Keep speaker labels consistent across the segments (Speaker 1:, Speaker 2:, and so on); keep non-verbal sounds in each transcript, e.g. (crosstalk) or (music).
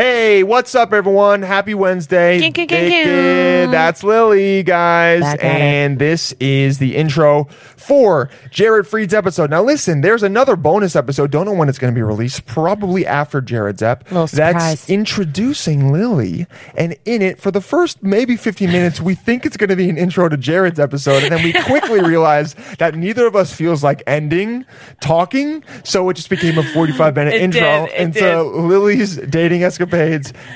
Speaker 1: Hey, what's up, everyone? Happy Wednesday.
Speaker 2: Kin- kin- kin-
Speaker 1: Big
Speaker 2: kin.
Speaker 1: Kid. That's Lily, guys.
Speaker 2: Back at it.
Speaker 1: and this is the intro for Jared Freed's episode. Now, listen, there's another bonus episode. Don't know when it's going to be released. Probably after Jared's ep.
Speaker 2: Little
Speaker 1: That's
Speaker 2: surprise.
Speaker 1: introducing Lily. And in it, for the first maybe 15 minutes, we think it's going to be an intro to Jared's episode. And then we
Speaker 2: (laughs)
Speaker 1: quickly realize that neither of us feels like ending talking. So it just became a 45 minute
Speaker 2: It
Speaker 1: intro
Speaker 2: did, it
Speaker 1: into
Speaker 2: did.
Speaker 1: Lily's dating escapades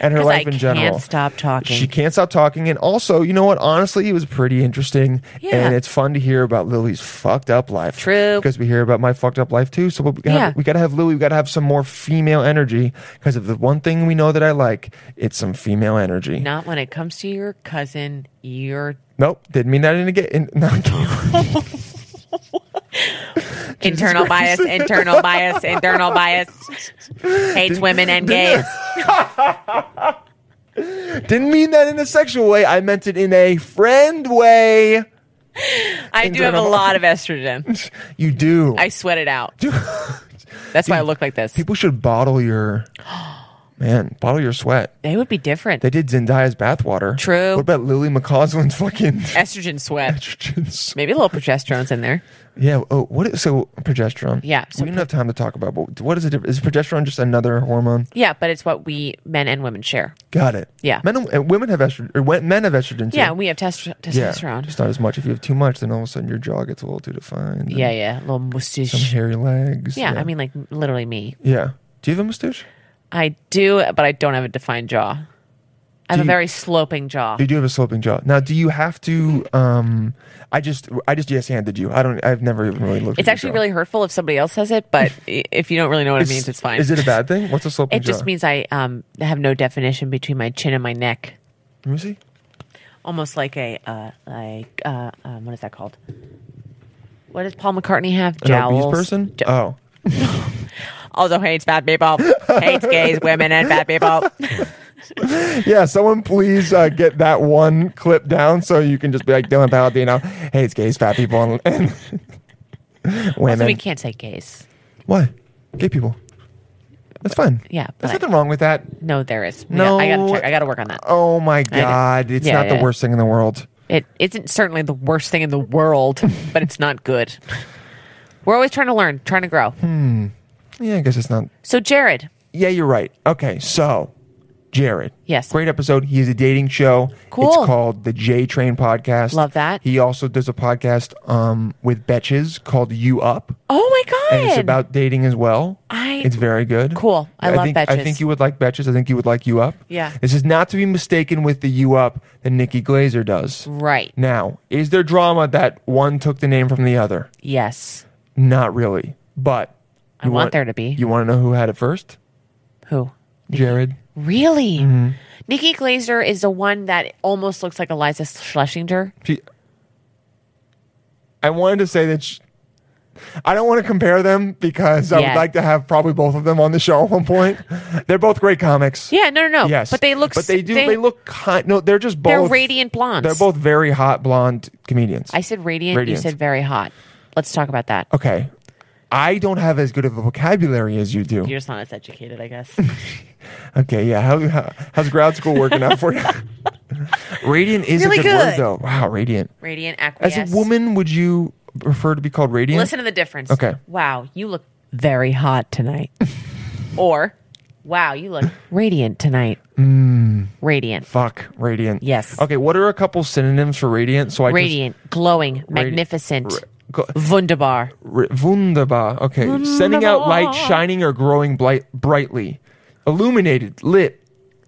Speaker 1: and her
Speaker 2: 'Cause
Speaker 1: life
Speaker 2: I
Speaker 1: in general.
Speaker 2: can't stop talking.
Speaker 1: She can't stop talking. And also, you know what? Honestly, it was pretty interesting.
Speaker 2: Yeah.
Speaker 1: And it's fun to hear about Lily's fucked up life.
Speaker 2: True.
Speaker 1: Because we hear about my fucked up life too. So we gotta,
Speaker 2: Yeah.
Speaker 1: we gotta have Lily, we gotta have some more female energy. Because if the one thing we know that I like, it's some female energy.
Speaker 2: Not when it comes to your cousin,
Speaker 1: (laughs)
Speaker 2: your
Speaker 1: Nope. Didn't mean that in again. In, (laughs) not
Speaker 2: internal bias,
Speaker 1: (laughs)
Speaker 2: internal bias, internal bias. Hates women and gays.
Speaker 1: didn't mean that in a sexual way. I meant it in a friend way.
Speaker 2: I do have a
Speaker 1: Internal-
Speaker 2: lot of estrogen.
Speaker 1: You do.
Speaker 2: I sweat it out. That's why I look like this.
Speaker 1: People should bottle
Speaker 2: (gasps)
Speaker 1: your man, bottle your sweat.
Speaker 2: They would be different.
Speaker 1: They did Zendaya's bathwater.
Speaker 2: True.
Speaker 1: What about Lily McCausland's fucking (laughs)
Speaker 2: Estrogen sweat.
Speaker 1: estrogens?
Speaker 2: Maybe a little progesterone's in there.
Speaker 1: Yeah. Oh, what? Is, so progesterone.
Speaker 2: Yeah, so
Speaker 1: we didn't have time to talk about. But what is it? Is progesterone just another hormone?
Speaker 2: Yeah, but it's what we men and women share.
Speaker 1: Got it.
Speaker 2: Yeah.
Speaker 1: Men and, and women have estrogen. Or wen- men have estrogen too.
Speaker 2: Yeah, we have test-
Speaker 1: Yeah.
Speaker 2: testosterone.
Speaker 1: Just not as much. If you have too much, then all of a sudden your jaw gets a little too defined.
Speaker 2: Yeah, yeah,
Speaker 1: and
Speaker 2: little mustache.
Speaker 1: Some hairy legs.
Speaker 2: Yeah, I mean, like literally me.
Speaker 1: Yeah. Do you have a mustache?
Speaker 2: I do, but I don't have a defined jaw. I have
Speaker 1: Do
Speaker 2: a
Speaker 1: you-
Speaker 2: very sloping jaw.
Speaker 1: You do have a sloping jaw. Now, do you have to? Um, I just, I just yes handed you. I don't. I've never even really looked.
Speaker 2: It's
Speaker 1: at your
Speaker 2: actually
Speaker 1: jaw.
Speaker 2: really hurtful if somebody else says
Speaker 1: (laughs)
Speaker 2: it, but i- if you don't really know what it means, it's fine.
Speaker 1: Is it a bad thing? What's a sloping
Speaker 2: It
Speaker 1: jaw?
Speaker 2: just means I um, have no definition between my chin and my neck,
Speaker 1: Let me see.
Speaker 2: almost like a uh, like uh, um, what is that called? What does Paul McCartney have?
Speaker 1: An obese
Speaker 2: Jowls.
Speaker 1: person?
Speaker 2: Jo-
Speaker 1: oh,
Speaker 2: also hates fat people, hates gays, women, and
Speaker 1: (laughs)
Speaker 2: fat people.
Speaker 1: yeah. Someone please uh, get that one clip down so you can just be like Dylan Paladino. Hey, it's gays, fat people, and, (laughs) and
Speaker 2: So we
Speaker 1: women.
Speaker 2: can't say gays.
Speaker 1: Why? Gay people. That's fine.
Speaker 2: Yeah,
Speaker 1: There's
Speaker 2: but-
Speaker 1: nothing wrong with that.
Speaker 2: No, there is. We got- I gotta
Speaker 1: No.
Speaker 2: check. I gotta work on that.
Speaker 1: Oh my
Speaker 2: know.
Speaker 1: God! It's
Speaker 2: Yeah,
Speaker 1: not the
Speaker 2: yeah.
Speaker 1: worst thing in the world.
Speaker 2: It isn't certainly the worst thing in the world, but it's
Speaker 1: (laughs)
Speaker 2: not good. We're always trying to learn, trying to grow.
Speaker 1: Hmm. Yeah, I guess it's not.
Speaker 2: So, Jared,
Speaker 1: Yeah, you're right. Okay, so Jared.
Speaker 2: Yes.
Speaker 1: Great episode. He has a dating show. It's
Speaker 2: Cool.
Speaker 1: called the J Train Podcast.
Speaker 2: Love that.
Speaker 1: He also does a podcast um, with Betches called You Up.
Speaker 2: oh my
Speaker 1: And
Speaker 2: god,
Speaker 1: it's about dating as well.
Speaker 2: I-
Speaker 1: it's very good.
Speaker 2: Cool. I love
Speaker 1: think, I
Speaker 2: Betches.
Speaker 1: think you would like Betches. I think you would like You Up.
Speaker 2: Yeah.
Speaker 1: This is not to be mistaken with the You Up that Nikki Glazer does.
Speaker 2: right?
Speaker 1: Now, is there drama that one took the name from the other?
Speaker 2: Yes.
Speaker 1: Not really. But
Speaker 2: I want there to be.
Speaker 1: You want to know who had it first?
Speaker 2: Who?
Speaker 1: Jared.
Speaker 2: Really?
Speaker 1: Mm-hmm.
Speaker 2: Nikki Glazer is the one that almost looks like Eliza Schlesinger.
Speaker 1: She, I wanted to say that sh I don't want to compare them because I would
Speaker 2: Yeah.
Speaker 1: like to have probably both of them on the show at one point. They're both great comics.
Speaker 2: Yeah, no, no, no.
Speaker 1: Yes,
Speaker 2: but they look.
Speaker 1: But they do. They, look. Kind, no, they're just both.
Speaker 2: They're radiant blondes.
Speaker 1: They're both very hot blonde comedians.
Speaker 2: I said radiant.
Speaker 1: Radiant.
Speaker 2: You said very hot. Let's talk about that.
Speaker 1: okay, I don't have as good of a vocabulary as you do.
Speaker 2: You're just not as educated, I
Speaker 1: (laughs)
Speaker 2: guess.
Speaker 1: Okay, yeah. How, how, how's grad school working out
Speaker 2: (laughs)
Speaker 1: for you? radiant is
Speaker 2: Really
Speaker 1: a good, word,
Speaker 2: good.
Speaker 1: though. Wow, radiant.
Speaker 2: radiant
Speaker 1: As
Speaker 2: acquiesce.
Speaker 1: a woman, would you prefer to be called radiant?
Speaker 2: Listen to the difference.
Speaker 1: Okay.
Speaker 2: Wow, you look very hot
Speaker 1: (laughs)
Speaker 2: tonight. or, wow, you look radiant tonight.
Speaker 1: Mm.
Speaker 2: Radiant.
Speaker 1: Fuck, radiant.
Speaker 2: Yes.
Speaker 1: Okay, what are a couple synonyms for radiant? So I
Speaker 2: Radiant. glowing. magnificent.
Speaker 1: just go-
Speaker 2: wunderbar.
Speaker 1: r- wunderbar. Okay, sending out light,
Speaker 2: Wunderbar.
Speaker 1: shining or growing blight- brightly, illuminated, lit,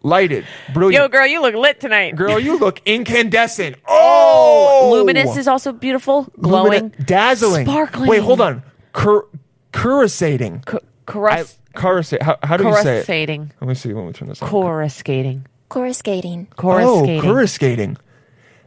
Speaker 1: lighted, brilliant.
Speaker 2: Yo, girl, you look lit tonight.
Speaker 1: girl, you look incandescent.
Speaker 2: (laughs)
Speaker 1: Oh,
Speaker 2: Luminous is also beautiful. Glowing.
Speaker 1: Lumina- dazzling,
Speaker 2: Sparkling.
Speaker 1: Wait, hold on. Cur- curasating.
Speaker 2: Cu- Corus-
Speaker 1: I- curasa- How, how do you say it?
Speaker 2: coruscating.
Speaker 1: Let me see. Let me turn this on.
Speaker 2: Coruscating.
Speaker 3: Coruscating.
Speaker 1: oh,
Speaker 2: Coruscating.
Speaker 1: curascating,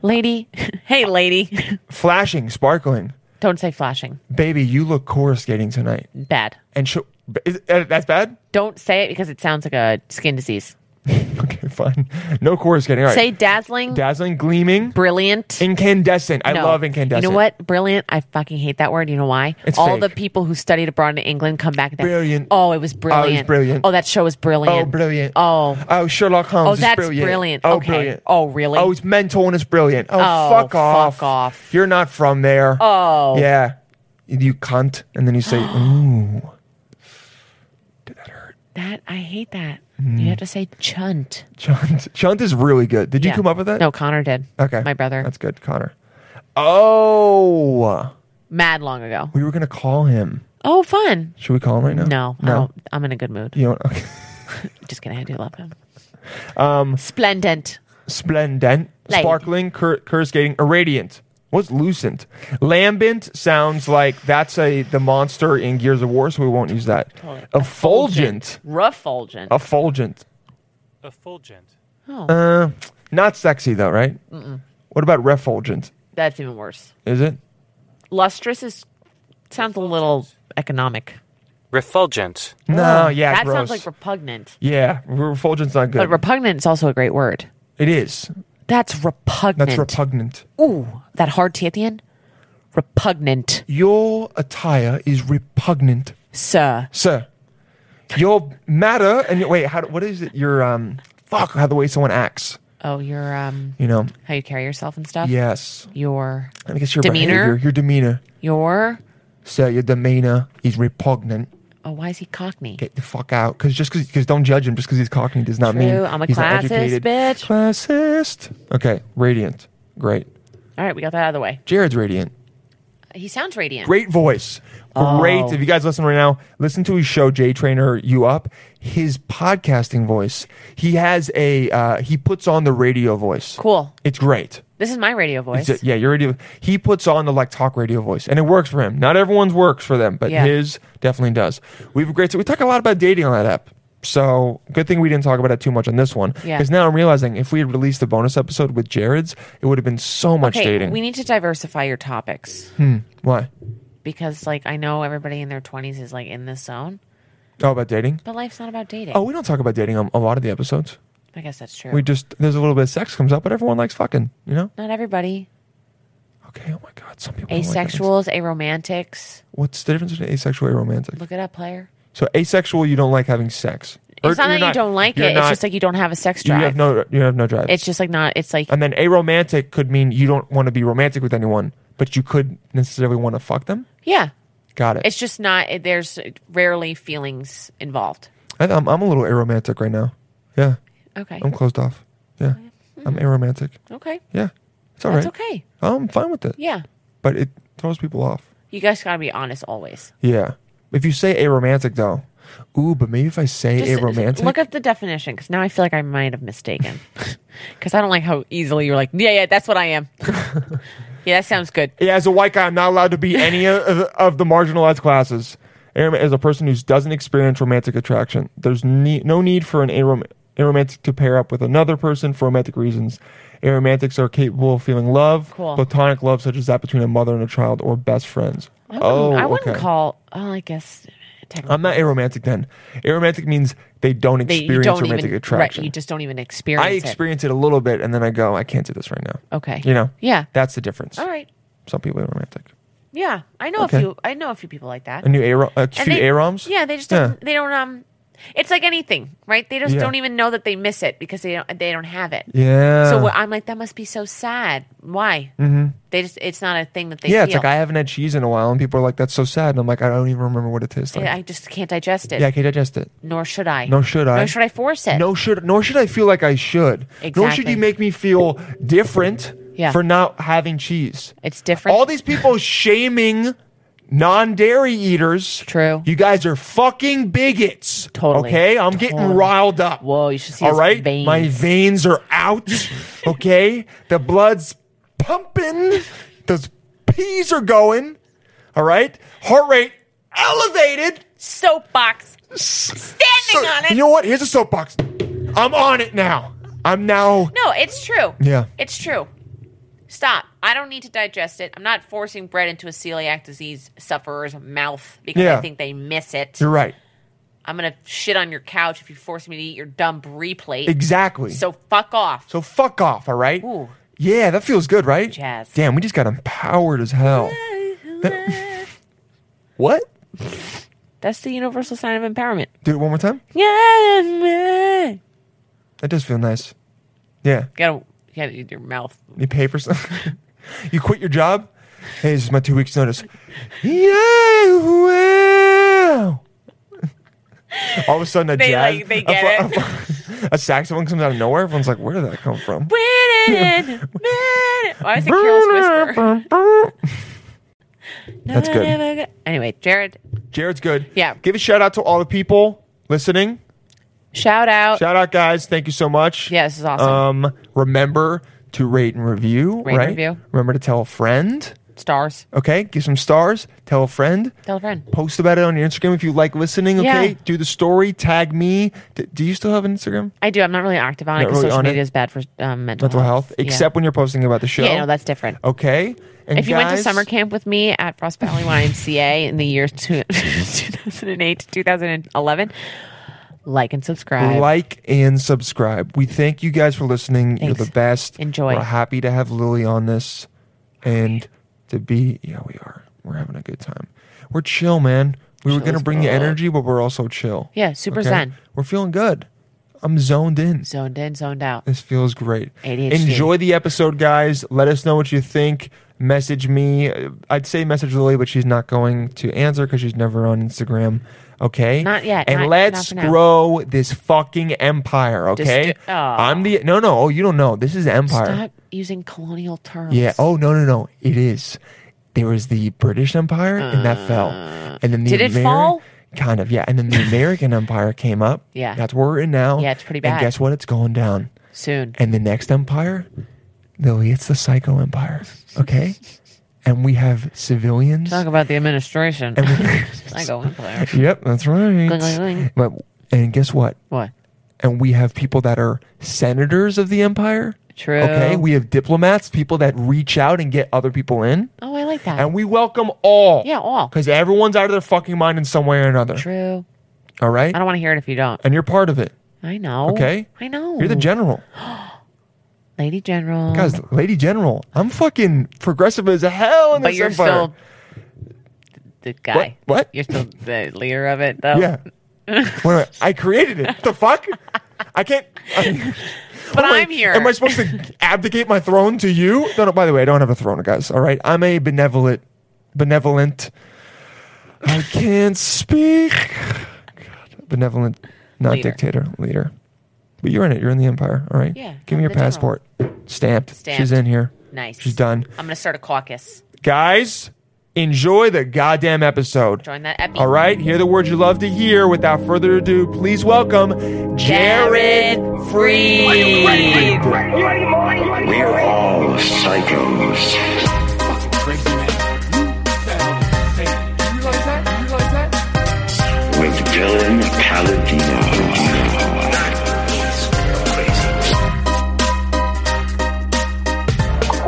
Speaker 2: lady. (laughs) hey, lady. (laughs)
Speaker 1: flashing, sparkling.
Speaker 2: Don't say flashing.
Speaker 1: Baby, you look coruscating tonight.
Speaker 2: Bad.
Speaker 1: And show, is, uh, that's bad. (laughs)
Speaker 2: Don't say it because it sounds like a skin disease.
Speaker 1: Okay, fine. No chorus getting. All right.
Speaker 2: Say dazzling,
Speaker 1: Dazzling, gleaming,
Speaker 2: brilliant.
Speaker 1: incandescent. I
Speaker 2: No.
Speaker 1: love incandescent.
Speaker 2: You know what? Brilliant. I fucking hate that word. You know why?
Speaker 1: It's
Speaker 2: All
Speaker 1: fake.
Speaker 2: the people who studied abroad in England come back. and they're,
Speaker 1: Brilliant.
Speaker 2: Oh, it was brilliant.
Speaker 1: brilliant.
Speaker 2: Oh, that show was
Speaker 1: Oh,
Speaker 2: brilliant.
Speaker 1: brilliant.
Speaker 2: Oh.
Speaker 1: Oh, Sherlock Holmes
Speaker 2: Oh,
Speaker 1: is
Speaker 2: that's
Speaker 1: brilliant.
Speaker 2: brilliant.
Speaker 1: Oh,
Speaker 2: Okay.
Speaker 1: brilliant.
Speaker 2: Oh, really?
Speaker 1: Oh, it's mental and it's brilliant. Oh,
Speaker 2: Oh,
Speaker 1: fuck off.
Speaker 2: fuck off.
Speaker 1: You're not from there.
Speaker 2: Oh.
Speaker 1: Yeah. You cunt. And then you
Speaker 2: (gasps)
Speaker 1: say, ooh.
Speaker 2: That I hate that.
Speaker 1: Mm-hmm.
Speaker 2: You have to say chunt.
Speaker 1: Chunt. Chunt is really good. Did you
Speaker 2: Yeah.
Speaker 1: come up with that?
Speaker 2: No, Connor did.
Speaker 1: Okay.
Speaker 2: My brother.
Speaker 1: That's good, Connor. Oh.
Speaker 2: Mad long ago.
Speaker 1: We were going to call him.
Speaker 2: Oh, fun.
Speaker 1: Should we call him right now?
Speaker 2: No, I
Speaker 1: No.
Speaker 2: don't, I'm in a good mood.
Speaker 1: You don't, okay.
Speaker 2: Just kidding. I do love him. Um, Splendent.
Speaker 1: Splendent.
Speaker 2: Like-
Speaker 1: Sparkling. Cur- curuscating. Irradiant. What's lucent? Lambent sounds like that's a the monster in Gears of War, so we won't use that.
Speaker 2: Oh,
Speaker 1: Effulgent.
Speaker 2: Refulgent.
Speaker 1: Effulgent.
Speaker 4: Effulgent.
Speaker 2: Oh,
Speaker 1: Uh, not sexy though, right? What about refulgent?
Speaker 2: that's even worse.
Speaker 1: Is it?
Speaker 2: Lustrous is sounds a little economic.
Speaker 4: Refulgent.
Speaker 1: No, yeah,
Speaker 2: that
Speaker 1: gross.
Speaker 2: sounds like repugnant.
Speaker 1: yeah, refulgent's not good.
Speaker 2: But repugnant is also a great word.
Speaker 1: it is.
Speaker 2: That's repugnant.
Speaker 1: That's repugnant.
Speaker 2: Ooh, that hard T at the end. Repugnant,
Speaker 1: Your attire is repugnant,
Speaker 2: sir.
Speaker 1: sir. Your matter and your, wait, how, do- what is it? Your um, fuck, how the way someone acts.
Speaker 2: Oh, your um,
Speaker 1: You know.
Speaker 2: how you carry yourself and stuff.
Speaker 1: Yes.
Speaker 2: Your
Speaker 1: I guess your
Speaker 2: Demeanor?
Speaker 1: behavior, your demeanor,
Speaker 2: your.
Speaker 1: sir. Your demeanor is repugnant.
Speaker 2: Oh, why is he Cockney?
Speaker 1: Get the fuck out, because just because don't judge him just because he's cockney does not mean
Speaker 2: True, I'm a
Speaker 1: he's not
Speaker 2: classist,
Speaker 1: educated.
Speaker 2: bitch.
Speaker 1: Classist. Okay, radiant. Great.
Speaker 2: All right, we got that out of the way.
Speaker 1: Jared's radiant.
Speaker 2: He sounds radiant.
Speaker 1: Great voice. Great.
Speaker 2: Oh.
Speaker 1: If you guys listen right now, listen to his show, Jay Trainer You Up. His podcasting voice. He has a. Uh, he puts on the radio voice.
Speaker 2: Cool.
Speaker 1: It's great.
Speaker 2: This is my radio voice.
Speaker 1: It's a- yeah, your radio. He puts on the like talk radio voice, and it works for him. Not everyone's works for them, but
Speaker 2: Yeah.
Speaker 1: his definitely does. We have a great. We talk a lot about dating on that app. So good thing we didn't talk about it too much on this one.
Speaker 2: Yeah.
Speaker 1: Because now I'm realizing if we had released a bonus episode with Jared's, it would have been so much
Speaker 2: okay,
Speaker 1: dating.
Speaker 2: we need to diversify your topics
Speaker 1: Why?
Speaker 2: because, like, I know everybody in their 20s is like in this zone,
Speaker 1: Oh, about dating.
Speaker 2: but life's not about dating.
Speaker 1: Oh, we don't talk about dating on a lot of the episodes.
Speaker 2: I guess that's true.
Speaker 1: We just there's a little bit of sex comes up, but everyone likes fucking. You know?
Speaker 2: not everybody.
Speaker 1: Okay. Oh my God. Some people don't like that.
Speaker 2: Asexuals, aromantics.
Speaker 1: What's the difference between asexual and romantic?
Speaker 2: Look it up, player.
Speaker 1: So asexual, you don't like having sex. Or
Speaker 2: It's not
Speaker 1: you're
Speaker 2: that you don't like
Speaker 1: you're
Speaker 2: it.
Speaker 1: not-
Speaker 2: it's just like you don't have a sex
Speaker 1: you
Speaker 2: drive.
Speaker 1: have no you have no drive.
Speaker 2: it's just like not. It's like
Speaker 1: and then aromantic could mean you don't want to be romantic with anyone, but you could necessarily want to fuck them.
Speaker 2: yeah.
Speaker 1: Got it.
Speaker 2: It's just not. It, there's rarely feelings involved.
Speaker 1: I, I'm I'm a little aromantic right now. Yeah,
Speaker 2: Okay.
Speaker 1: I'm closed off. Yeah, I'm aromantic.
Speaker 2: Okay.
Speaker 1: Yeah, it's all
Speaker 2: Oh, That's
Speaker 1: right.
Speaker 2: okay.
Speaker 1: I'm fine with it.
Speaker 2: Yeah.
Speaker 1: but it throws people off.
Speaker 2: You guys gotta be honest always.
Speaker 1: Yeah, if you say aromantic though, ooh, but maybe if I say
Speaker 2: Just-
Speaker 1: aromantic,
Speaker 2: Look up the definition because now I feel like I might have mistaken.
Speaker 1: (laughs)
Speaker 2: Because I don't like how easily you're like, yeah, yeah, that's what I
Speaker 1: (laughs)
Speaker 2: am. yeah, that sounds good.
Speaker 1: Yeah, as a white guy, I'm not allowed to
Speaker 2: (laughs)
Speaker 1: be any of the, of the marginalized classes. Arom- As a person who doesn't experience romantic attraction, there's ne- no need for an arom- aromantic to pair up with another person for romantic reasons. Aromantics are capable of feeling love,
Speaker 2: Cool.
Speaker 1: platonic love, such as that between a mother and a child, or best friends.
Speaker 2: I wouldn't,
Speaker 1: oh,
Speaker 2: I wouldn't
Speaker 1: okay.
Speaker 2: call. Oh, I guess. Technically,
Speaker 1: I'm not aromantic then. Aromantic means they don't
Speaker 2: they-
Speaker 1: experience romantic
Speaker 2: even,
Speaker 1: attraction.
Speaker 2: Right, you just don't even experience.
Speaker 1: I
Speaker 2: it.
Speaker 1: experience it a little bit, and then I go, I can't do this right now.
Speaker 2: Okay.
Speaker 1: You know,
Speaker 2: Yeah.
Speaker 1: that's the difference.
Speaker 2: All right.
Speaker 1: Some people are romantic.
Speaker 2: Yeah, I know
Speaker 1: Okay.
Speaker 2: a few. I know a few people like that.
Speaker 1: A new AROM, a
Speaker 2: And
Speaker 1: few
Speaker 2: they-
Speaker 1: AROMs.
Speaker 2: Yeah, they just
Speaker 1: Yeah.
Speaker 2: don't. They don't. Um, it's like anything, right? They just
Speaker 1: Yeah.
Speaker 2: don't even know that they miss it because they don't. They don't have it.
Speaker 1: Yeah.
Speaker 2: So what, I'm like, that must be so sad. Why? Mm-hmm. They just. It's not a thing that they.
Speaker 1: yeah, it's
Speaker 2: feel.
Speaker 1: like I haven't had cheese in a while, and people are like, "That's so sad," and I'm like, "I don't even remember what it tastes like."
Speaker 2: I, I just can't digest it.
Speaker 1: yeah, I can digest it.
Speaker 2: Nor should I.
Speaker 1: Nor should I.
Speaker 2: Nor should I force it.
Speaker 1: No, should nor should I feel like I should. Nor should
Speaker 2: Exactly.
Speaker 1: you make me feel different
Speaker 2: Yeah.
Speaker 1: for not having cheese.
Speaker 2: It's different.
Speaker 1: All these people shaming non-dairy eaters.
Speaker 2: True.
Speaker 1: You guys are fucking bigots.
Speaker 2: Totally.
Speaker 1: Okay, I'm getting
Speaker 2: Totally.
Speaker 1: riled up.
Speaker 2: Whoa, you should see.
Speaker 1: All
Speaker 2: his
Speaker 1: right,
Speaker 2: veins.
Speaker 1: my veins are out. Okay, the blood's pumping. Those peas are going. All right, heart rate elevated.
Speaker 2: soapbox. Standing on it.
Speaker 1: You know what? Here's a soapbox. I'm on it now. I'm now.
Speaker 2: No, it's true.
Speaker 1: Yeah.
Speaker 2: It's true. Stop. I don't need to digest it. I'm not forcing bread into a celiac disease sufferer's mouth because
Speaker 1: Yeah.
Speaker 2: I think they miss it.
Speaker 1: You're right.
Speaker 2: I'm gonna shit on your couch if you force me to eat your dumb brie plate.
Speaker 1: Exactly.
Speaker 2: So fuck off.
Speaker 1: So fuck off, all right?
Speaker 2: Ooh.
Speaker 1: Yeah, that feels good, right?
Speaker 2: Jazz.
Speaker 1: Damn, we just got empowered as
Speaker 2: (laughs)
Speaker 1: hell. (laughs) what?
Speaker 2: That's the universal sign of empowerment.
Speaker 1: Do it one more time.
Speaker 2: Yeah, man.
Speaker 1: That does feel nice. Yeah.
Speaker 2: You gotta, you gotta eat your mouth.
Speaker 1: You pay for something. (laughs) you quit your job. Hey, this is my two weeks notice. Yeah. Wow. (laughs) All of a sudden, a
Speaker 2: They,
Speaker 1: jazz,
Speaker 2: like, they
Speaker 1: a
Speaker 2: get
Speaker 1: fu- a, fu- (laughs) a saxophone comes out of nowhere. Everyone's like, "Where did that come from?"
Speaker 2: Winning, winning. Why is it Careless Whisper?
Speaker 1: That's good.
Speaker 2: Never go- Anyway, Jared,
Speaker 1: (laughs) Jared's good.
Speaker 2: Yeah.
Speaker 1: Give a shout out to all the people listening.
Speaker 2: shout out.
Speaker 1: Shout out, guys. Thank you so much.
Speaker 2: Yeah, this is awesome.
Speaker 1: Um, remember to rate and review.
Speaker 2: Rate and
Speaker 1: right?
Speaker 2: review.
Speaker 1: Remember to tell a friend.
Speaker 2: Stars.
Speaker 1: Okay. Give some stars. Tell a friend.
Speaker 2: Tell a friend.
Speaker 1: Post about it on your Instagram if you like listening. Okay.
Speaker 2: Yeah.
Speaker 1: Do the story. Tag me. D- do you still have an Instagram?
Speaker 2: I do. I'm not really active on it
Speaker 1: Not
Speaker 2: because
Speaker 1: really
Speaker 2: social
Speaker 1: on it.
Speaker 2: media is bad for um, mental,
Speaker 1: Mental health.
Speaker 2: Yeah.
Speaker 1: Except when you're posting about the show.
Speaker 2: Yeah, no, that's different.
Speaker 1: okay. And
Speaker 2: If you went to
Speaker 1: guys-
Speaker 2: summer camp with me at Frost Valley YMCA in the year two, (laughs) 2008 to 2011, like and subscribe.
Speaker 1: Like and subscribe. We thank you guys for listening. You're
Speaker 2: Thanks.
Speaker 1: the best.
Speaker 2: Enjoy.
Speaker 1: We're happy to have Lily on this and to be. Yeah, we are. We're having a good time. We're chill, man. We were
Speaker 2: Chill
Speaker 1: going to
Speaker 2: as
Speaker 1: bring you
Speaker 2: fuck.
Speaker 1: energy, but we're also chill.
Speaker 2: Yeah, super zen.
Speaker 1: We're feeling good. I'm zoned in.
Speaker 2: zoned in, zoned out.
Speaker 1: This feels great.
Speaker 2: ADHD.
Speaker 1: Enjoy the episode, guys. Let us know what you think. Message me. Uh, I'd say message Lily, but she's not going to answer because she's never on Instagram. Okay.
Speaker 2: Not yet.
Speaker 1: And
Speaker 2: Not-
Speaker 1: let's
Speaker 2: not for now.
Speaker 1: grow this fucking empire. Okay.
Speaker 2: do- Aw.
Speaker 1: I'm the no, no. Oh, you don't know. This is empire.
Speaker 2: Stop using colonial terms.
Speaker 1: Yeah. Oh no, no, no. It is. There was the British Empire, and that fell. And then the
Speaker 2: Uh. Did it
Speaker 1: Ameri-
Speaker 2: fall?
Speaker 1: Kind of. Yeah. And
Speaker 2: (laughs)
Speaker 1: then the American Empire came up.
Speaker 2: Yeah.
Speaker 1: That's where we're in now.
Speaker 2: Yeah, it's pretty
Speaker 1: And
Speaker 2: bad.
Speaker 1: guess what? It's going down.
Speaker 2: Soon.
Speaker 1: And the next empire, Lily, it's the psycho empire. Okay? and we have civilians. (laughs)
Speaker 2: Talk about the administration.
Speaker 1: and we-
Speaker 2: (laughs) I go in there.
Speaker 1: yep, that's right.
Speaker 2: Gling, gling, gling.
Speaker 1: But and guess what?
Speaker 2: What?
Speaker 1: And we have people that are senators of the empire.
Speaker 2: True.
Speaker 1: Okay. We have diplomats, people that reach out and get other people in.
Speaker 2: Oh, I like that.
Speaker 1: And we welcome all.
Speaker 2: yeah, all.
Speaker 1: Because everyone's out of their fucking mind in some way or another.
Speaker 2: True.
Speaker 1: All right?
Speaker 2: I don't want to hear it if you don't.
Speaker 1: And you're part of it.
Speaker 2: I know.
Speaker 1: Okay.
Speaker 2: I know.
Speaker 1: You're the general.
Speaker 2: Lady General.
Speaker 1: Guys,
Speaker 2: (gasps)
Speaker 1: Lady General, I'm fucking progressive as hell in
Speaker 2: but
Speaker 1: this
Speaker 2: you're
Speaker 1: empire.
Speaker 2: still the guy.
Speaker 1: What?
Speaker 2: You're still the leader of it, though.
Speaker 1: Yeah. Wait, wait, I created it. The fuck? I can't. I mean,
Speaker 2: But
Speaker 1: am I-
Speaker 2: (laughs) I'm here.
Speaker 1: Oh, Am I supposed to abdicate my throne to you? No, no. By the way, I don't have a throne, guys. All right, I'm a benevolent, benevolent. I can't speak. God, benevolent, not
Speaker 2: Leader.
Speaker 1: dictator, leader. But you're in it. You're in the empire. All right.
Speaker 2: Yeah,
Speaker 1: Give
Speaker 2: I'm
Speaker 1: me your
Speaker 2: the general.
Speaker 1: passport. Stamped. She's
Speaker 2: Stamped.
Speaker 1: in here.
Speaker 2: nice.
Speaker 1: She's done.
Speaker 2: I'm gonna start a caucus.
Speaker 1: Guys, enjoy the goddamn episode.
Speaker 2: Join that epi.
Speaker 1: All right, hear the words you love to hear. Without further ado, please welcome Jared.
Speaker 2: Free.
Speaker 5: We're all psychos. With Dylan Paladino.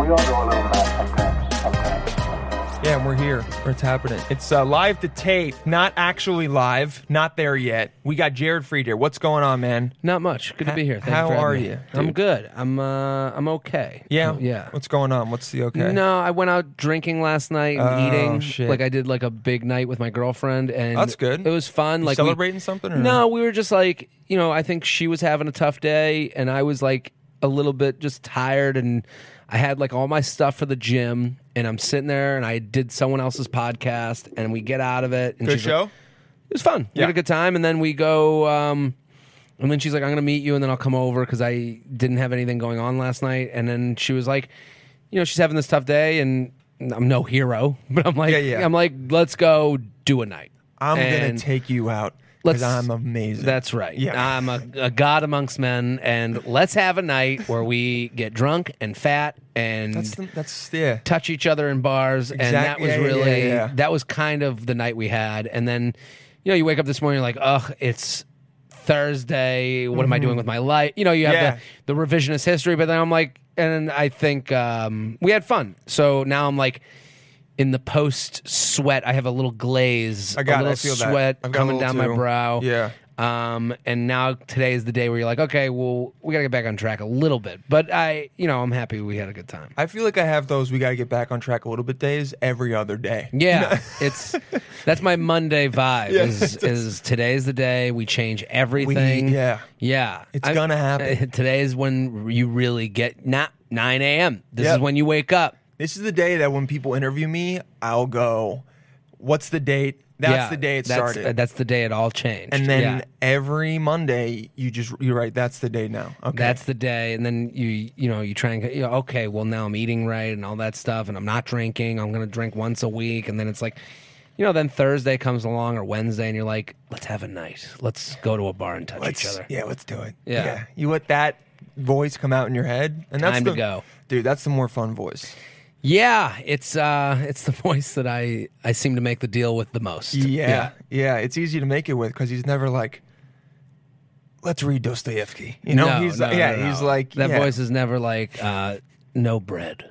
Speaker 6: We all go a little mad sometimes. Sometimes.
Speaker 1: Yeah, and we're here. It's happening. It's uh, live to tape, not actually live, not there yet. We got Jared Fried here. What's going on, man?
Speaker 7: Not much. Good to be here. Thank you
Speaker 1: how
Speaker 7: for having
Speaker 1: are
Speaker 7: me.
Speaker 1: you,
Speaker 7: I'm good. I'm uh I'm okay.
Speaker 1: Yeah,
Speaker 7: Oh, Yeah.
Speaker 1: What's going on? What's the okay?
Speaker 7: No, I went out drinking last night and
Speaker 1: Oh,
Speaker 7: eating.
Speaker 1: shit.
Speaker 7: Like I did like a big night with my girlfriend and
Speaker 1: That's good.
Speaker 7: It was fun.
Speaker 1: You
Speaker 7: like we-
Speaker 1: celebrating something? Or?
Speaker 7: No, we were just like, you know, I think she was having a tough day and I was like a little bit just tired and I had like all my stuff for the gym and I'm sitting there and I did someone else's podcast and we get out of it and
Speaker 1: good
Speaker 7: she's like,
Speaker 1: show.
Speaker 7: it was fun. We
Speaker 1: Yeah.
Speaker 7: had a good time, and then we go. Um, and then she's like, "I'm gonna meet you, and then I'll come over because I didn't have anything going on last night." And then she was like, "You know, she's having this tough day, and I'm no hero, (laughs) but I'm like,
Speaker 1: Yeah, yeah.
Speaker 7: I'm like, let's go do a night.
Speaker 1: I'm gonna
Speaker 7: And
Speaker 1: take you out because
Speaker 7: let's-
Speaker 1: I'm amazing.
Speaker 7: That's right.
Speaker 1: Yeah.
Speaker 7: I'm a, a god amongst men, and let's have a night where we get drunk and fat and
Speaker 1: that's the, that's yeah.
Speaker 7: touch each other in bars and that
Speaker 1: Exactly.
Speaker 7: was
Speaker 1: Yeah, yeah,
Speaker 7: really
Speaker 1: yeah, yeah.
Speaker 7: that was kind of the night we had and then you know you wake up this morning you're like ugh it's thursday what am i doing with my life you know you
Speaker 1: Mm-hmm.
Speaker 7: have
Speaker 1: Yeah.
Speaker 7: the, the revisionist history but then i'm like and i think um, we had fun so now i'm like in the post sweat, I have a little glaze,
Speaker 1: I got it.
Speaker 7: a little
Speaker 1: I feel that.
Speaker 7: sweat
Speaker 1: I've got a
Speaker 7: coming
Speaker 1: little
Speaker 7: down
Speaker 1: too.
Speaker 7: my brow.
Speaker 1: Yeah.
Speaker 7: Um, and now today is the day where you're like, okay, well, we gotta get back on track a little bit. But I, you know, I'm happy we had a good time.
Speaker 1: I feel like I have those we got to get back on track a little bit days every other day.
Speaker 7: Yeah, it's that's my Monday
Speaker 1: (laughs)
Speaker 7: vibe. Is is today's the day we change everything?
Speaker 1: yeah.
Speaker 7: yeah,
Speaker 1: It's gonna happen.
Speaker 7: (laughs) Today is when you really get not nine a.m. This
Speaker 1: Yep.
Speaker 7: is when you wake up.
Speaker 1: This is the day that when people interview me, I'll go, "What's the date?" That's
Speaker 7: Yeah,
Speaker 1: the day it
Speaker 7: that's-
Speaker 1: started.
Speaker 7: uh, that's the day it all changed.
Speaker 1: and then
Speaker 7: Yeah.
Speaker 1: every Monday, you just you write, "That's the day now." Okay.
Speaker 7: that's the day. And then you you know you try and get, you know, okay, well now I'm eating right and all that stuff, and I'm not drinking. I'm gonna drink once a week, and then it's like. You know, then Thursday comes along or Wednesday, and you're like, "Let's have a night. Let's go to a bar and touch
Speaker 1: let's,
Speaker 7: each other."
Speaker 1: Yeah, let's do it.
Speaker 7: Yeah.
Speaker 1: you let that voice come out in your head, and that's
Speaker 7: Time to
Speaker 1: the,
Speaker 7: go.
Speaker 1: dude. That's the more fun voice.
Speaker 7: Yeah, it's uh, it's the (laughs) voice that I I seem to make the deal with the most.
Speaker 1: Yeah, yeah, It's easy to make it with because he's never like, "Let's read Dostoevsky." You know,
Speaker 7: no,
Speaker 1: he's
Speaker 7: no,
Speaker 1: like, yeah,
Speaker 7: no, no.
Speaker 1: he's like
Speaker 7: that
Speaker 1: yeah.
Speaker 7: voice is never like uh,
Speaker 1: (laughs)
Speaker 7: no bread.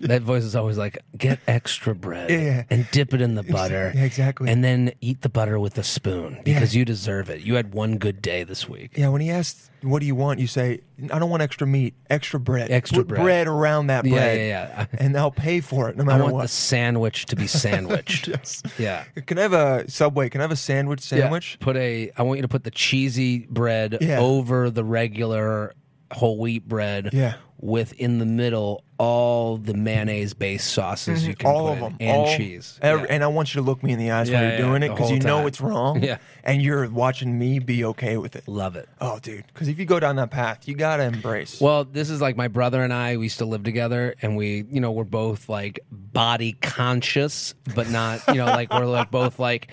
Speaker 7: that voice is always like get extra bread
Speaker 1: Yeah, yeah.
Speaker 7: and dip it in the butter.
Speaker 1: yeah, exactly.
Speaker 7: And then eat the butter with a spoon because you deserve it. You had one good day this week.
Speaker 1: Yeah, when he asks, "What do you want?" you say, "I don't want extra meat, extra bread,
Speaker 7: Extra
Speaker 1: Put
Speaker 7: bread."
Speaker 1: around that
Speaker 7: Yeah,
Speaker 1: bread."
Speaker 7: yeah, yeah.
Speaker 1: and I'll pay for it no
Speaker 7: I
Speaker 1: matter
Speaker 7: want
Speaker 1: what.
Speaker 7: the sandwich
Speaker 1: (laughs)
Speaker 7: to be sandwiched.
Speaker 1: Yes.
Speaker 7: Yeah.
Speaker 1: Can I have a Subway? Can I have a sandwich? Sandwich?
Speaker 7: Put a. I want you to put the cheesy bread
Speaker 1: Yeah.
Speaker 7: over the regular whole wheat bread.
Speaker 1: Yeah.
Speaker 7: With in the middle all the mayonnaise based sauces you can
Speaker 1: Mm-hmm. All
Speaker 7: put
Speaker 1: of
Speaker 7: in,
Speaker 1: them,
Speaker 7: and
Speaker 1: All-
Speaker 7: cheese.
Speaker 1: every-
Speaker 7: Yeah.
Speaker 1: And I want you to look me in the eyes
Speaker 7: Yeah,
Speaker 1: when
Speaker 7: yeah,
Speaker 1: you're doing
Speaker 7: the
Speaker 1: it because
Speaker 7: whole
Speaker 1: you know
Speaker 7: time.
Speaker 1: it's wrong.
Speaker 7: Yeah.
Speaker 1: and you're watching me be okay with it.
Speaker 7: Love it.
Speaker 1: Oh, dude, because if you go down that path, you gotta embrace.
Speaker 7: Well, this is like my brother and I. We used to live together, and we, you know, we're both like body conscious, but not, you know, like we're like both like,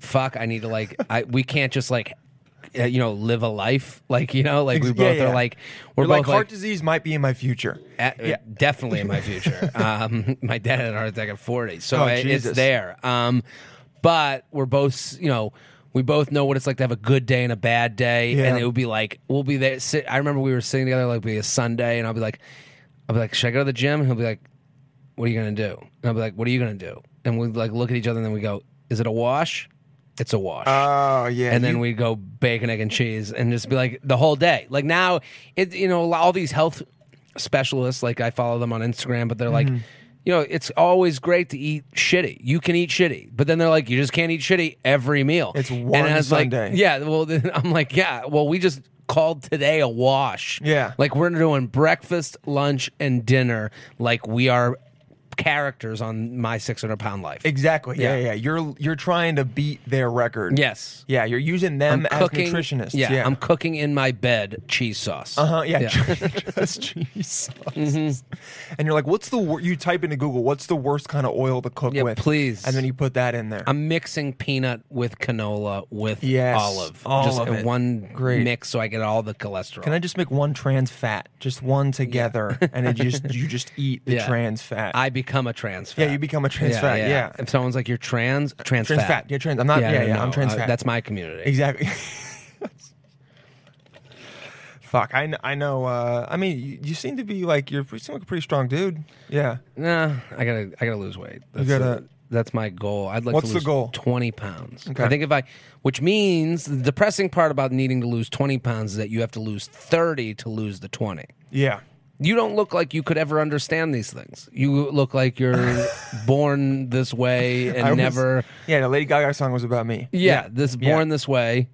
Speaker 7: fuck, I need to like, I we can't just like, uh, you know, live a life like you know, like we
Speaker 1: Ex-
Speaker 7: both
Speaker 1: yeah, yeah.
Speaker 7: are like, we're
Speaker 1: You're
Speaker 7: both
Speaker 1: like heart disease might be in my future.
Speaker 7: At,
Speaker 1: Yeah.
Speaker 7: Definitely in my
Speaker 1: (laughs)
Speaker 7: future. um, (laughs) my dad had a heart attack at 40, so
Speaker 1: Oh,
Speaker 7: I- it's
Speaker 1: Jesus.
Speaker 7: there. Um, but we're both, you know, we both know what it's like to have a good day and a bad day, and
Speaker 1: Yeah.
Speaker 7: it would be like we'll be there. Sit, I remember we were sitting together like it'd be a Sunday, and I'll be like, I'll be like, should I go to the gym? And he'll be like, What are you gonna do? And I'll be like, What are you gonna do? And we like look at each other, and then we go, Is it a wash? It's a wash
Speaker 1: Oh yeah,
Speaker 7: and then
Speaker 1: you-
Speaker 7: we'd go bacon, egg, and cheese, and just be like the whole day. Like now, it you know all these health specialists, like I follow them on Instagram, but they're
Speaker 1: Mm-hmm.
Speaker 7: like, you know, it's always great to eat shitty. You can eat shitty, but then they're like, you just can't eat shitty every meal.
Speaker 1: It's one
Speaker 7: and I was
Speaker 1: Sunday.
Speaker 7: Like, yeah, well, then (laughs) I'm like, yeah, well, we just called today a wash.
Speaker 1: Yeah.
Speaker 7: like we're doing breakfast, lunch, and dinner. Like we are characters on my 600 pound life.
Speaker 1: exactly. Yeah.
Speaker 7: Yeah.
Speaker 1: yeah, You're you're trying to beat their record.
Speaker 7: Yes.
Speaker 1: Yeah, you're using them as nutritionists.
Speaker 7: Yeah, I'm cooking in my bed cheese sauce.
Speaker 1: Uh huh. Yeah, (laughs) just cheese sauce.
Speaker 7: Mm-hmm.
Speaker 1: And you're like, what's the wor- you type into Google, what's the worst kind of oil to cook
Speaker 7: Yeah,
Speaker 1: with?
Speaker 7: please.
Speaker 1: And then you put that in there.
Speaker 7: I'm mixing peanut with canola with
Speaker 1: Yes,
Speaker 7: olive.
Speaker 1: all
Speaker 7: just
Speaker 1: of
Speaker 7: in
Speaker 1: it.
Speaker 7: one
Speaker 1: Great.
Speaker 7: mix so I get all the cholesterol.
Speaker 1: Can I just make one trans fat, just one together, and it
Speaker 7: (laughs)
Speaker 1: just you just eat the
Speaker 7: Yeah.
Speaker 1: trans fat?
Speaker 7: I become a trans fat.
Speaker 1: yeah, you become a trans fat. Yeah,
Speaker 7: If someone's like you're trans, trans,
Speaker 1: Trans fat. Yeah, trans- I'm not- yeah,
Speaker 7: no,
Speaker 1: yeah, I'm
Speaker 7: no,
Speaker 1: trans
Speaker 7: uh,
Speaker 1: fat.
Speaker 7: That's my community.
Speaker 1: exactly. (laughs) Fuck, I know. I know. Uh, I mean, you, you seem to be like you're pretty, seem like a pretty strong dude. Yeah.
Speaker 7: Nah, I gotta I gotta lose weight. That's
Speaker 1: gotta-
Speaker 7: a- that's my goal. I'd like
Speaker 1: What's
Speaker 7: to
Speaker 1: the
Speaker 7: lose
Speaker 1: goal?
Speaker 7: twenty pounds.
Speaker 1: Okay.
Speaker 7: I think if I which means the depressing part about needing to lose twenty pounds is that you have to lose thirty to lose the twenty.
Speaker 1: Yeah.
Speaker 7: You don't look like you could ever understand these things. You look
Speaker 1: (laughs)
Speaker 7: like you're born this way and
Speaker 1: I was-
Speaker 7: never
Speaker 1: Yeah, the Lady Gaga song was about me.
Speaker 7: yeah, this
Speaker 1: yeah. Mm-hmm.
Speaker 7: born this way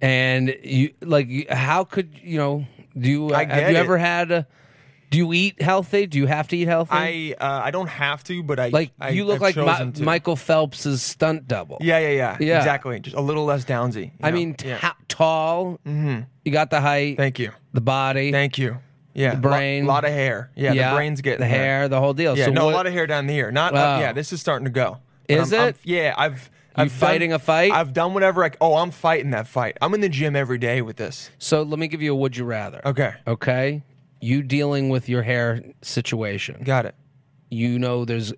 Speaker 7: and you like you- how could you know do you
Speaker 1: I
Speaker 7: have
Speaker 1: get
Speaker 7: you
Speaker 1: it.
Speaker 7: ever had a, do you eat healthy do you have to eat healthy
Speaker 1: I uh, I don't have to, but I
Speaker 7: like
Speaker 1: I,
Speaker 7: you look
Speaker 1: I've
Speaker 7: like Mi-
Speaker 1: chosen to.
Speaker 7: Michael Phelps's stunt double.
Speaker 1: Yeah, yeah, yeah,
Speaker 7: Yeah.
Speaker 1: Exactly. Just a little less downsy. you
Speaker 7: I
Speaker 1: know?
Speaker 7: mean, t-
Speaker 1: Yeah. Mm-hmm.
Speaker 7: how- tall. You got the height,
Speaker 1: thank you,
Speaker 7: the body,
Speaker 1: thank you. Yeah,
Speaker 7: The brain.
Speaker 1: a lot of hair. Yeah, the brain's getting
Speaker 7: the
Speaker 1: there.
Speaker 7: hair, the whole deal.
Speaker 1: Yeah,
Speaker 7: so
Speaker 1: no,
Speaker 7: what-
Speaker 1: a lot of hair down the ear. Not
Speaker 7: Wow.
Speaker 1: uh, yeah. This is starting to go. But
Speaker 7: Is
Speaker 1: I'm- I'm-
Speaker 7: it?
Speaker 1: yeah, I've.
Speaker 7: You
Speaker 1: I've done-
Speaker 7: fighting a fight?
Speaker 1: I've done whatever I. c- Oh, I'm fighting that fight. I'm in the gym every day with this.
Speaker 7: So let me give you a would you rather.
Speaker 1: Okay.
Speaker 7: Okay. You dealing with your hair situation.
Speaker 1: Got it.
Speaker 7: You know, there's.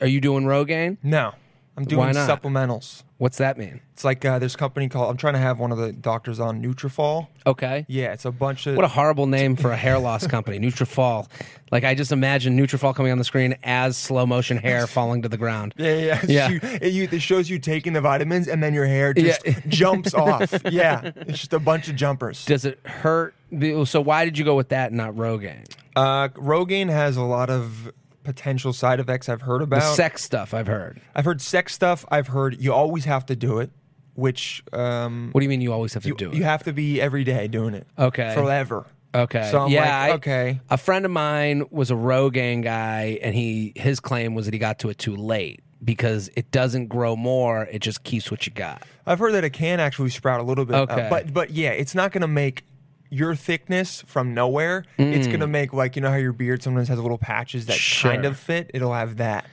Speaker 7: Are you doing Rogaine?
Speaker 1: No. I'm doing
Speaker 7: Why not?
Speaker 1: supplementals.
Speaker 7: What's that mean?
Speaker 1: It's like uh, there's a company called. I'm trying to have one of the doctors on Nutrafol.
Speaker 7: Okay.
Speaker 1: Yeah, it's a bunch of.
Speaker 7: What a horrible name for a hair loss company, (laughs) Nutrafol. Like I just imagine Nutrafol coming on the screen as slow motion hair falling to the ground.
Speaker 1: (laughs) yeah, yeah. yeah.
Speaker 7: Yeah.
Speaker 1: You, it, you, it shows you taking the vitamins and then your hair just
Speaker 7: Yeah. (laughs)
Speaker 1: jumps off. Yeah, it's just a bunch of jumpers.
Speaker 7: Does it hurt? the- So why did you go with that, and not Rogaine?
Speaker 1: Uh, Rogaine has a lot of potential side effects I've heard
Speaker 7: The
Speaker 1: about.
Speaker 7: sex stuff I've heard.
Speaker 1: I've heard sex stuff. I've heard you always have to do it, which um,
Speaker 7: What do you mean you always have to
Speaker 1: you,
Speaker 7: do it?
Speaker 1: you have to be every day doing it.
Speaker 7: Okay.
Speaker 1: Forever.
Speaker 7: Okay.
Speaker 1: So I'm
Speaker 7: yeah,
Speaker 1: like,
Speaker 7: I-
Speaker 1: okay.
Speaker 7: A friend of mine was a Rogaine guy, and he his claim was that he got to it too late because it doesn't grow more; it just keeps what you got.
Speaker 1: I've heard that it can actually sprout a little bit. uh,
Speaker 7: Okay.
Speaker 1: but but yeah, it's not gonna make your thickness from nowhere. It's gonna make like you know how your beard sometimes has little patches that kind
Speaker 7: Mm. Sure.
Speaker 1: of fit. It'll have that.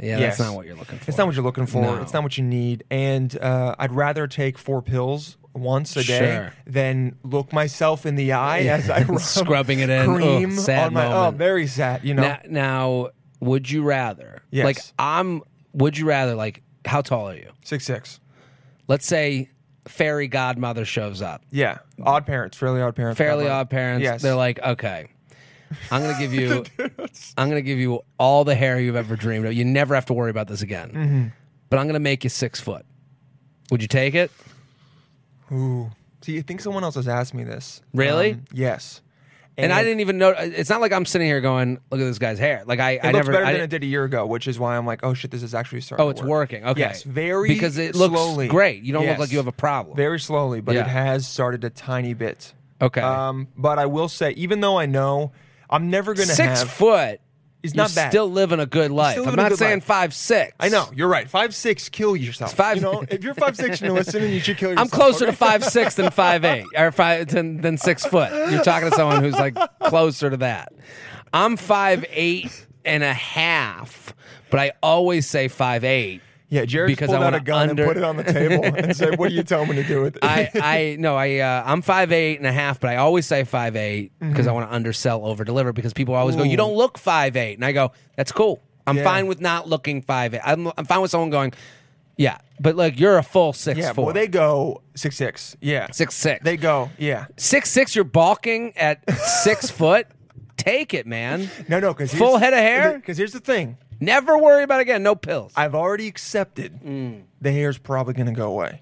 Speaker 7: Yeah,
Speaker 1: Yes.
Speaker 7: that's not what you're looking for.
Speaker 1: It's
Speaker 7: (laughs)
Speaker 1: not what you're looking for.
Speaker 7: No.
Speaker 1: It's not what you need. And uh, I'd rather take four pills once a day
Speaker 7: Sure.
Speaker 1: than look myself in the
Speaker 7: (laughs)
Speaker 1: eye as I rub
Speaker 7: Scrubbing it in. Ugh,
Speaker 1: cream
Speaker 7: sad
Speaker 1: on my oh
Speaker 7: moment.
Speaker 1: very sad. You know,
Speaker 7: Now, now, would you rather?
Speaker 1: Yes.
Speaker 7: Like I'm. Would you rather? Like, how tall are you?
Speaker 1: six six.
Speaker 7: Let's say fairy godmother shows up.
Speaker 1: Yeah, odd parents, fairly odd parents.
Speaker 7: Fairly
Speaker 1: cover.
Speaker 7: Odd Parents.
Speaker 1: Yes.
Speaker 7: They're like, okay, I'm gonna give you, I'm gonna give you all the hair you've ever dreamed of. You never have to worry about this again.
Speaker 1: Mm-hmm.
Speaker 7: But I'm gonna make you six foot. Would you take it?
Speaker 1: Ooh. See, you think someone else has asked me this?
Speaker 7: Really?
Speaker 1: Um, yes.
Speaker 7: And, I didn't even know. It's not like I'm sitting here going, look at this guy's hair. Like I,
Speaker 1: It
Speaker 7: I
Speaker 1: looks
Speaker 7: never.
Speaker 1: better
Speaker 7: I
Speaker 1: than
Speaker 7: di-
Speaker 1: it did a year ago, which is why I'm like, oh shit, this is actually starting.
Speaker 7: Oh,
Speaker 1: to
Speaker 7: it's
Speaker 1: work.
Speaker 7: working. Okay.
Speaker 1: Yes, very
Speaker 7: because it looks
Speaker 1: slowly.
Speaker 7: great. You don't
Speaker 1: Yes.
Speaker 7: look like you have a problem.
Speaker 1: Very slowly, but
Speaker 7: Yeah.
Speaker 1: it has started a tiny bit.
Speaker 7: okay.
Speaker 1: Um, but I will say, even though I know I'm never gonna
Speaker 7: six
Speaker 1: have,
Speaker 7: foot.
Speaker 1: It's
Speaker 7: you're
Speaker 1: not bad.
Speaker 7: Still living a good life.
Speaker 1: living
Speaker 7: I'm
Speaker 1: a
Speaker 7: not
Speaker 1: good
Speaker 7: saying
Speaker 1: life.
Speaker 7: five six.
Speaker 1: I know you're right. Five six, kill yourself.
Speaker 7: five-
Speaker 1: You know, if you're five six and you're listening, you should kill yourself.
Speaker 7: I'm closer to
Speaker 1: okay?
Speaker 7: five six
Speaker 1: (laughs)
Speaker 7: than five eight or five than, than six foot. You're talking to someone who's like closer to that. I'm five eight and a half, but I always say five eight.
Speaker 1: Yeah, Jared
Speaker 7: because
Speaker 1: pulled
Speaker 7: I
Speaker 1: out a
Speaker 7: wanna
Speaker 1: gun
Speaker 7: under-
Speaker 1: and put it on the table and said, "What do you tell me to do with it?"
Speaker 7: (laughs)
Speaker 1: (laughs)
Speaker 7: I, I no I uh, I'm five eight and a half, but I always say five eight
Speaker 1: Mm-hmm.
Speaker 7: because I want to undersell over deliver because people always go you don't look five eight and I go that's cool I'm
Speaker 1: Yeah.
Speaker 7: fine with not looking five eight I'm I'm fine with someone going yeah but like you're a full six
Speaker 1: yeah,
Speaker 7: four
Speaker 1: well, they go six six. Yeah,
Speaker 7: six six
Speaker 1: They go. Yeah.
Speaker 7: six six you're balking at
Speaker 1: (laughs)
Speaker 7: six foot take it man
Speaker 1: No, no, because
Speaker 7: Full head of hair?
Speaker 1: Because here's the thing:
Speaker 7: never worry about it again no pills
Speaker 1: I've already accepted
Speaker 7: Mm.
Speaker 1: the hair's probably going to go away,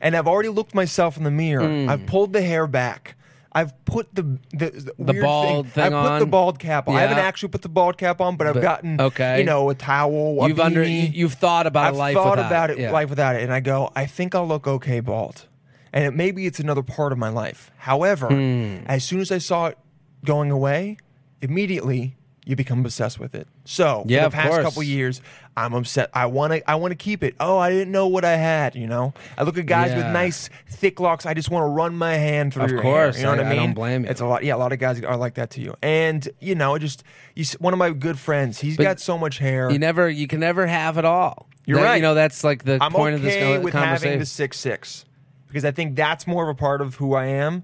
Speaker 1: and I've already looked myself in the mirror.
Speaker 7: Mm.
Speaker 1: I've pulled the hair back. I've put the the, the, weird
Speaker 7: bald
Speaker 1: thing.
Speaker 7: thing
Speaker 1: I put the
Speaker 7: on?
Speaker 1: bald cap on. I haven't
Speaker 7: Yeah.
Speaker 1: actually put the bald cap on, but I've gotten
Speaker 7: okay.
Speaker 1: you know a towel. a
Speaker 7: you've under
Speaker 1: beanie.
Speaker 7: you've thought about
Speaker 1: I've
Speaker 7: life
Speaker 1: thought
Speaker 7: without
Speaker 1: about it,
Speaker 7: yeah.
Speaker 1: life without it, and I go, I think I'll look okay bald, and it, maybe it's another part of my life. However,
Speaker 7: Hmm.
Speaker 1: as soon as I saw it going away, immediately you become obsessed with it. So
Speaker 7: Yeah,
Speaker 1: for
Speaker 7: of
Speaker 1: the past
Speaker 7: course.
Speaker 1: couple years, I'm upset. I want to, I want to keep it. Oh, I didn't know what I had. You know, I look at guys with
Speaker 7: Yeah.
Speaker 1: nice thick locks. I just want to run my hand through.
Speaker 7: Of
Speaker 1: your
Speaker 7: course.
Speaker 1: hair, you know what
Speaker 7: I-
Speaker 1: I
Speaker 7: I
Speaker 1: mean.
Speaker 7: don't blame you.
Speaker 1: It's a lot. Yeah, a lot of guys are like that to you. And you know, it just you, s- one of my good friends. He's got so much hair.
Speaker 7: you never you can never have it all
Speaker 1: You're
Speaker 7: That-
Speaker 1: right.
Speaker 7: you know that's like the
Speaker 1: I'm
Speaker 7: point
Speaker 1: okay
Speaker 7: of this co-
Speaker 1: with
Speaker 7: conversation
Speaker 1: having the six six because I think that's more of a part of who I am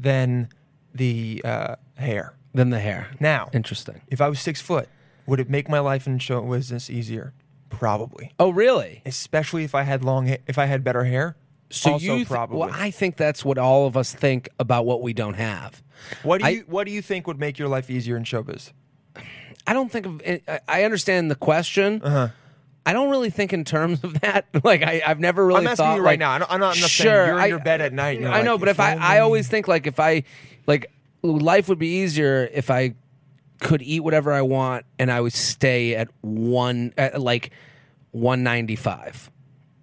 Speaker 1: than the uh, hair.
Speaker 7: than the hair
Speaker 1: Now,
Speaker 7: interesting
Speaker 1: if I was six foot, would it make my life in show business easier? Probably,
Speaker 7: oh really
Speaker 1: especially if I had long, ha- if I had better hair. also
Speaker 7: th-
Speaker 1: probably.
Speaker 7: well I think that's what all of us think about what we don't have
Speaker 1: what do
Speaker 7: I-
Speaker 1: you What do you think would make your life easier in showbiz?
Speaker 7: I don't think of. I- I understand the question.
Speaker 1: Uh-huh.
Speaker 7: I don't really think in terms of that. (laughs) Like I, I've never really.
Speaker 1: I'm asking
Speaker 7: thought,
Speaker 1: you right
Speaker 7: like,
Speaker 1: now. I don't- I'm not- I'm not saying
Speaker 7: sure,
Speaker 1: you're in
Speaker 7: I-
Speaker 1: your bed at night and you're
Speaker 7: I know,
Speaker 1: like,
Speaker 7: but if
Speaker 1: if
Speaker 7: I, I
Speaker 1: only-
Speaker 7: always think like if I, like life would be easier if I could eat whatever I want and I would stay at one at like one ninety five.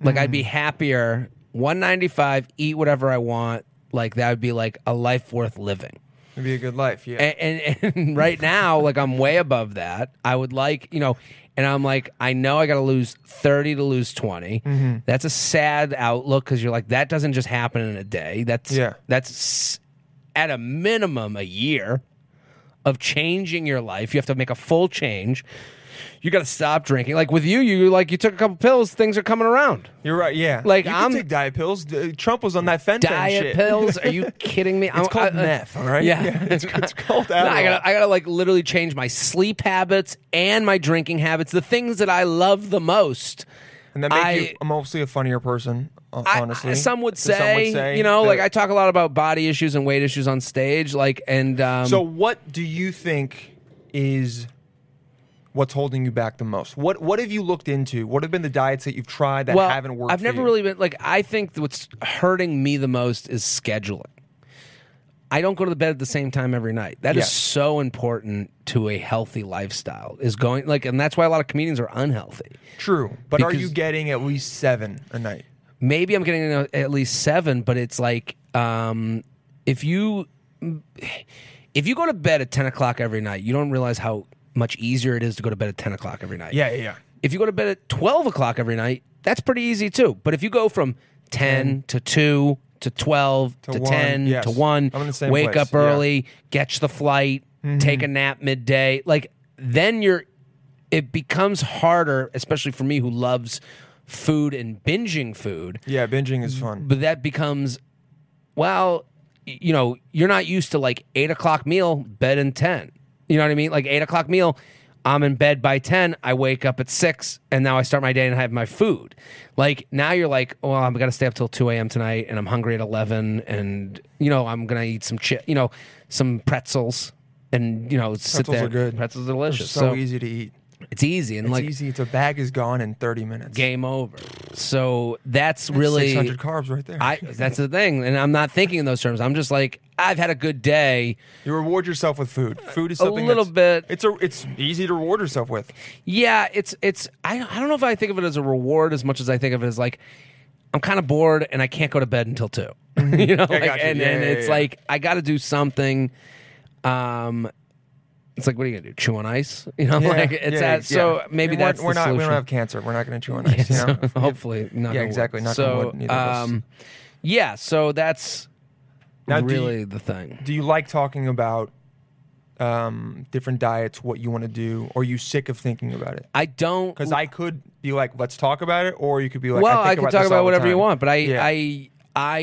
Speaker 7: Like I'd
Speaker 1: Mm.
Speaker 7: be happier one ninety five. Eat whatever I want. Like that would be like a life worth living
Speaker 1: It'd be a good life. Yeah.
Speaker 7: and, and, and (laughs) right now, like I'm way above that. I would like, you know, and I'm like, I know I got to lose 30 to lose 20.
Speaker 1: Mm-hmm.
Speaker 7: That's a sad outlook because you're like, that doesn't just happen in a day. That's
Speaker 1: Yeah.
Speaker 7: That's s- at a minimum a year of changing your life. You have to make a full change. You got to stop drinking. Like with you, you like you took a couple pills. Things are coming around.
Speaker 1: you're right. Yeah.
Speaker 7: like,
Speaker 1: you
Speaker 7: I'm-
Speaker 1: can take diet pills. D- Trump was on that fentanyl
Speaker 7: Diet
Speaker 1: shit.
Speaker 7: pills? Are (laughs) you kidding me?
Speaker 1: It's called meth. All right.
Speaker 7: Yeah. (laughs)
Speaker 1: it's, it's (laughs) called.
Speaker 7: No, I
Speaker 1: Adderall.
Speaker 7: gotta, I gotta like literally change my sleep habits and my drinking habits, the things that I love the most.
Speaker 1: and that make
Speaker 7: I-
Speaker 1: you mostly a funnier person. uh,
Speaker 7: I-
Speaker 1: Honestly,
Speaker 7: I- some would
Speaker 1: So
Speaker 7: say, you know,
Speaker 1: that-
Speaker 7: like I talk a lot about body issues and weight issues on stage, like and um,
Speaker 1: So, what do you think is what's holding you back the most? What What have you looked into? What have been the diets that you've tried that
Speaker 7: well,
Speaker 1: haven't worked?
Speaker 7: I've
Speaker 1: for
Speaker 7: never
Speaker 1: you?
Speaker 7: really been like I think what's hurting me the most is scheduling. I don't go to the bed at the same time every night. That is
Speaker 1: Yes.
Speaker 7: so important to a healthy lifestyle. Is going like, and that's why a lot of comedians are unhealthy.
Speaker 1: true, but are you
Speaker 7: because-
Speaker 1: getting at least seven a night?
Speaker 7: maybe I'm getting a- at least seven, but it's like um, if you if you go to bed at ten o'clock every night, you don't realize how much easier it is to go to bed at ten o'clock every night.
Speaker 1: Yeah, yeah, yeah.
Speaker 7: If you go to bed at twelve o'clock every night, that's pretty easy too. But if you go from ten to two to twelve to,
Speaker 1: one,
Speaker 7: ten
Speaker 1: yes.
Speaker 7: to one,
Speaker 1: I'm in the same
Speaker 7: wake
Speaker 1: place,
Speaker 7: up
Speaker 1: yeah. Mm-hmm.
Speaker 7: early, get the flight, take a nap midday, like then you're it becomes harder, especially for me who loves food and binging food
Speaker 1: Yeah, binging is fun.
Speaker 7: but that becomes well y- you know you're not used to like eight o'clock meal bed in ten you know what i mean like eight o'clock meal i'm in bed by ten i wake up at six and now i start my day and I have my food like now you're like well i'm gonna stay up till 2 a.m tonight and i'm hungry at 11 and you know i'm gonna eat some chip you know some pretzels and you know sit
Speaker 1: Pretzels
Speaker 7: there
Speaker 1: are good.
Speaker 7: pretzels are delicious
Speaker 1: so, easy to eat.
Speaker 7: it's easy and
Speaker 1: It's
Speaker 7: like
Speaker 1: easy. It's a bag is gone in thirty minutes.
Speaker 7: game over so that's really
Speaker 1: six hundred carbs right there.
Speaker 7: I that's the thing, and I'm not thinking in those terms. I'm just like I've had a good day.
Speaker 1: (laughs) you reward yourself with food. Food is
Speaker 7: a
Speaker 1: something
Speaker 7: little
Speaker 1: that's-
Speaker 7: bit.
Speaker 1: It's a it's easy to reward yourself with.
Speaker 7: Yeah, it's it's I I don't know if I think of it as a reward as much as I think of it as like I'm kind of bored and I can't go to bed until two. (laughs) you know, like,
Speaker 1: got you.
Speaker 7: and
Speaker 1: Mm-hmm. Yeah,
Speaker 7: and
Speaker 1: yeah,
Speaker 7: it's
Speaker 1: yeah.
Speaker 7: like I got to do something. Um, it's like what are you gonna do? Chew on ice? (laughs) You know, (laughs) like
Speaker 1: Yeah,
Speaker 7: it's
Speaker 1: yeah,
Speaker 7: that.
Speaker 1: yeah.
Speaker 7: So
Speaker 1: I mean,
Speaker 7: maybe
Speaker 1: we're-
Speaker 7: that's
Speaker 1: we're
Speaker 7: the
Speaker 1: not we
Speaker 7: solution.
Speaker 1: don't have cancer. We're not going to chew
Speaker 7: (laughs)
Speaker 1: on ice.
Speaker 7: Yeah,
Speaker 1: you know?
Speaker 7: so hopefully, not
Speaker 1: yeah, exactly. Knock on
Speaker 7: So,
Speaker 1: wood, neither of us.
Speaker 7: um, yeah, so that's
Speaker 1: Now, do you-
Speaker 7: really the thing.
Speaker 1: do you like talking about um, different diets, what you want to do, or are you sick of thinking about it?
Speaker 7: I don't
Speaker 1: Because I could be like, let's talk about it, or you could be like,
Speaker 7: well,
Speaker 1: I, think
Speaker 7: I can
Speaker 1: about
Speaker 7: talk
Speaker 1: this all
Speaker 7: about
Speaker 1: the
Speaker 7: whatever you
Speaker 1: time.
Speaker 7: want, but I,
Speaker 1: Yeah.
Speaker 7: I, I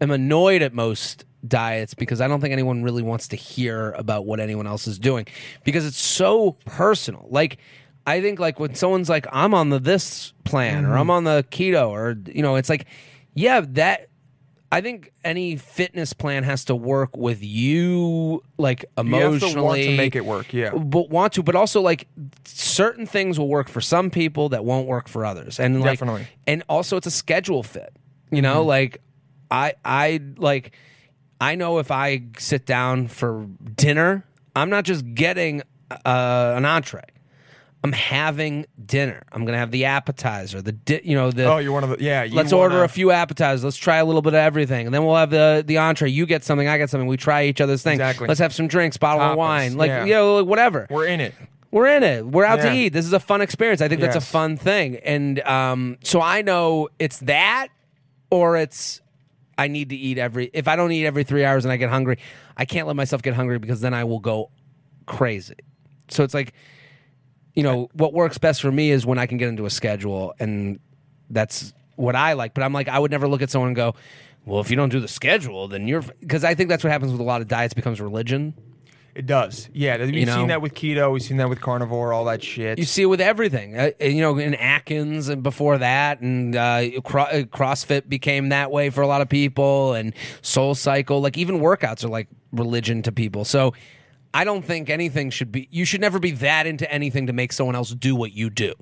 Speaker 7: am annoyed at most diets because I don't think anyone really wants to hear about what anyone else is doing because it's so personal. Like, I think like when someone's like, "I'm on the this plan"
Speaker 1: Mm-hmm.
Speaker 7: or "I'm on the keto," or you know, it's like, yeah, that. I think any fitness plan has to work with you, like
Speaker 1: you have
Speaker 7: emotionally.
Speaker 1: to want to make it work.
Speaker 7: (laughs)
Speaker 1: Yeah,
Speaker 7: But want to, but also like certain things will work for some people that won't work for others, and like,
Speaker 1: Definitely. Mm-hmm.
Speaker 7: and also it's a schedule fit. You know, like I, I like, I know if I sit down for dinner, I'm not just getting uh, an entree. I'm having dinner. I'm gonna have the appetizer, the di- you know the
Speaker 1: Oh, you're one of the yeah. You
Speaker 7: Let's
Speaker 1: wanna-
Speaker 7: order a few appetizers. Let's try a little bit of everything, and then we'll have the the entree. You get something, I get something. We try each other's thing.
Speaker 1: Exactly.
Speaker 7: Let's have some drinks, bottle
Speaker 1: Tapas,
Speaker 7: of wine, like
Speaker 1: yeah.
Speaker 7: you know, like whatever. We're,
Speaker 1: We're in it.
Speaker 7: in it. We're out to
Speaker 1: Yeah.
Speaker 7: eat. This is a fun experience. I think that's a
Speaker 1: Yes.
Speaker 7: fun thing, and um, so I know it's that, or it's I need to eat every. If I don't eat every three hours and I get hungry, I can't let myself get hungry because then I will go crazy. So it's like, you know, what works best for me is when I can get into a schedule, and that's what I like. But I'm like, I would never look at someone and go, "Well, if you don't do the schedule, then you're." Because I think that's what happens with a lot of diets becomes religion.
Speaker 1: It does. Yeah, we've
Speaker 7: You know?
Speaker 1: seen that with keto. We've seen that with carnivore. All that shit.
Speaker 7: You see (laughs) it with everything, uh, you know, in Atkins and before that, and uh, cro- uh, CrossFit became that way for a lot of people, and Soul Cycle, like even workouts are like religion to people. So I don't think anything should be. You should never be that into anything to make someone else do what you do.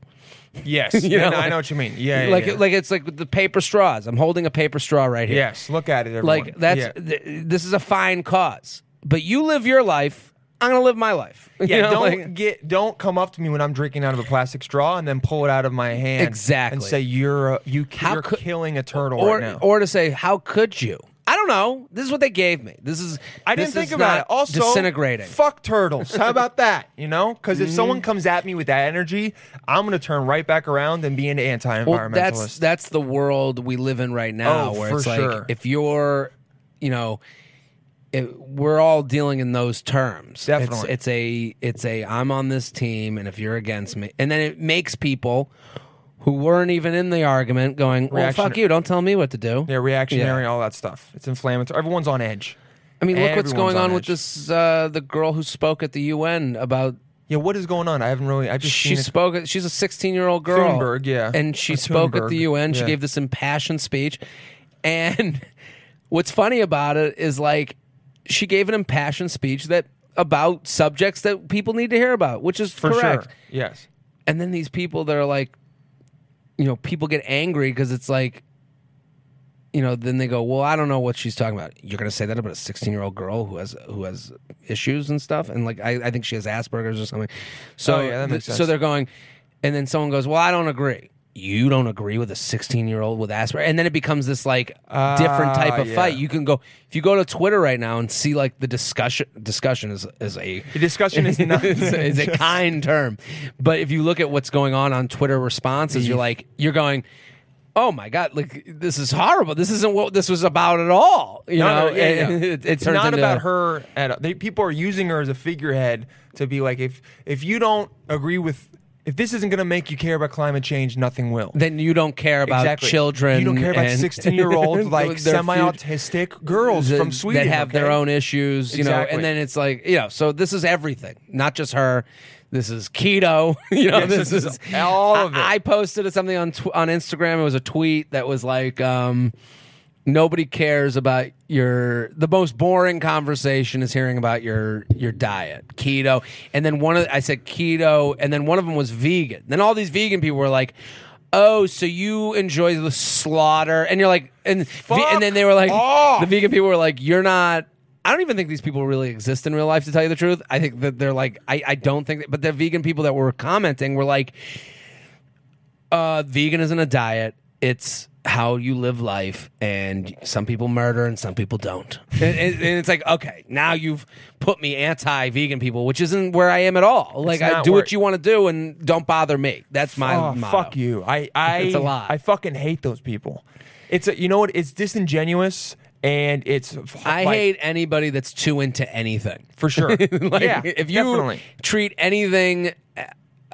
Speaker 1: yes,
Speaker 7: You
Speaker 1: Yeah,
Speaker 7: know,
Speaker 1: no, I
Speaker 7: like-
Speaker 1: know what you mean.
Speaker 7: (laughs)
Speaker 1: Yeah, yeah,
Speaker 7: like
Speaker 1: yeah.
Speaker 7: like it's like the paper straws. I'm holding a paper straw right here.
Speaker 1: yes. Look at it. Everyone.
Speaker 7: Like that's
Speaker 1: Yeah.
Speaker 7: th- this is a fine cause, but you live your life. I'm gonna live my life. (laughs) You
Speaker 1: Yeah,
Speaker 7: know,
Speaker 1: don't
Speaker 7: like-
Speaker 1: get don't come up to me when I'm drinking out of a plastic straw and then pull it out of my hand
Speaker 7: Exactly.
Speaker 1: and say you're a, you
Speaker 7: How
Speaker 1: you're
Speaker 7: could-
Speaker 1: killing a turtle
Speaker 7: or
Speaker 1: right now.
Speaker 7: or to say how could you? I don't know. This is what they gave me. This is
Speaker 1: I didn't
Speaker 7: this
Speaker 1: think
Speaker 7: is
Speaker 1: about
Speaker 7: not
Speaker 1: it. Also,
Speaker 7: disintegrating. Mm-hmm.
Speaker 1: Fuck turtles. How about that? You know, because if someone comes at me with that energy, I'm gonna turn right back around and be an anti-environmentalist.
Speaker 7: Well, that's that's the world we live in right now,
Speaker 1: Oh,
Speaker 7: where
Speaker 1: for
Speaker 7: it's like
Speaker 1: sure.
Speaker 7: if you're, you know, it, we're all dealing in those terms. It's-
Speaker 1: Definitely.
Speaker 7: it's, a it's a I'm on this team, and if you're against me, and then it makes people who weren't even in the argument going, "Well,
Speaker 1: Reaction-
Speaker 7: fuck you! Don't tell me what to do."
Speaker 1: yeah, reactionary,
Speaker 7: Yeah.
Speaker 1: all that stuff. It's inflammatory. Everyone's on edge.
Speaker 7: I mean, look what's
Speaker 1: Everyone's
Speaker 7: going
Speaker 1: on
Speaker 7: on with
Speaker 1: edge.
Speaker 7: this uh, the girl who spoke at the UN about
Speaker 1: Yeah, what is going on? I haven't really. I just
Speaker 7: She
Speaker 1: seen it.
Speaker 7: spoke. at- She's a 16 year old girl.
Speaker 1: Thunberg, yeah.
Speaker 7: And she
Speaker 1: Or
Speaker 7: spoke at
Speaker 1: Thunberg,
Speaker 7: the UN. She
Speaker 1: yeah.
Speaker 7: gave this impassioned speech. And (laughs) what's funny about it is like she gave an impassioned speech that about subjects that people need to hear about, which is
Speaker 1: for
Speaker 7: correct.
Speaker 1: sure. Yes.
Speaker 7: And then these people that are like, you know, people get angry because it's like, you know, then they go, well, I don't know what she's talking about. You're gonna say that about a 16 year old girl who has who has issues and stuff, and like I, I think she has Asperger's or something. So
Speaker 1: Oh, yeah, that makes
Speaker 7: th- so
Speaker 1: sense.
Speaker 7: they're going, and then someone goes, well, I don't agree. You don't agree with a 16 year old with Asperger, and then it becomes this like different type
Speaker 1: Ah,
Speaker 7: of
Speaker 1: yeah.
Speaker 7: fight. You can go if you go to Twitter right now and see like the discussion discussion is is a
Speaker 1: The discussion is
Speaker 7: (laughs)
Speaker 1: not.
Speaker 7: is, is a kind term. But if you look at what's going on on Twitter responses,
Speaker 1: Mm.
Speaker 7: you're like, you're going, oh my god, like this is horrible. This isn't what this was about at all. You
Speaker 1: No,
Speaker 7: know,
Speaker 1: no, yeah,
Speaker 7: And
Speaker 1: yeah.
Speaker 7: (laughs) It, it
Speaker 1: it's
Speaker 7: turns
Speaker 1: not
Speaker 7: into-
Speaker 1: about her at all. They, people are using her as a figurehead to be like, if if you don't agree with, if this isn't going to make you care about climate change, nothing will.
Speaker 7: Then you don't care about
Speaker 1: Exactly.
Speaker 7: children.
Speaker 1: You don't care about
Speaker 7: and- (laughs)
Speaker 1: sixteen-year-old like
Speaker 7: their fut-
Speaker 1: semi-autistic girls
Speaker 7: that-
Speaker 1: from Sweden
Speaker 7: that have their
Speaker 1: okay?
Speaker 7: own issues, you know.
Speaker 1: Exactly.
Speaker 7: And then it's like, you know, so this is everything, not just her. This is keto, (laughs) you know.
Speaker 1: Yes,
Speaker 7: this is
Speaker 1: all of it.
Speaker 7: I, I posted something on tw- on Instagram. It was a tweet that was like, um, nobody cares about your. The most boring conversation is hearing about your your diet, keto. And then one of I said keto, and then one of them was vegan. Then all these vegan people were like. Oh, so you enjoy the slaughter, and you're like, and ve- and then they were like,
Speaker 1: off.
Speaker 7: the vegan people were like, "You're not." I don't even think these people really exist in real life. To tell you the truth, I think that they're like, I, I don't think. That, but the vegan people that were commenting were like, uh, "Vegan isn't a diet. It's how you live life, and some people murder and some people don't." (laughs) and, and- and it's like, okay, now you've put me anti-vegan people, which isn't where I am at all. Like, I
Speaker 1: not
Speaker 7: do
Speaker 1: where-
Speaker 7: what you want to do, and don't bother me. That's my
Speaker 1: Oh,
Speaker 7: motto.
Speaker 1: fuck you. I I
Speaker 7: (laughs) It's a lie.
Speaker 1: I fucking hate those people. It's a, you know what? It's disingenuous and it's
Speaker 7: I
Speaker 1: like,
Speaker 7: hate anybody that's too into anything.
Speaker 1: for sure.
Speaker 7: (laughs) like,
Speaker 1: yeah,
Speaker 7: if you
Speaker 1: definitely
Speaker 7: treat anything, um,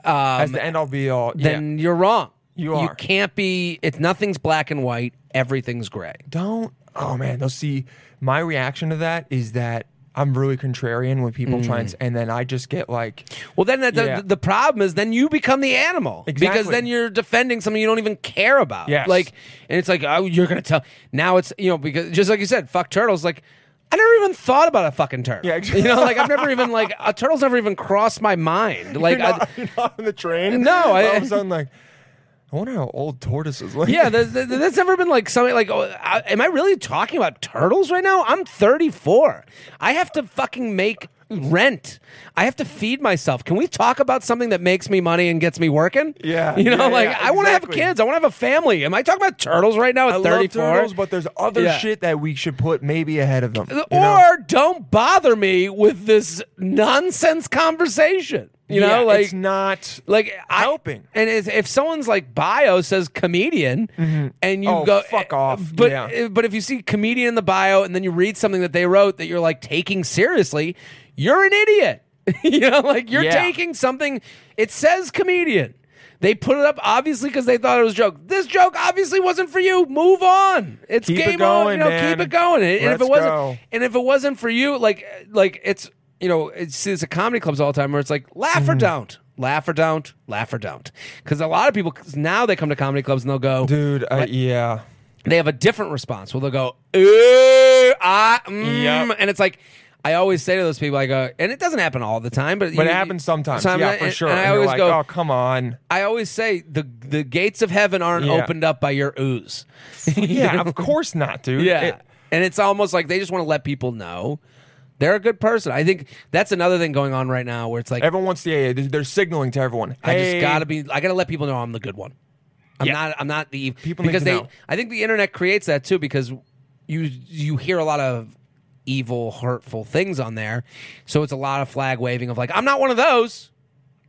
Speaker 1: as the end all be all. yeah.
Speaker 7: then you're wrong.
Speaker 1: You
Speaker 7: You
Speaker 1: are.
Speaker 7: can't be. It nothing's black and white. Everything's gray.
Speaker 1: don't oh man no see my reaction to that is that i'm really contrarian when people try
Speaker 7: Mm.
Speaker 1: and s- and then i just get like
Speaker 7: Well, then that,
Speaker 1: Yeah.
Speaker 7: the, the problem is then you become the animal because
Speaker 1: Exactly.
Speaker 7: then you're defending something you don't even care about.
Speaker 1: Yes.
Speaker 7: Like, and it's like, oh, you're gonna tell. Now it's you know because just like you said, fuck turtles. Like, I never even thought about a fucking turtle.
Speaker 1: Yeah, exactly.
Speaker 7: You know,
Speaker 1: (laughs)
Speaker 7: like I've never even like a turtle's never even crossed my mind. (laughs) Like,
Speaker 1: you're not,
Speaker 7: I,
Speaker 1: you're (laughs) not on the train
Speaker 7: No,
Speaker 1: all
Speaker 7: I-
Speaker 1: of a sudden like i wonder how old tortoises look
Speaker 7: Yeah, th th- th- that's never been like something like. Oh, I, am I really talking about turtles right now? I'm 34. I have to fucking make rent. I have to feed myself. Can we talk about something that makes me money and gets me working?
Speaker 1: Yeah,
Speaker 7: you know,
Speaker 1: yeah,
Speaker 7: like
Speaker 1: yeah,
Speaker 7: I want to have
Speaker 1: exactly.
Speaker 7: kids. I want to have a family. Am I talking about turtles right now at
Speaker 1: (laughs) i
Speaker 7: 34?
Speaker 1: love turtles but there's other
Speaker 7: Yeah.
Speaker 1: shit that we should put maybe ahead of them you
Speaker 7: or
Speaker 1: know?
Speaker 7: don't bother me with this nonsense conversation. You
Speaker 1: Yeah,
Speaker 7: know, like
Speaker 1: it's not
Speaker 7: like I,
Speaker 1: Helping.
Speaker 7: And if, if someone's like bio says comedian, and you
Speaker 1: Oh,
Speaker 7: go eh,
Speaker 1: fuck off.
Speaker 7: But
Speaker 1: Yeah.
Speaker 7: but if you see comedian in the bio, and then you read something that they wrote that you're like taking seriously, you're an idiot. (laughs) you know, like you're
Speaker 1: Yeah.
Speaker 7: taking something. It says comedian. They put it up obviously because they thought it was a joke. This joke obviously wasn't for you. Move on. It's
Speaker 1: Keep it
Speaker 7: game on. You
Speaker 1: going,
Speaker 7: know,
Speaker 1: man.
Speaker 7: keep it going. And, and if it
Speaker 1: Let's
Speaker 7: wasn't,
Speaker 1: go.
Speaker 7: and if it wasn't for you, like like it's you know it's it's a comedy clubs all the time where it's like laugh or
Speaker 1: Mm-hmm.
Speaker 7: don't, laugh or don't, laugh or don't, because a lot of people 'cause now they come to comedy clubs and they'll go
Speaker 1: dude uh, yeah
Speaker 7: they have a different response. Well, they'll go, "Ooh, ah, mm,"
Speaker 1: Yep.
Speaker 7: and it's like I always say to those people, I go, and it doesn't happen all the time, but
Speaker 1: but
Speaker 7: you-
Speaker 1: it happens sometimes
Speaker 7: Sometimes-
Speaker 1: yeah for
Speaker 7: and-
Speaker 1: sure
Speaker 7: And, I
Speaker 1: you're
Speaker 7: always
Speaker 1: like,
Speaker 7: go,
Speaker 1: oh come
Speaker 7: (laughs)
Speaker 1: on
Speaker 7: I always say the the gates of heaven aren't
Speaker 1: Yeah.
Speaker 7: opened up by your ooze. (laughs)
Speaker 1: yeah of course not dude
Speaker 7: Yeah.
Speaker 1: It-
Speaker 7: and it's almost like they just want to let people know they're a good person. I think that's another thing going on right now where it's like
Speaker 1: everyone wants to yeah, yeah, they're- they're signaling to everyone
Speaker 7: I
Speaker 1: "Hey,
Speaker 7: just gotta be I gotta let people know I'm the good one. I'm
Speaker 1: Yeah.
Speaker 7: not I'm not the
Speaker 1: People need
Speaker 7: because
Speaker 1: to
Speaker 7: they
Speaker 1: know.
Speaker 7: I think the internet creates that too because you you hear a lot of evil, hurtful things on there. So it's a lot of flag waving of like, I'm not one of those.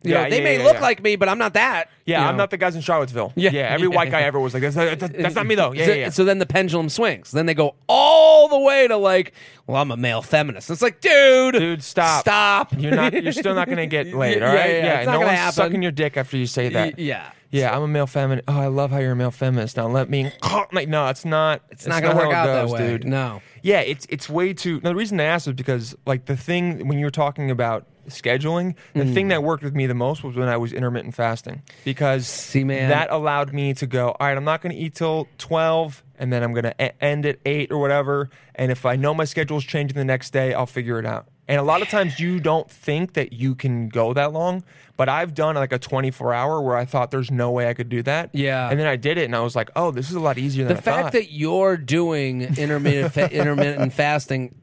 Speaker 7: You
Speaker 1: Yeah,
Speaker 7: know, they
Speaker 1: yeah,
Speaker 7: may
Speaker 1: yeah,
Speaker 7: look
Speaker 1: yeah.
Speaker 7: like me, but I'm not that.
Speaker 1: Yeah,
Speaker 7: you
Speaker 1: I'm
Speaker 7: know?
Speaker 1: not the guys in Charlottesville.
Speaker 7: Yeah.
Speaker 1: Yeah, every white
Speaker 7: (laughs)
Speaker 1: guy ever was like, that's, that's, that's not me though. Yeah,
Speaker 7: so,
Speaker 1: yeah, yeah.
Speaker 7: so then the pendulum swings. Then they go all the way to like, well, I'm a male feminist. It's like, dude,
Speaker 1: Dude, stop.
Speaker 7: (laughs) stop.
Speaker 1: You're not. You're still not gonna
Speaker 7: (laughs)
Speaker 1: get laid.
Speaker 7: Yeah,
Speaker 1: All right.
Speaker 7: yeah, yeah, it's not
Speaker 1: no
Speaker 7: gonna
Speaker 1: one's
Speaker 7: happen.
Speaker 1: sucking your dick after you say
Speaker 7: Y-
Speaker 1: that.
Speaker 7: yeah.
Speaker 1: Yeah, I'm a male feminist. Oh, I love how you're a male feminist. Now let me. (laughs) Like, no, it's not.
Speaker 7: It's, not gonna work
Speaker 1: how
Speaker 7: out
Speaker 1: it
Speaker 7: that
Speaker 1: goes,
Speaker 7: way, dude. No.
Speaker 1: Yeah, it's it's way too. Now the reason I asked was because like the thing when you were talking about scheduling. The
Speaker 7: Hmm.
Speaker 1: thing that worked with me the most was when I was intermittent fasting because
Speaker 7: See, man.
Speaker 1: that allowed me to go, all right, I'm not going to eat till 12 and then I'm going to end at 8 or whatever. And if I know my schedule's changing the next day, I'll figure it out. And a lot of times you don't think that you can go that long, but I've done like a 24 hour where I thought there's no way I could do that.
Speaker 7: Yeah.
Speaker 1: And then I did it and I was like, oh, this is a lot easier than
Speaker 7: the
Speaker 1: I
Speaker 7: fact
Speaker 1: thought.
Speaker 7: that you're doing intermittent
Speaker 1: (laughs)
Speaker 7: fa- intermittent fasting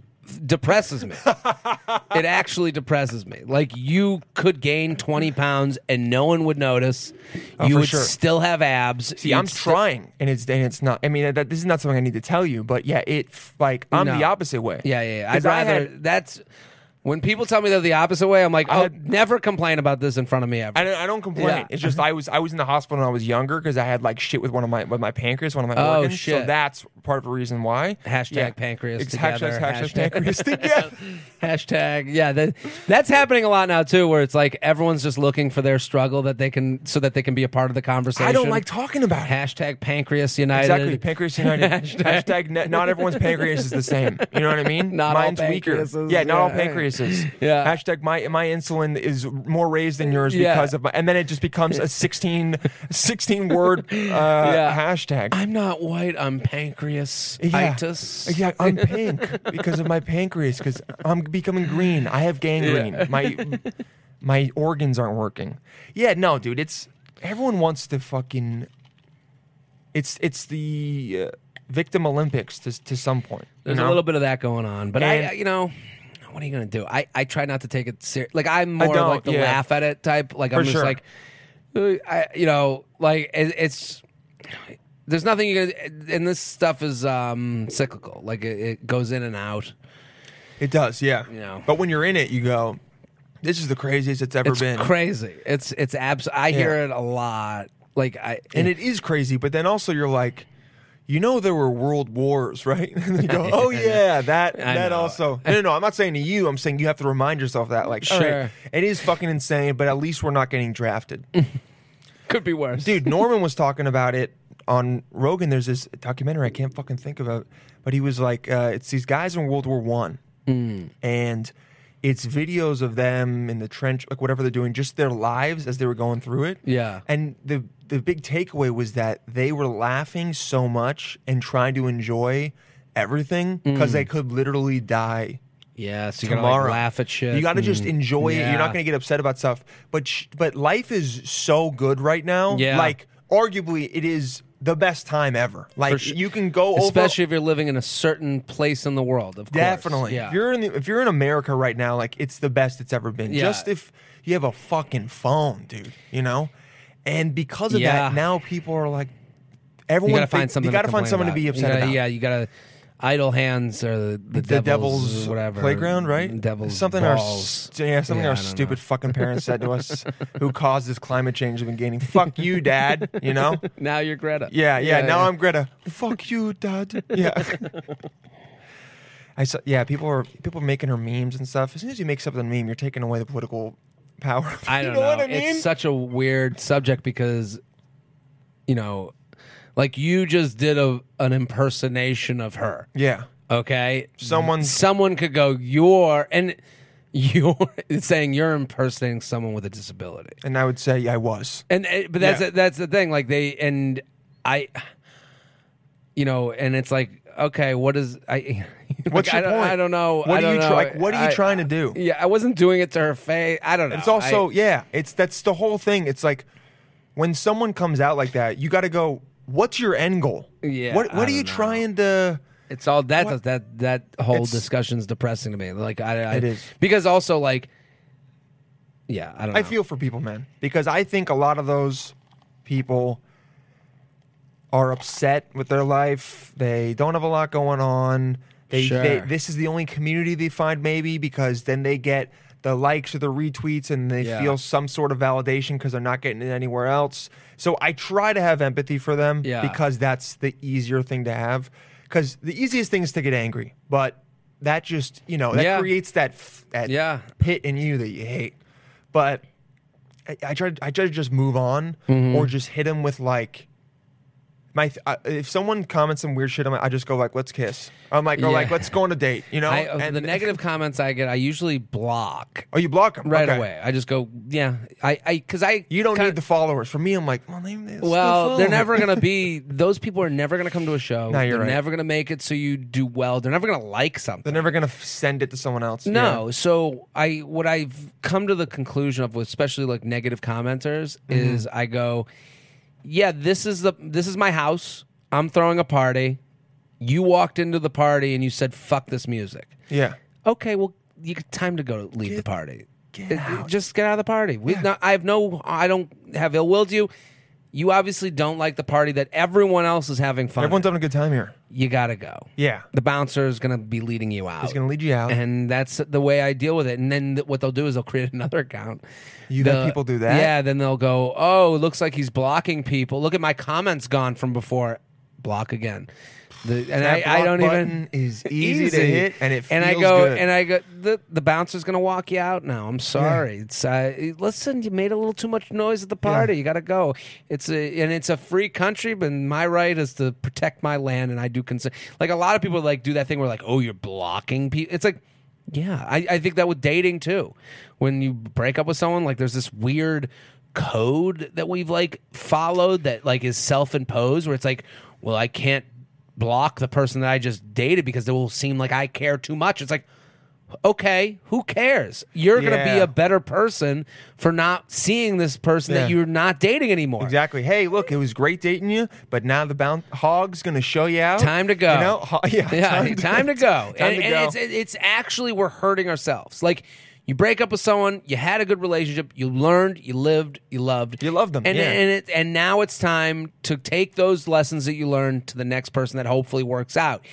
Speaker 7: depresses me. it actually depresses me. Like you could gain 20 pounds and no one would notice. you
Speaker 1: Oh, for
Speaker 7: would
Speaker 1: sure.
Speaker 7: still have abs.
Speaker 1: See,
Speaker 7: You'd
Speaker 1: I'm
Speaker 7: still-
Speaker 1: trying, and it's and it's not. I mean, that, this is not something I need to tell you, but yeah, it f- like I'm
Speaker 7: No.
Speaker 1: the opposite way.
Speaker 7: Yeah, yeah. yeah.
Speaker 1: 'Cause
Speaker 7: I'd
Speaker 1: I
Speaker 7: rather
Speaker 1: had-
Speaker 7: that's when people tell me they're the opposite way. I'm like,
Speaker 1: I
Speaker 7: oh,
Speaker 1: had-
Speaker 7: never complain about this in front of me ever.
Speaker 1: I don't, I don't complain.
Speaker 7: Yeah. Mm-hmm.
Speaker 1: It's just I was I was in the hospital when I was younger because I had like shit with one of my with my pancreas, one of my
Speaker 7: Oh,
Speaker 1: organs.
Speaker 7: shit.
Speaker 1: So that's part of the reason why.
Speaker 7: Hashtag
Speaker 1: Yeah.
Speaker 7: pancreas
Speaker 1: It's
Speaker 7: together,
Speaker 1: hashtag, hashtag,
Speaker 7: hashtag-
Speaker 1: pancreas (laughs)
Speaker 7: (laughs)
Speaker 1: together.
Speaker 7: (laughs) Hashtag yeah, that, that's happening a lot now too, where it's like everyone's just looking for their struggle that they can so that they can be a part of the conversation.
Speaker 1: I don't like talking about it.
Speaker 7: Hashtag pancreas united.
Speaker 1: Exactly, pancreas
Speaker 7: (laughs)
Speaker 1: united. hashtag ne- not everyone's pancreas is the same. You know what I mean?
Speaker 7: (laughs) Not all
Speaker 1: Mine's weaker.
Speaker 7: pancreases,
Speaker 1: Yeah, not all
Speaker 7: yeah.
Speaker 1: pancreases.
Speaker 7: (laughs) Yeah.
Speaker 1: Hashtag my my insulin is more raised than yours
Speaker 7: Yeah.
Speaker 1: because of my, and then it just becomes a 16, 16
Speaker 7: (laughs)
Speaker 1: word uh, hashtag.
Speaker 7: I'm not white. I'm pancreas.
Speaker 1: Yeah.
Speaker 7: itis.
Speaker 1: Yeah, I'm pink because of my pancreas. Because I'm becoming green. I have gangrene. My my organs aren't working. Yeah, no, dude. It's everyone wants to fucking. It's it's the uh, victim Olympics to to some point. you
Speaker 7: There's a
Speaker 1: know?
Speaker 7: little bit of that going on, but I,
Speaker 1: And-
Speaker 7: I- you know, what are you gonna do? I, I try not to take it serious. Like I'm more
Speaker 1: don't,
Speaker 7: like the
Speaker 1: yeah.
Speaker 7: laugh at it type. Like I'm
Speaker 1: For
Speaker 7: just
Speaker 1: sure.
Speaker 7: like, uh, I, you know, like it, it's. There's nothing you can, and this stuff is um, cyclical. Like it, it goes in and out.
Speaker 1: It does, yeah.
Speaker 7: know.
Speaker 1: But when you're in it, you go, "This is the craziest it's ever
Speaker 7: It's
Speaker 1: been."
Speaker 7: crazy. It's it's abs. I hear it a lot. Like I
Speaker 1: and it is crazy. But then also you're like, you know, there were world wars, (laughs) right? and you
Speaker 7: (laughs)
Speaker 1: go, oh yeah, that
Speaker 7: I
Speaker 1: that
Speaker 7: know.
Speaker 1: also. No, no, no, I'm not saying to you. I'm saying you have to remind yourself that, like, sure,
Speaker 7: Sure.
Speaker 1: it is fucking insane, but at least we're not getting drafted,
Speaker 7: could be worse,
Speaker 1: dude. Norman was talking about it on Rogan. There's this documentary I can't fucking think of it, but he was like, uh, it's these guys in World War One, and. It's videos of them in the trench, like whatever they're doing, just their lives as they were going through it.
Speaker 7: Yeah.
Speaker 1: And the the big takeaway was that they were laughing so much and trying to enjoy everything because they could literally die
Speaker 7: Yeah, so you gotta
Speaker 1: tomorrow.
Speaker 7: like, laugh at shit.
Speaker 1: You got to
Speaker 7: and-
Speaker 1: just enjoy it. You're
Speaker 7: Yeah.
Speaker 1: not going to get upset about stuff. But sh- but life is so good right now.
Speaker 7: Yeah.
Speaker 1: Like arguably, it is the best time ever. Like
Speaker 7: sure.
Speaker 1: you can go over.
Speaker 7: especially if you're living in a certain place in the world. Of course.
Speaker 1: Definitely.
Speaker 7: yeah.
Speaker 1: If you're in the, if you're in America right now, like it's the best it's ever been.
Speaker 7: Yeah.
Speaker 1: Just if you have a fucking phone, dude, you know? And because of
Speaker 7: Yeah.
Speaker 1: that, now people are like
Speaker 7: You
Speaker 1: everyone
Speaker 7: gotta
Speaker 1: think-
Speaker 7: find something.
Speaker 1: you gotta
Speaker 7: to
Speaker 1: find
Speaker 7: complain
Speaker 1: someone
Speaker 7: about.
Speaker 1: to be
Speaker 7: You
Speaker 1: upset
Speaker 7: gotta-
Speaker 1: about.
Speaker 7: Yeah, you gotta. Idle hands or the,
Speaker 1: The
Speaker 7: the, devil's,
Speaker 1: devil's,
Speaker 7: whatever
Speaker 1: playground, right?
Speaker 7: Devil's
Speaker 1: something
Speaker 7: balls.
Speaker 1: our st- yeah, something
Speaker 7: Yeah, I
Speaker 1: our
Speaker 7: don't know.
Speaker 1: stupid fucking parents said to
Speaker 7: (laughs)
Speaker 1: us, who caused this climate change we've been gaining. Fuck you, dad. You
Speaker 7: (laughs)
Speaker 1: know?
Speaker 7: Now you're Greta.
Speaker 1: Yeah, yeah. now I'm Greta. Fuck you, Dad. Yeah. (laughs) I saw. Yeah, people are people are making her memes and stuff. As soon as you make something meme, you're taking away the political power.
Speaker 7: I
Speaker 1: you
Speaker 7: don't
Speaker 1: know, what I mean.
Speaker 7: It's such a weird subject because, you know, like you just did a an impersonation of her.
Speaker 1: yeah.
Speaker 7: Okay.
Speaker 1: Someone-
Speaker 7: someone could go, you're and (laughs) you're it's saying you're impersonating someone with a disability.
Speaker 1: And I would say I was.
Speaker 7: And uh, but that's
Speaker 1: Yeah.
Speaker 7: that's the thing. Like they and I, you know, and it's like okay, what is I? (laughs)
Speaker 1: What's
Speaker 7: like,
Speaker 1: your
Speaker 7: I don't,
Speaker 1: point?
Speaker 7: I don't know.
Speaker 1: What
Speaker 7: I
Speaker 1: are you
Speaker 7: don't
Speaker 1: try-
Speaker 7: know.
Speaker 1: like, what are you
Speaker 7: I-
Speaker 1: trying to do?
Speaker 7: Yeah, I wasn't doing it to her face. I don't know.
Speaker 1: It's also
Speaker 7: I-
Speaker 1: yeah. It's that's the whole thing. It's like when someone comes out like that, you got to go. What's your end goal?
Speaker 7: Yeah,
Speaker 1: What
Speaker 7: I
Speaker 1: What are you
Speaker 7: don't know.
Speaker 1: trying to?
Speaker 7: it's all that
Speaker 1: what-
Speaker 7: that that whole
Speaker 1: It's-
Speaker 7: discussion's depressing to me. Like I, I
Speaker 1: It is.
Speaker 7: because also like yeah, I don't.
Speaker 1: I
Speaker 7: know.
Speaker 1: feel for people, man, because I think a lot of those people are upset with their life. They don't have a lot going on. They, they
Speaker 7: Sure.
Speaker 1: this is the only community they find maybe because then they get the likes or the retweets and they
Speaker 7: Yeah.
Speaker 1: feel some sort of validation because they're not getting it anywhere else. So I try to have empathy for them
Speaker 7: Yeah.
Speaker 1: because that's the easier thing to have. Because the easiest thing is to get angry, but that just you know that
Speaker 7: Yeah.
Speaker 1: creates that f- that
Speaker 7: Yeah.
Speaker 1: pit in you that you hate. But
Speaker 7: Mm-hmm.
Speaker 1: I, I try I try to just move on or just hit him with like my th- I, if someone comments some weird shit, I'm like, I just go like, let's kiss. I'm like, or
Speaker 7: Yeah.
Speaker 1: like, let's go on a date. You know,
Speaker 7: I, uh,
Speaker 1: (laughs)
Speaker 7: the negative comments I get, I usually block
Speaker 1: Oh, you block them
Speaker 7: right away. I just go, yeah, I, I, because I,
Speaker 1: You don't
Speaker 7: kinda-
Speaker 1: need the followers. For me, I'm like, well, they, they still
Speaker 7: Well,
Speaker 1: follow
Speaker 7: they're
Speaker 1: me.
Speaker 7: never gonna be. Those people are never gonna come to a show.
Speaker 1: No, you're
Speaker 7: they're
Speaker 1: right.
Speaker 7: never gonna make it so you do well. They're never gonna like something.
Speaker 1: (laughs) They're never gonna f- send it to someone else.
Speaker 7: No. So I what I've come to the conclusion of, with especially like negative commenters,
Speaker 1: Mm-hmm.
Speaker 7: is I go, yeah, this is the this is my house. I'm throwing a party. You walked into the party and you said, "Fuck this music."
Speaker 1: Yeah.
Speaker 7: Okay, well, you got time to go leave the party. It- it- Just get out of the party. We, no, I have no. I don't have ill will to you. You obviously don't like the party that everyone else is having
Speaker 1: yeah.
Speaker 7: fun.
Speaker 1: Everyone's
Speaker 7: at.
Speaker 1: having a good time here.
Speaker 7: you gotta go.
Speaker 1: Yeah.
Speaker 7: The bouncer is gonna be leading you out
Speaker 1: He's gonna lead you out.
Speaker 7: and that's the way I deal with it. And then th- what they'll do is they'll create (laughs) another account.
Speaker 1: You let people do that?
Speaker 7: Yeah, then they'll go, "Oh, it looks like he's blocking people. Look at my comments gone from before. Block again." The, and
Speaker 1: That
Speaker 7: I, I
Speaker 1: block
Speaker 7: don't
Speaker 1: button
Speaker 7: even
Speaker 1: is easy to hit, and it
Speaker 7: and I
Speaker 1: feels
Speaker 7: go
Speaker 1: good.
Speaker 7: and I go the the bouncer's gonna walk you out now. I'm sorry. It's uh, listen, you made a little too much noise at the party. You gotta go. It's a and it's a free country, but my right is to protect my land, and I do consent. Like a lot of people like do that thing where like, oh, you're blocking people. It's like. Yeah, I, I think that with dating too. When you break up with someone, like there's this weird code that we've like followed that like is self imposed where it's like, well, I can't block the person that I just dated because it will seem like I care too much. It's like, okay, who cares? You're going to be
Speaker 1: Yeah.
Speaker 7: a better person for not seeing this person that
Speaker 1: Yeah.
Speaker 7: you're not dating anymore.
Speaker 1: Exactly. Hey, look, it was great dating you, but now the bound hog's gonna show you out.
Speaker 7: Time to go.
Speaker 1: You know? (laughs) Ho- yeah.
Speaker 7: (laughs) Yeah,
Speaker 1: (laughs)
Speaker 7: time, to go.
Speaker 1: Time
Speaker 7: and
Speaker 1: to
Speaker 7: and
Speaker 1: go.
Speaker 7: It's, it's actually we're hurting ourselves. Like you break up with someone, you had a good relationship, you learned, you lived, you loved,
Speaker 1: You loved them,
Speaker 7: and
Speaker 1: yeah.
Speaker 7: and it, and now it's time to take those lessons that you learned to the next person that hopefully works out.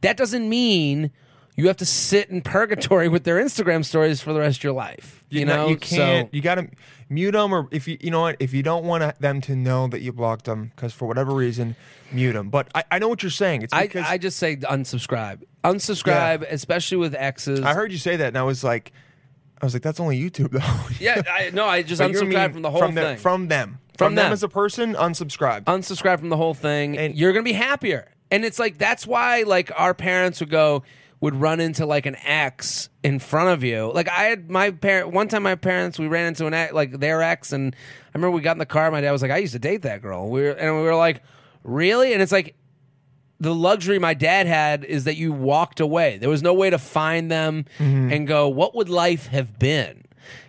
Speaker 7: That doesn't mean you have to sit in purgatory (laughs) with their Instagram stories for the rest of your life. You,
Speaker 1: not-
Speaker 7: know,
Speaker 1: you can't.
Speaker 7: So,
Speaker 1: you gotta mute them, or if you, you know what, if you don't want them to know that you blocked them, because for whatever reason, mute them. But I, I know what you're saying. It's
Speaker 7: I,
Speaker 1: because
Speaker 7: I just say unsubscribe. Unsubscribe, especially with exes.
Speaker 1: I heard you say that, and I was like, I was like, that's only YouTube though. (laughs)
Speaker 7: Yeah, I, no, I just
Speaker 1: But you're meaning
Speaker 7: unsubscribe from the whole
Speaker 1: from The,
Speaker 7: thing.
Speaker 1: from them,
Speaker 7: From
Speaker 1: from, them.
Speaker 7: them.
Speaker 1: as a person, unsubscribe.
Speaker 7: unsubscribe from the whole thing
Speaker 1: And-
Speaker 7: you're gonna be happier and it's like that's why like our parents would go would run into like an ex in front of you like i had my parent one time my parents we ran into an ex like their ex and i remember we got in the car my dad was like i used to date that girl we were, and we were like really and it's like the luxury my dad had is that you walked away. There was no way to find them
Speaker 1: Mm-hmm.
Speaker 7: and go, what would life have been?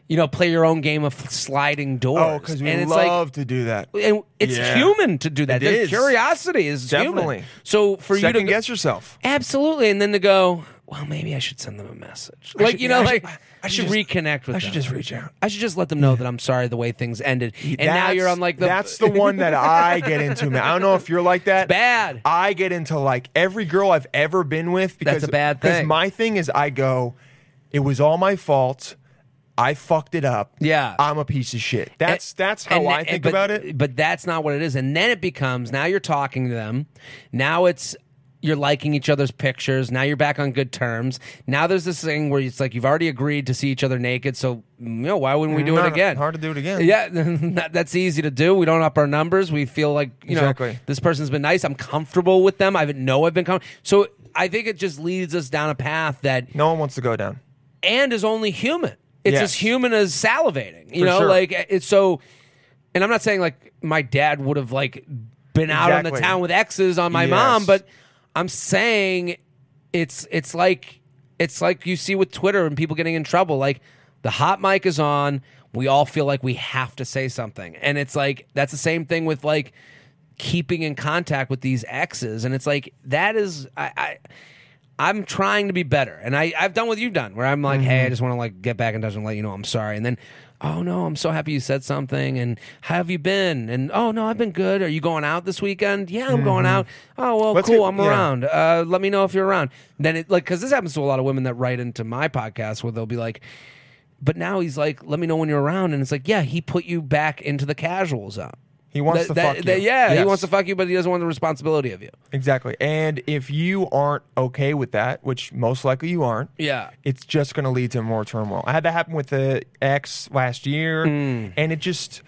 Speaker 7: You know, play your own game of sliding doors.
Speaker 1: oh, because we
Speaker 7: and it's like,
Speaker 1: love to do that.
Speaker 7: and it's
Speaker 1: Yeah.
Speaker 7: human to do that.
Speaker 1: It
Speaker 7: The
Speaker 1: is.
Speaker 7: curiosity is
Speaker 1: Definitely.
Speaker 7: Human. So for
Speaker 1: Second
Speaker 7: you to go-
Speaker 1: guess yourself.
Speaker 7: absolutely, and then to go, well, maybe I should send them a message. Like
Speaker 1: should-
Speaker 7: you know,
Speaker 1: I should-
Speaker 7: like
Speaker 1: I should
Speaker 7: you
Speaker 1: just-
Speaker 7: reconnect with.
Speaker 1: I should
Speaker 7: them.
Speaker 1: just reach out.
Speaker 7: I should just let them know that I'm sorry the way things ended, and now you're
Speaker 1: That's-
Speaker 7: on like the
Speaker 1: that's the one
Speaker 7: (laughs)
Speaker 1: that I get into, man. I don't know if you're like that.
Speaker 7: bad.
Speaker 1: I get into like every girl I've ever been with because
Speaker 7: That's a bad
Speaker 1: because
Speaker 7: thing.
Speaker 1: My thing is I go, it was all my fault. I fucked it up.
Speaker 7: Yeah.
Speaker 1: I'm a piece of shit. That's that's how
Speaker 7: Eh, And-
Speaker 1: I
Speaker 7: and-
Speaker 1: think
Speaker 7: but-
Speaker 1: about it.
Speaker 7: But that's not what it is. And then it becomes now you're talking to them. Now it's you're liking each other's pictures. Now you're back on good terms. Now there's this thing where it's like you've already agreed to see each other naked. So you know, why wouldn't we do
Speaker 1: Not
Speaker 7: it again?
Speaker 1: hard to do it again.
Speaker 7: Yeah, (laughs) that- that's easy to do. We don't up our numbers. We feel like you know
Speaker 1: Exactly.
Speaker 7: this person's been nice. I'm comfortable with them. I know I've been comfortable. So I think it just leads us down a path that
Speaker 1: No one wants to go down.
Speaker 7: and is only human. It's
Speaker 1: Yes.
Speaker 7: as human as salivating. You
Speaker 1: For
Speaker 7: know,
Speaker 1: sure.
Speaker 7: like eh, it's so. And I'm not saying like my dad would have like been out on the
Speaker 1: Exactly.
Speaker 7: town with exes on my
Speaker 1: Yes.
Speaker 7: mom, but I'm saying it's it's like it's like you see with Twitter and people getting in trouble. Like the hot mic is on. We all feel like we have to say something, and it's like that's the same thing with like keeping in contact with these exes, and it's like that is I. I I'm trying to be better, and I I've done what you've done, where I'm like,
Speaker 1: Mm-hmm.
Speaker 7: hey, I just want to like get back in touch and let you know I'm sorry, and then, oh no, I'm so happy you said something, and how have you been? And oh no, I've been good. Are you going out this weekend? Yeah, I'm going out. Oh well,
Speaker 1: Mm-hmm. Let's
Speaker 7: cool,
Speaker 1: get-
Speaker 7: I'm
Speaker 1: yeah.
Speaker 7: around. Uh, let me know if you're around. Then it like because this happens to a lot of women that write into my podcast where they'll be like, but now he's like, let me know when you're around, and it's like, yeah, he put you back into the casual zone.
Speaker 1: He wants to fuck you.
Speaker 7: yeah, he
Speaker 1: Yes.
Speaker 7: wants to fuck you, but he doesn't want the responsibility of you.
Speaker 1: Exactly. And if you aren't okay with that, which most likely you aren't,
Speaker 7: Yeah.
Speaker 1: it's just going to lead to more turmoil.
Speaker 7: Mm.
Speaker 1: I had that happen with the ex last year, and it just,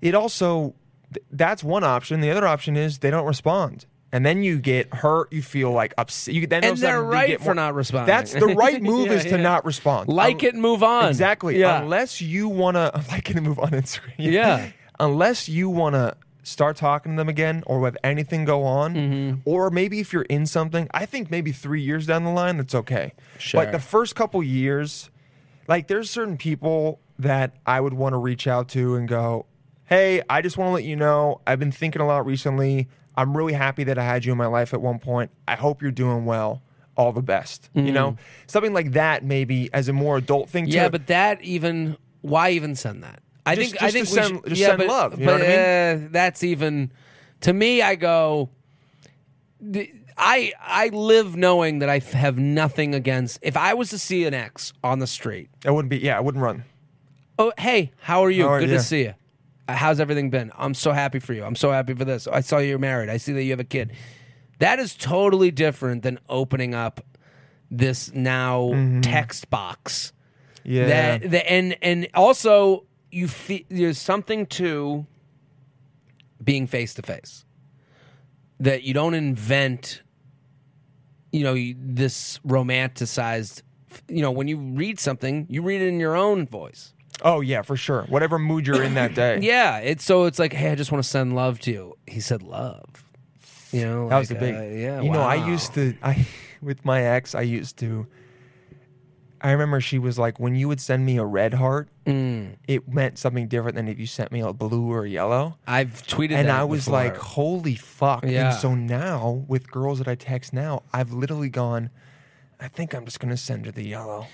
Speaker 1: it also Th- that's one option. The other option is they don't respond. And then you get hurt. You feel like upset. You, then all
Speaker 7: And
Speaker 1: of a sudden
Speaker 7: they're
Speaker 1: you
Speaker 7: right
Speaker 1: get
Speaker 7: for
Speaker 1: more-
Speaker 7: not responding.
Speaker 1: That's the right move
Speaker 7: (laughs) Yeah,
Speaker 1: is to
Speaker 7: yeah.
Speaker 1: not respond.
Speaker 7: Like
Speaker 1: Um,
Speaker 7: it, move on.
Speaker 1: Exactly.
Speaker 7: Yeah.
Speaker 1: Unless you want (laughs) to like it and move on Instagram. (laughs)
Speaker 7: Yeah.
Speaker 1: Unless you want to start talking to them again or have anything go on,
Speaker 7: Mm-hmm.
Speaker 1: or maybe if you're in something, I think maybe three years down the line, that's okay.
Speaker 7: Sure.
Speaker 1: But the first couple years, like there's certain people that I would want to reach out to and go, hey, I just want to let you know I've been thinking a lot recently. I'm really happy that I had you in my life at one point. I hope you're doing well. All the best. You know, something like that maybe as a more adult thing.
Speaker 7: Mm. Yeah,
Speaker 1: to,
Speaker 7: but that even why even send that? I
Speaker 1: Just-
Speaker 7: think I
Speaker 1: just to
Speaker 7: think we
Speaker 1: send-
Speaker 7: should-
Speaker 1: just
Speaker 7: yeah,
Speaker 1: send
Speaker 7: but-
Speaker 1: love, you know
Speaker 7: but,
Speaker 1: what
Speaker 7: uh, that's even to me. I go. th- I I live knowing that I f- have nothing against. If I was to see an ex on the street,
Speaker 1: I wouldn't be. Yeah, I wouldn't run.
Speaker 7: oh hey, how are you?
Speaker 1: How are-
Speaker 7: Good
Speaker 1: yeah.
Speaker 7: to see you. Uh, How's everything been? I'm so happy for you. I'm so happy for this. I saw you're married. I see that you have a kid. That is totally different than opening up this now text box.
Speaker 1: Mm-hmm. Yeah.
Speaker 7: that the, and and also you feel there's something to being face to face that you don't invent you know you, this romanticized you know when you read something you read it in your own voice
Speaker 1: oh yeah, for sure. Whatever mood you're in that day.
Speaker 7: (laughs) yeah it's so it's like hey i just want to send love to you he said love you know
Speaker 1: That was the
Speaker 7: like,
Speaker 1: big.
Speaker 7: uh, yeah
Speaker 1: You know, I
Speaker 7: wow.
Speaker 1: used to. I (laughs) with my ex, I used to. I remember she was like, when you would send me a red heart,
Speaker 7: Mm.
Speaker 1: it meant something different than if you sent me a blue or a yellow.
Speaker 7: i've tweeted
Speaker 1: And
Speaker 7: that
Speaker 1: I was
Speaker 7: before.
Speaker 1: like, holy fuck.
Speaker 7: Yeah.
Speaker 1: And so now with girls that I text now, I've literally gone, I think I'm just gonna send her the yellow.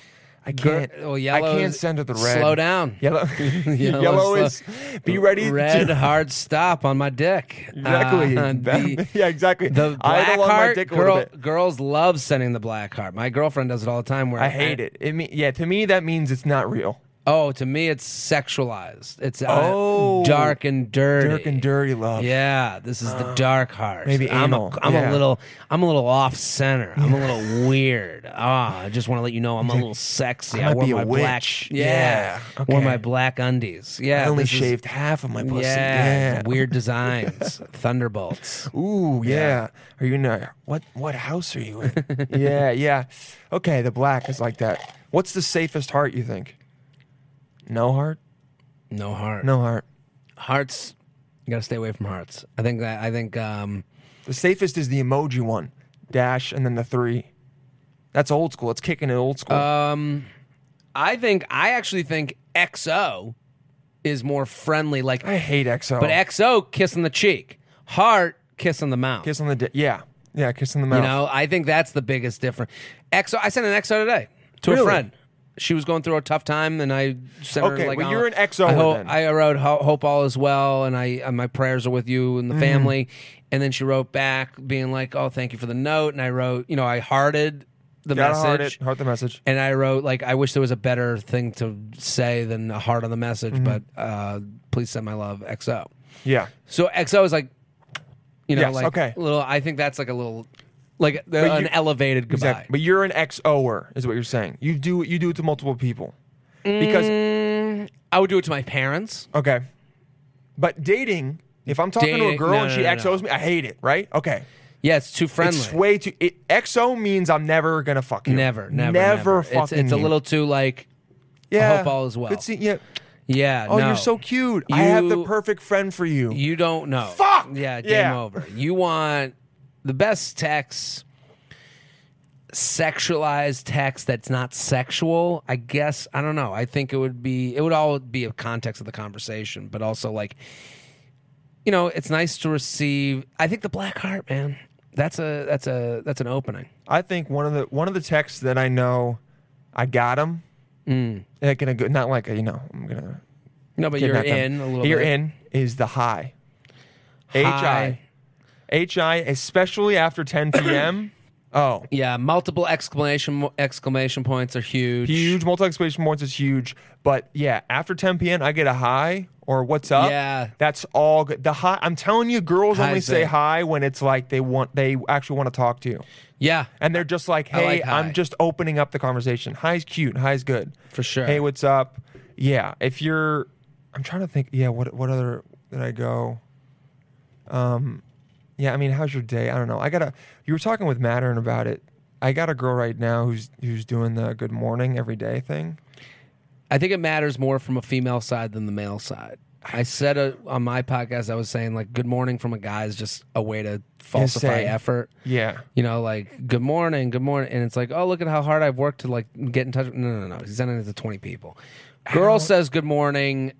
Speaker 1: I
Speaker 7: Gir-
Speaker 1: can't.
Speaker 7: well,
Speaker 1: I
Speaker 7: yellow
Speaker 1: can't
Speaker 7: is-
Speaker 1: send her the red.
Speaker 7: slow down.
Speaker 1: (laughs) Yellow.
Speaker 7: (laughs) Yellow
Speaker 1: yellow, is.
Speaker 7: slow-
Speaker 1: Be ready. to- (laughs)
Speaker 7: Red hard stop on my dick.
Speaker 1: Exactly.
Speaker 7: Uh,
Speaker 1: (laughs) That-
Speaker 7: the-
Speaker 1: yeah, exactly.
Speaker 7: The
Speaker 1: I
Speaker 7: black heart girl,
Speaker 1: bit.
Speaker 7: girls love sending the black heart. My girlfriend does it all the time. Where
Speaker 1: I hate it. It mean, yeah, to me that means it's not real.
Speaker 7: Oh, to me it's sexualized. It's uh,
Speaker 1: Oh.
Speaker 7: dark and dirty.
Speaker 1: Dirk and dirty love.
Speaker 7: Eh, Yeah, this is the dark heart.
Speaker 1: Oh. maybe
Speaker 7: I'm
Speaker 1: anal.
Speaker 7: a I'm
Speaker 1: Yeah.
Speaker 7: a little I'm a little off center. I'm a
Speaker 1: (laughs)
Speaker 7: little weird. Ah, I just want to let you know I'm a little sexy.
Speaker 1: I might
Speaker 7: wore
Speaker 1: be a
Speaker 7: my black
Speaker 1: witch.
Speaker 7: yeah,
Speaker 1: Yeah,
Speaker 7: wore
Speaker 1: okay.
Speaker 7: my black undies.
Speaker 1: I
Speaker 7: Yeah,
Speaker 1: only
Speaker 7: this is-
Speaker 1: shaved half of my pussy.
Speaker 7: yeah,
Speaker 1: Yeah. (laughs)
Speaker 7: weird designs, thunderbolts.
Speaker 1: Ooh, yeah. Are you in a what? What house are you
Speaker 7: (laughs)
Speaker 1: in? yeah, yeah. Okay, the black is like that. What's the safest heart you think? No heart.
Speaker 7: No heart.
Speaker 1: No heart.
Speaker 7: hearts. You gotta stay away from hearts. I think that. I think. Um,
Speaker 1: The safest is the emoji one, dash, and then the three. That's old school. It's kicking it old school.
Speaker 7: um, I think. I actually think XO is more friendly. Like,
Speaker 1: I hate XO.
Speaker 7: but XO kiss on the cheek, heart kiss on the mouth.
Speaker 1: kiss on the di- yeah, yeah, kiss on the
Speaker 7: you
Speaker 1: mouth.
Speaker 7: know, I think that's the biggest difference. XO. I sent an XO today to a
Speaker 1: Really?
Speaker 7: friend. She was going through a tough time, and I sent
Speaker 1: Okay,
Speaker 7: her like,
Speaker 1: well,
Speaker 7: oh,
Speaker 1: you're an XO
Speaker 7: I, hope,
Speaker 1: then.
Speaker 7: I wrote "Ho- hope all is well, and I uh, my prayers are with you and the
Speaker 1: Mm.
Speaker 7: family. And then she wrote back, being like, "Oh, thank you for the note." And I wrote, you know, I hearted the
Speaker 1: Gotta
Speaker 7: message,
Speaker 1: heart it. Heart the message.
Speaker 7: and I wrote like, "I wish there was a better thing to say than a heart on the message,
Speaker 1: Mm-hmm.
Speaker 7: but uh, please send my love, XO."
Speaker 1: Yeah.
Speaker 7: So XO is like, you know,
Speaker 1: Yes,
Speaker 7: like
Speaker 1: okay.
Speaker 7: little. I think that's like a little, like the,
Speaker 1: But
Speaker 7: an
Speaker 1: you-
Speaker 7: elevated goodbye.
Speaker 1: Exactly. But you're an XOer, is what you're saying. You do you do it to multiple people. Because
Speaker 7: Mm. I would do it to my parents.
Speaker 1: okay. But dating, if I'm talking to a
Speaker 7: Dating-
Speaker 1: girl
Speaker 7: no,
Speaker 1: and
Speaker 7: no,
Speaker 1: she
Speaker 7: no, no.
Speaker 1: XOs me, I hate it, right? Okay.
Speaker 7: Yeah, it's too friendly.
Speaker 1: It's way too it, XO means I'm never gonna fuck you.
Speaker 7: never, never,
Speaker 1: Never, fucking
Speaker 7: It's, it's a
Speaker 1: you.
Speaker 7: little too like,
Speaker 1: yeah.
Speaker 7: hope all is well.
Speaker 1: Good see, yeah.
Speaker 7: yeah.
Speaker 1: Oh,
Speaker 7: no.
Speaker 1: you're so cute. I have the
Speaker 7: You-
Speaker 1: perfect friend for you.
Speaker 7: You don't know.
Speaker 1: Fuck!
Speaker 7: Yeah, game
Speaker 1: Yeah.
Speaker 7: over. You want the best text, sexualized text that's not sexual. I guess I don't know. I think it would be it would all be a context of the conversation, but also like, you know, it's nice to receive. I think the black heart, man. That's a that's a that's an opening.
Speaker 1: I think one of the one of the texts that I know I got him. Like in a good, not like a, you know, I'm gonna
Speaker 7: No, but Mm. you're
Speaker 1: kidnap them.
Speaker 7: in a little.
Speaker 1: You're
Speaker 7: bit.
Speaker 1: in is the high. H
Speaker 7: High.
Speaker 1: I. H I, especially after 10
Speaker 7: (coughs)
Speaker 1: p.m. oh,
Speaker 7: Yeah, multiple exclamation exclamation points are huge.
Speaker 1: huge. Multi exclamation points is huge. But yeah, after 10 p.m., I get a high or what's up.
Speaker 7: Yeah.
Speaker 1: That's all good. The high, I'm telling you, girls
Speaker 7: High
Speaker 1: only
Speaker 7: is
Speaker 1: say
Speaker 7: it.
Speaker 1: hi when it's like they want, they actually want to talk to you.
Speaker 7: Yeah,
Speaker 1: And they're just like,
Speaker 7: I
Speaker 1: hey,
Speaker 7: like high."
Speaker 1: I'm just opening up the conversation. High's cute. High's good.
Speaker 7: For sure.
Speaker 1: Hey, what's up? Yeah. If you're, I'm trying to think. Yeah. What what other did I go? Um, yeah, I mean, how's your day? I don't know. I gotta. You were talking with Mattern about it. I got a girl right now who's who's doing the good morning every day thing.
Speaker 7: I think it matters more from a female side than the male side. I said uh on my podcast, I was saying like "Good morning" from a guy is just a way to falsify
Speaker 1: Insane.
Speaker 7: effort.
Speaker 1: Yeah,
Speaker 7: You know, like "Good morning, good morning," and it's like, "Oh, look at how hard I've worked to like get in touch." with-" No, no, no. He's sending it to twenty people. Girl says "Good morning."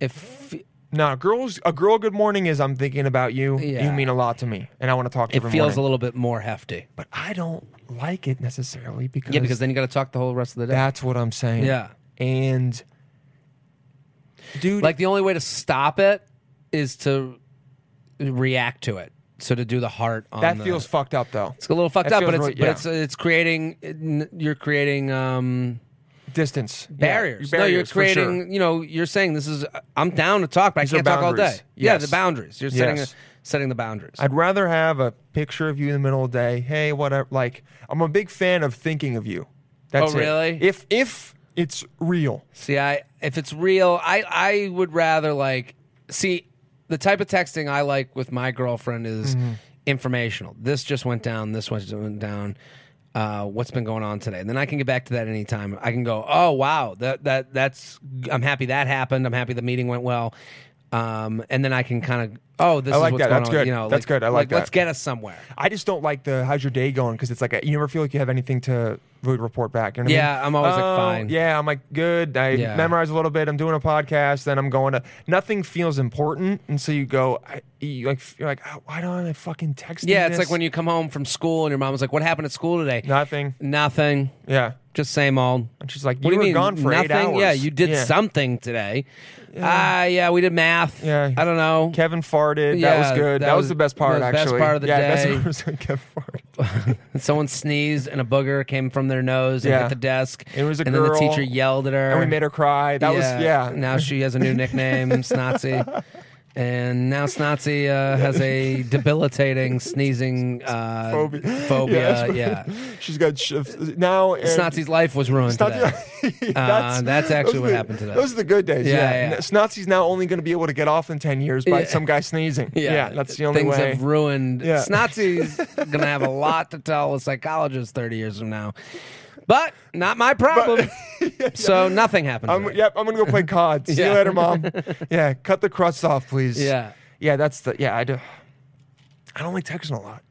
Speaker 7: If
Speaker 1: no, girls. A girl good morning is I'm thinking about you. You
Speaker 7: Yeah.
Speaker 1: mean a lot to me, and I want to talk to
Speaker 7: it
Speaker 1: you. every
Speaker 7: feels a
Speaker 1: morning.
Speaker 7: little bit more hefty,
Speaker 1: but I don't like it necessarily because
Speaker 7: yeah, because then you got to talk the whole rest of the day.
Speaker 1: that's what I'm saying.
Speaker 7: Yeah.
Speaker 1: and dude,
Speaker 7: Like the only way to stop it is to react to it. So to do the heart on
Speaker 1: that
Speaker 7: the-
Speaker 1: feels fucked up though.
Speaker 7: It's a little fucked
Speaker 1: That
Speaker 7: up, but it's
Speaker 1: feels
Speaker 7: but
Speaker 1: really-
Speaker 7: it's it's creating n- you're creating um,
Speaker 1: Distance Yeah,
Speaker 7: barriers. No, you're
Speaker 1: barriers, for sure.
Speaker 7: creating. You know, you're saying this is I'm down to talk, but I
Speaker 1: are
Speaker 7: can't talk all day.
Speaker 1: boundaries.
Speaker 7: Yeah,
Speaker 1: Yes.
Speaker 7: the boundaries. You're setting
Speaker 1: Yes.
Speaker 7: setting the boundaries.
Speaker 1: I'd rather have a picture of you in the middle of the day. Hey, whatever. Like, I'm a big fan of thinking of you. That's
Speaker 7: Oh,
Speaker 1: it.
Speaker 7: really?
Speaker 1: If if it's real,
Speaker 7: see, I if it's real, I I would rather like see the type of texting I like with my girlfriend is
Speaker 1: Mm-hmm.
Speaker 7: informational. This just went down. This one just went down. Uh, what's been going on today? And then I can get back to that anytime. I can go, oh wow, that that that's. I'm happy that happened. I'm happy the meeting went well. Um, and then I can kind of, oh, this
Speaker 1: I
Speaker 7: is
Speaker 1: like
Speaker 7: what's
Speaker 1: that.
Speaker 7: going
Speaker 1: That's
Speaker 7: on.
Speaker 1: good.
Speaker 7: You know,
Speaker 1: That's good. I like that.
Speaker 7: Let's get us somewhere.
Speaker 1: I just don't like the how's your day going because it's like a, you never feel like you have anything to really report back. You know what I
Speaker 7: Yeah,
Speaker 1: mean?
Speaker 7: I'm always like,
Speaker 1: "Oh,
Speaker 7: fine."
Speaker 1: Yeah, I'm like good. I
Speaker 7: Yeah.
Speaker 1: memorize a little bit. I'm doing a podcast. Then I'm going to nothing feels important, and so you go I, you like you're like "Oh, why don't I fucking text?
Speaker 7: Yeah, it's like when you come home from school and your mom was like, "What happened at school today?"
Speaker 1: nothing.
Speaker 7: Nothing.
Speaker 1: Yeah,
Speaker 7: Just same old.
Speaker 1: and she's like
Speaker 7: What do you
Speaker 1: were
Speaker 7: mean?
Speaker 1: gone for eight
Speaker 7: nothing?
Speaker 1: hours.
Speaker 7: Yeah, you did
Speaker 1: Yeah.
Speaker 7: something today. Ah, yeah. we did math.
Speaker 1: Yeah.
Speaker 7: I don't know.
Speaker 1: Kevin farted. that
Speaker 7: Yeah,
Speaker 1: was good. That,
Speaker 7: that
Speaker 1: was,
Speaker 7: was-
Speaker 1: the best part,
Speaker 7: that was the best
Speaker 1: actually.
Speaker 7: part of the
Speaker 1: yeah,
Speaker 7: day.
Speaker 1: That's when Kevin farted.
Speaker 7: Someone sneezed and a booger came from their nose and
Speaker 1: Yeah.
Speaker 7: hit the desk.
Speaker 1: It was a
Speaker 7: and
Speaker 1: girl,
Speaker 7: then the teacher yelled at her.
Speaker 1: And we made her cry. That was yeah.
Speaker 7: Now she has a
Speaker 1: (laughs)
Speaker 7: new nickname, Snotsy. And now Snotsy uh, has a debilitating sneezing uh,
Speaker 1: Phobia.
Speaker 7: phobia.
Speaker 1: Yeah, (laughs) that's right.
Speaker 7: Yeah,
Speaker 1: She's got shifts now. and-
Speaker 7: Snotsy's life was ruined
Speaker 1: (laughs)
Speaker 7: today.
Speaker 1: Snotzy-
Speaker 7: Uh, that's actually
Speaker 1: those
Speaker 7: what
Speaker 1: are the-
Speaker 7: happened today.
Speaker 1: Those are the good days. Yeah,
Speaker 7: Yeah,
Speaker 1: yeah.
Speaker 7: yeah.
Speaker 1: Snotsy's now only going to be able to get off in ten years by
Speaker 7: Yeah.
Speaker 1: some guy
Speaker 7: (laughs)
Speaker 1: sneezing. Yeah, that's the only
Speaker 7: things
Speaker 1: way.
Speaker 7: have ruined.
Speaker 1: Yeah.
Speaker 7: Snotsy's
Speaker 1: (laughs)
Speaker 7: gonna have a lot to tell a psychologist thirty years from now, but not my problem.
Speaker 1: (laughs)
Speaker 7: So nothing happened.
Speaker 1: I'm,
Speaker 7: today.
Speaker 1: yep, I'm gonna go
Speaker 7: (laughs)
Speaker 1: play COD. See you
Speaker 7: Yeah.
Speaker 1: later,
Speaker 7: (laughs)
Speaker 1: mom. yeah, cut the crusts off, please.
Speaker 7: Yeah.
Speaker 1: yeah, that's the yeah. I do. I don't like texting a lot,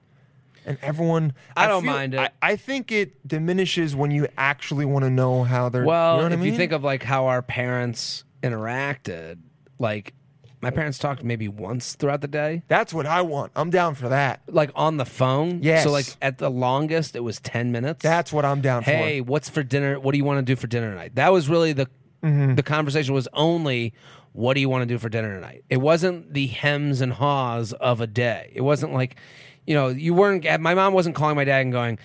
Speaker 1: and everyone.
Speaker 7: I don't mind it.
Speaker 1: I, I think it diminishes when you actually want to know how they're.
Speaker 7: Well,
Speaker 1: you know what
Speaker 7: if
Speaker 1: I
Speaker 7: you
Speaker 1: mean?
Speaker 7: think of like how our parents interacted, like my parents talked maybe once throughout the day,
Speaker 1: that's what I want. I'm down for that.
Speaker 7: like on the phone.
Speaker 1: Yes.
Speaker 7: So like at the longest, it was ten minutes.
Speaker 1: That's what I'm down for.
Speaker 7: hey, what's for dinner? What do you want to do for dinner tonight? That was really the
Speaker 1: Mm-hmm.
Speaker 7: the conversation was only what do you want to do for dinner tonight? It wasn't the hems and haws of a day. It wasn't like, you know, you weren't. My mom wasn't calling my dad and going,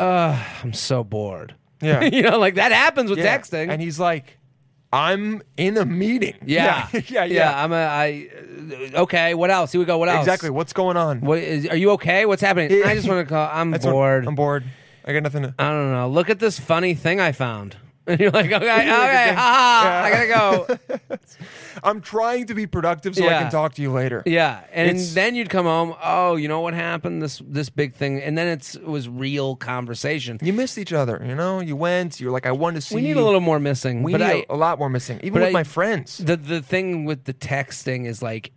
Speaker 7: "Uh, I'm so bored." (laughs)
Speaker 1: Yeah.
Speaker 7: you know, like that happens with
Speaker 1: Yeah.
Speaker 7: texting.
Speaker 1: And he's like, I'm in a meeting.
Speaker 7: yeah.
Speaker 1: (laughs) Yeah. Yeah. yeah.
Speaker 7: I'm a. I uh, okay. What else? Here we go. What else?
Speaker 1: Exactly. What's going on?
Speaker 7: What is? Are you okay? What's happening?
Speaker 1: Yeah. (laughs)
Speaker 7: I just want to call. I'm
Speaker 1: That's what-
Speaker 7: bored. Uh.
Speaker 1: I'm bored. I got nothing to.
Speaker 7: I don't know. Look at this funny thing I found. (laughs) And
Speaker 1: (laughs)
Speaker 7: you're like, okay, okay,
Speaker 1: Yeah.
Speaker 7: ha, ha, I
Speaker 1: (laughs)
Speaker 7: gotta go.
Speaker 1: I'm trying to be productive so I
Speaker 7: Yeah.
Speaker 1: can talk to you later.
Speaker 7: Yeah, and
Speaker 1: It's-
Speaker 7: then you'd come home. Oh, you know what happened? This this big thing, and then it's it was real conversation.
Speaker 1: You missed each other. You know, you went. You're like, I wanted to see.
Speaker 7: We need
Speaker 1: you.
Speaker 7: a little more missing.
Speaker 1: We
Speaker 7: but
Speaker 1: need
Speaker 7: I,
Speaker 1: a- a lot more missing, even
Speaker 7: but
Speaker 1: with
Speaker 7: I-
Speaker 1: my friends.
Speaker 7: the the thing with the texting is like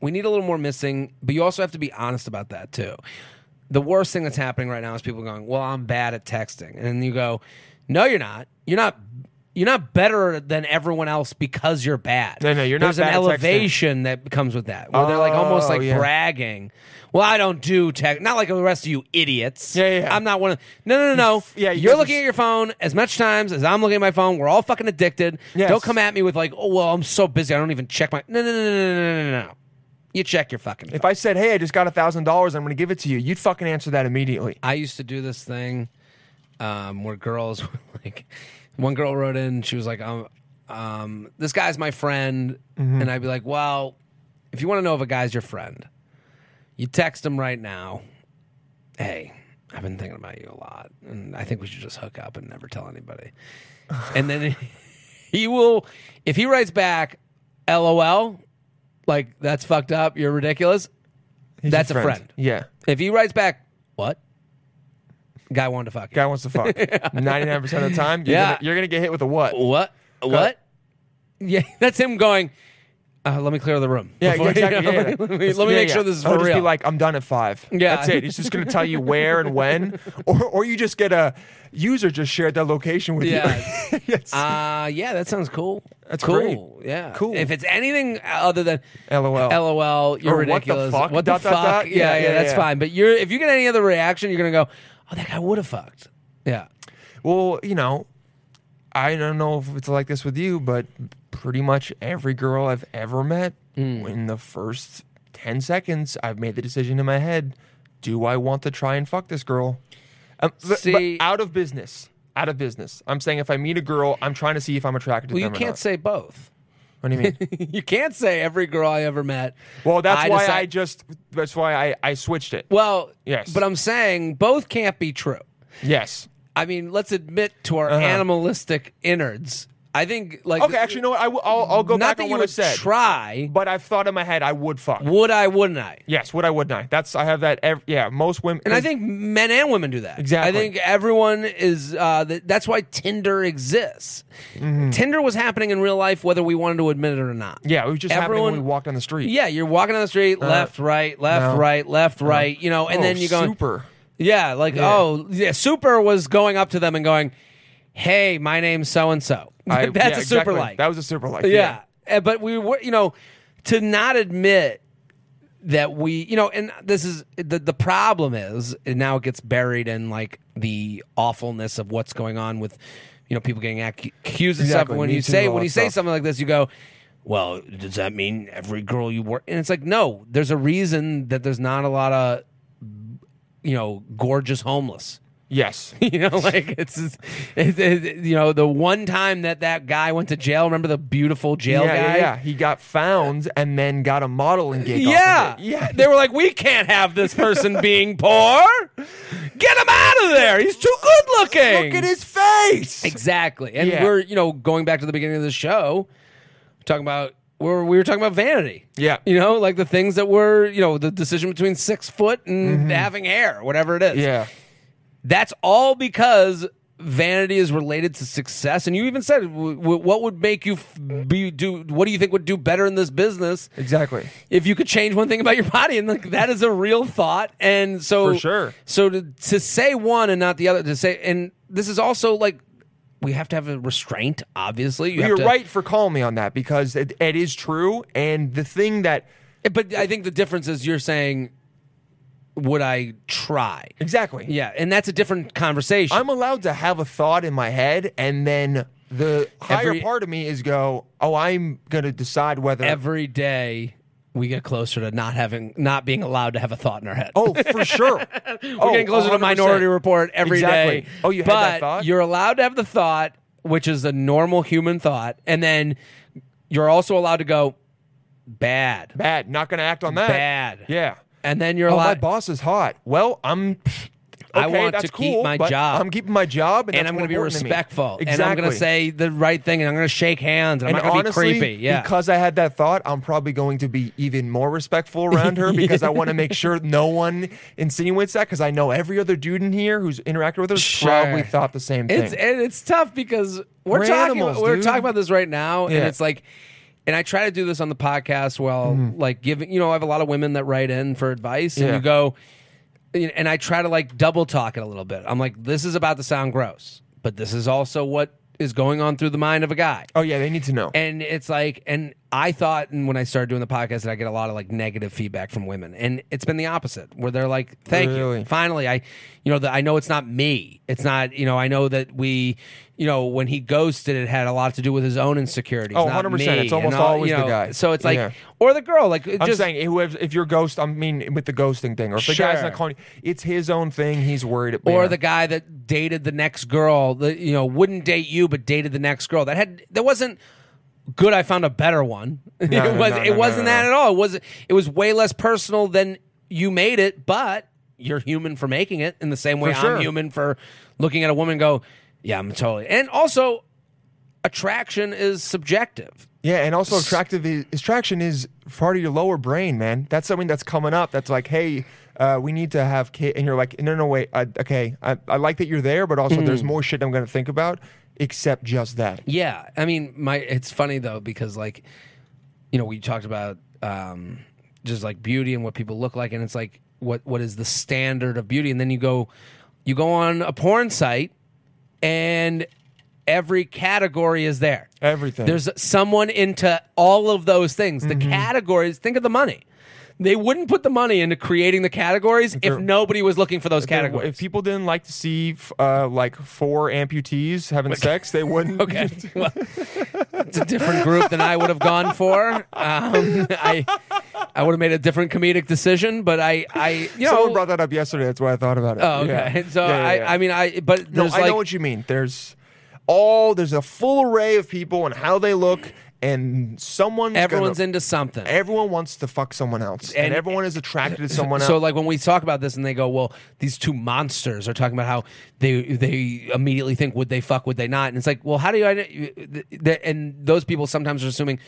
Speaker 7: we need a little more missing, but you also have to be honest about that too. The worst thing that's happening right now is people going, "Well, I'm bad at texting," and then you go, "No, you're not. You're not." You're not better than everyone else because you're bad.
Speaker 1: No, no, you're not
Speaker 7: There's
Speaker 1: bad
Speaker 7: an
Speaker 1: at texting.
Speaker 7: elevation that comes with that, where they're like almost
Speaker 1: Oh,
Speaker 7: like
Speaker 1: yeah.
Speaker 7: bragging. Well, I don't do tech. Not like the rest of you idiots.
Speaker 1: Yeah, yeah, yeah.
Speaker 7: I'm not one of. No, no, no, no.
Speaker 1: f- yeah, you
Speaker 7: you are
Speaker 1: guys are
Speaker 7: looking
Speaker 1: s-
Speaker 7: at your phone as much times as I'm looking at my phone. We're all fucking addicted.
Speaker 1: Yes.
Speaker 7: Don't come at me with like, oh well, I'm so busy, I don't even check my. No, no, no, no, no, no, no, no. You check your fucking.
Speaker 1: If
Speaker 7: phone.
Speaker 1: I said, "Hey, I just got a thousand dollars. I'm going to give it to you," you'd fucking answer that immediately.
Speaker 7: I used to do this thing um, where girls (laughs) were like, one girl wrote in, she was like, um, um, this guy's my friend,
Speaker 1: Mm-hmm.
Speaker 7: and I'd be like, well, if you want to know if a guy's your friend, you text him right now. Hey, I've been thinking about you a lot, and I think we should just hook up and never tell
Speaker 1: (laughs)
Speaker 7: anybody. and then he will, if he writes back, LOL, like that's fucked up, you're ridiculous.
Speaker 1: He's
Speaker 7: That's a
Speaker 1: your
Speaker 7: friend.
Speaker 1: Yeah.
Speaker 7: If he writes back, what? Guy wanted to fuck you.
Speaker 1: Guy wants to
Speaker 7: (laughs)
Speaker 1: fuck. 99% of the time, you're
Speaker 7: Yeah.
Speaker 1: gonna- you're going to get hit with a what?
Speaker 7: what? What? Yeah, (laughs) that's him going. Uh, let me clear the room.
Speaker 1: Yeah,
Speaker 7: Before- (laughs)
Speaker 1: exactly. Yeah, yeah.
Speaker 7: let me,
Speaker 1: It's-
Speaker 7: let me
Speaker 1: yeah,
Speaker 7: make
Speaker 1: yeah.
Speaker 7: sure this is
Speaker 1: I'll
Speaker 7: for
Speaker 1: just
Speaker 7: real.
Speaker 1: Be like, I'm done at five.
Speaker 7: Yeah.
Speaker 1: that's it. He's just gonna tell you where and when, (laughs) or or you just get a user just shared that location with
Speaker 7: Yeah.
Speaker 1: you. (laughs) yes.
Speaker 7: Uh, yeah, that sounds cool.
Speaker 1: That's
Speaker 7: cool. Yeah,
Speaker 1: Cool.
Speaker 7: If it's anything other than
Speaker 1: LOL.
Speaker 7: LOL, you're
Speaker 1: Or what the
Speaker 7: ridiculous.
Speaker 1: fuck,
Speaker 7: What the
Speaker 1: dot,
Speaker 7: fuck?
Speaker 1: dot, dot.
Speaker 7: Yeah,
Speaker 1: Yeah,
Speaker 7: yeah,
Speaker 1: yeah,
Speaker 7: that's
Speaker 1: yeah.
Speaker 7: fine. But you're if you get any other reaction, you're gonna go, oh, that guy would have fucked. Yeah.
Speaker 1: Well, you know, I don't know if it's like this with you, but pretty much every girl I've ever met,
Speaker 7: Mm.
Speaker 1: in the first ten seconds, I've made the decision in my head: Do I want to try and fuck this girl? Um, but- but
Speaker 7: See-
Speaker 1: out of business. Out of business. I'm saying if I meet a girl, I'm trying to see if I'm attracted to
Speaker 7: Well, you
Speaker 1: them or
Speaker 7: can't
Speaker 1: not.
Speaker 7: say both. (laughs)
Speaker 1: what do you mean?
Speaker 7: you can't say every girl I ever met.
Speaker 1: Well, that's why
Speaker 7: decide-
Speaker 1: I just that's why I, I switched it.
Speaker 7: Well,
Speaker 1: Yes.
Speaker 7: But I'm saying both can't be true.
Speaker 1: yes.
Speaker 7: I mean, let's admit to our
Speaker 1: Uh-huh.
Speaker 7: animalistic innards. I think like
Speaker 1: Okay, actually, you know what? I will, I'll, I'll go
Speaker 7: not
Speaker 1: back
Speaker 7: that
Speaker 1: on
Speaker 7: you
Speaker 1: what I
Speaker 7: would
Speaker 1: said.
Speaker 7: try.
Speaker 1: but I've thought in my head I would fuck.
Speaker 7: Would I? Wouldn't I?
Speaker 1: yes, would I would not. That's I have that. Ev- yeah, most women.
Speaker 7: And I think men and women do that.
Speaker 1: Exactly.
Speaker 7: I think everyone is. Uh, th- that's why Tinder exists. Tinder was happening in real life, whether we wanted to admit it or not.
Speaker 1: Mm-hmm. yeah, it was just happening when
Speaker 7: everyone-
Speaker 1: we walked on the street.
Speaker 7: Yeah, you're walking down the street, left, right, left,
Speaker 1: no.
Speaker 7: right, left, right. You know, and
Speaker 1: Oh,
Speaker 7: then you go
Speaker 1: super.
Speaker 7: Yeah, like
Speaker 1: Yeah.
Speaker 7: oh yeah, super was going up to them and going, "Hey, my name's so and so."
Speaker 1: I-
Speaker 7: (laughs) (laughs) That's
Speaker 1: yeah,
Speaker 7: a super
Speaker 1: exactly.
Speaker 7: like.
Speaker 1: That was a super like.
Speaker 7: yeah. Uh, But we were, you know, to not admit that we, you know, and this is the the problem is, and now it gets buried in like the awfulness of what's going on with, you know, people getting ac- accused and stuff.
Speaker 1: Exactly.
Speaker 7: When
Speaker 1: Me
Speaker 7: you
Speaker 1: too,
Speaker 7: say
Speaker 1: all
Speaker 7: when
Speaker 1: that
Speaker 7: you say
Speaker 1: stuff.
Speaker 7: something like this, you go. Well, does that mean every girl you work? And it's like, no. There's a reason that there's not a lot of, you know, gorgeous homeless. (laughs)
Speaker 1: Yes.
Speaker 7: You know, like it's, just- it's, it's- you know the one time that that guy went to jail. Remember the beautiful jail
Speaker 1: yeah,
Speaker 7: guy?
Speaker 1: yeah, yeah. He got found and then got a modeling gig.
Speaker 7: Yeah.
Speaker 1: Off of it. Yeah.
Speaker 7: They were like, we can't have this person being poor. Get him out of there. He's too good looking.
Speaker 1: Look at his face.
Speaker 7: Exactly. And
Speaker 1: Yeah.
Speaker 7: we're, you know, going back to the beginning of the show, talking about we're, we were talking about vanity.
Speaker 1: Yeah.
Speaker 7: You know, like the things that were, you know, the decision between six foot and having hair, whatever it is.
Speaker 1: Mm-hmm. Yeah.
Speaker 7: That's all because vanity is related to success. And you even said, w- w- what would make you f- be do? What do you think would do better in this business?
Speaker 1: Exactly.
Speaker 7: If you could change one thing about your body, and like that is a real thought. And so,
Speaker 1: For sure.
Speaker 7: So to to say one and not the other, to say, and this is also like we have to have a restraint. Obviously, you have
Speaker 1: You're
Speaker 7: to-
Speaker 1: right for calling me on that because it, it is true. And the thing that
Speaker 7: But I think the difference is you're saying, would I try?
Speaker 1: exactly.
Speaker 7: Yeah, and that's a different conversation.
Speaker 1: I'm allowed to have a thought in my head, and then the higher
Speaker 7: Every-
Speaker 1: part of me is go, oh, I'm gonna decide whether.
Speaker 7: every day we get closer to not having not being allowed to have a thought in our head.
Speaker 1: (laughs) oh, for sure. Oh, We're
Speaker 7: (laughs) we're getting closer to Minority Report every day.
Speaker 1: Exactly. Oh, you had
Speaker 7: but
Speaker 1: that thought?
Speaker 7: You're allowed to have the thought, which is a normal human thought, and then you're also allowed to go bad, bad,
Speaker 1: Bad. Not gonna act on that. Yeah.
Speaker 7: and then you're
Speaker 1: Oh, my
Speaker 7: allowed.
Speaker 1: boss is hot. Well, I'm.
Speaker 7: I
Speaker 1: okay,
Speaker 7: want
Speaker 1: that's
Speaker 7: to keep
Speaker 1: cool,
Speaker 7: my
Speaker 1: but
Speaker 7: job.
Speaker 1: I'm keeping my job, and,
Speaker 7: and
Speaker 1: that's
Speaker 7: I'm
Speaker 1: more
Speaker 7: going to be
Speaker 1: important to me.
Speaker 7: respectful, and
Speaker 1: Exactly.
Speaker 7: I'm going to say the right thing, and I'm going to shake hands, and I'm
Speaker 1: And
Speaker 7: not going to be
Speaker 1: honestly,
Speaker 7: creepy. Yeah,
Speaker 1: because I had that thought, I'm probably going to be even more respectful around
Speaker 7: (laughs)
Speaker 1: her because I want to make sure no one insinuates that. Because I know every other dude in here who's interacted with her
Speaker 7: Sure.
Speaker 1: probably thought the same thing.
Speaker 7: It's and it's tough because we're,
Speaker 1: We're
Speaker 7: talking
Speaker 1: animals,
Speaker 7: about, we're
Speaker 1: dude.
Speaker 7: talking about this right now, and
Speaker 1: Yeah.
Speaker 7: it's like, and I try to do this on the podcast while like giving you know I have a lot of women that write in for advice, and
Speaker 1: Mm-hmm. Yeah.
Speaker 7: you go, and I try to like double talk it a little bit. I'm like, this is about to sound gross, but this is also what is going on through the mind of a guy.
Speaker 1: oh yeah, they need to know.
Speaker 7: And it's like, and I thought, and when I started doing the podcast, that I get a lot of like negative feedback from women, and it's been the opposite, where they're like, "Thank you,
Speaker 1: Really?
Speaker 7: finally." I, you know, the, I know it's not me. It's not, you know, I know that we, you know, when he ghosted, it had a lot to do with his own insecurities.
Speaker 1: Oh,
Speaker 7: not
Speaker 1: 100%.
Speaker 7: me,
Speaker 1: It's almost
Speaker 7: and all-
Speaker 1: always
Speaker 7: you
Speaker 1: the
Speaker 7: know,
Speaker 1: guy.
Speaker 7: So it's like,
Speaker 1: Yeah.
Speaker 7: or the girl, like it
Speaker 1: I'm
Speaker 7: just
Speaker 1: saying whoever, if you're ghost, I mean with the ghosting thing, or if the guy's
Speaker 7: Sure.
Speaker 1: not calling, you, it's his own thing. He's worried. About,
Speaker 7: or the guy that dated the next girl that you know wouldn't date you but dated the next girl that had that wasn't good i found a better one (laughs)
Speaker 1: No,
Speaker 7: it
Speaker 1: no,
Speaker 7: was
Speaker 1: no,
Speaker 7: it
Speaker 1: no,
Speaker 7: wasn't
Speaker 1: no,
Speaker 7: that
Speaker 1: no.
Speaker 7: at all it was it was way less personal than you made it but you're human for making it in the same way
Speaker 1: For sure.
Speaker 7: i'm human for looking at a woman and go yeah i'm totally and also attraction is subjective.
Speaker 1: Yeah, and also attractive is, is traction is part of your lower brain, man. That's something that's coming up. That's like, hey, uh, we need to have kid, and you're like, no, no, wait, I, okay, I, I like that you're there, but also there's
Speaker 7: Mm-hmm.
Speaker 1: more shit I'm gonna think about, except just that.
Speaker 7: Yeah, I mean, my it's funny though because like, you know, we talked about um, just like beauty and what people look like, and it's like what what is the standard of beauty, and then you go, you go on a porn site, and every category is there.
Speaker 1: Everything. Mm-hmm.
Speaker 7: There's someone into all of those things. The categories. Think of the money. They wouldn't put the money into creating the categories if
Speaker 1: There-
Speaker 7: nobody was looking for those
Speaker 1: There-
Speaker 7: categories.
Speaker 1: If people didn't like to see f- uh, like four amputees having sex, they wouldn't.
Speaker 7: (laughs) Okay. Well, it's a different group than I would have gone for. Um, I I would have made a different comedic decision, but I I
Speaker 1: (laughs)
Speaker 7: you
Speaker 1: Someone
Speaker 7: know.
Speaker 1: brought that up yesterday. That's why I thought about it.
Speaker 7: oh, okay.
Speaker 1: Yeah.
Speaker 7: So
Speaker 1: Yeah, yeah, yeah.
Speaker 7: I I mean I but
Speaker 1: No,
Speaker 7: there's
Speaker 1: I
Speaker 7: like
Speaker 1: know what you mean. There's all there's a full array of people and how they look, and someone's
Speaker 7: everyone's
Speaker 1: gonna,
Speaker 7: into something.
Speaker 1: Everyone wants to fuck someone else, and,
Speaker 7: And-
Speaker 1: everyone is attracted to
Speaker 7: (laughs)
Speaker 1: someone else.
Speaker 7: So like when we talk about this and they go, well, these two monsters are talking about how they they immediately think would they fuck, would they not, and it's like, well, how do you? I- th- And those people sometimes are assuming,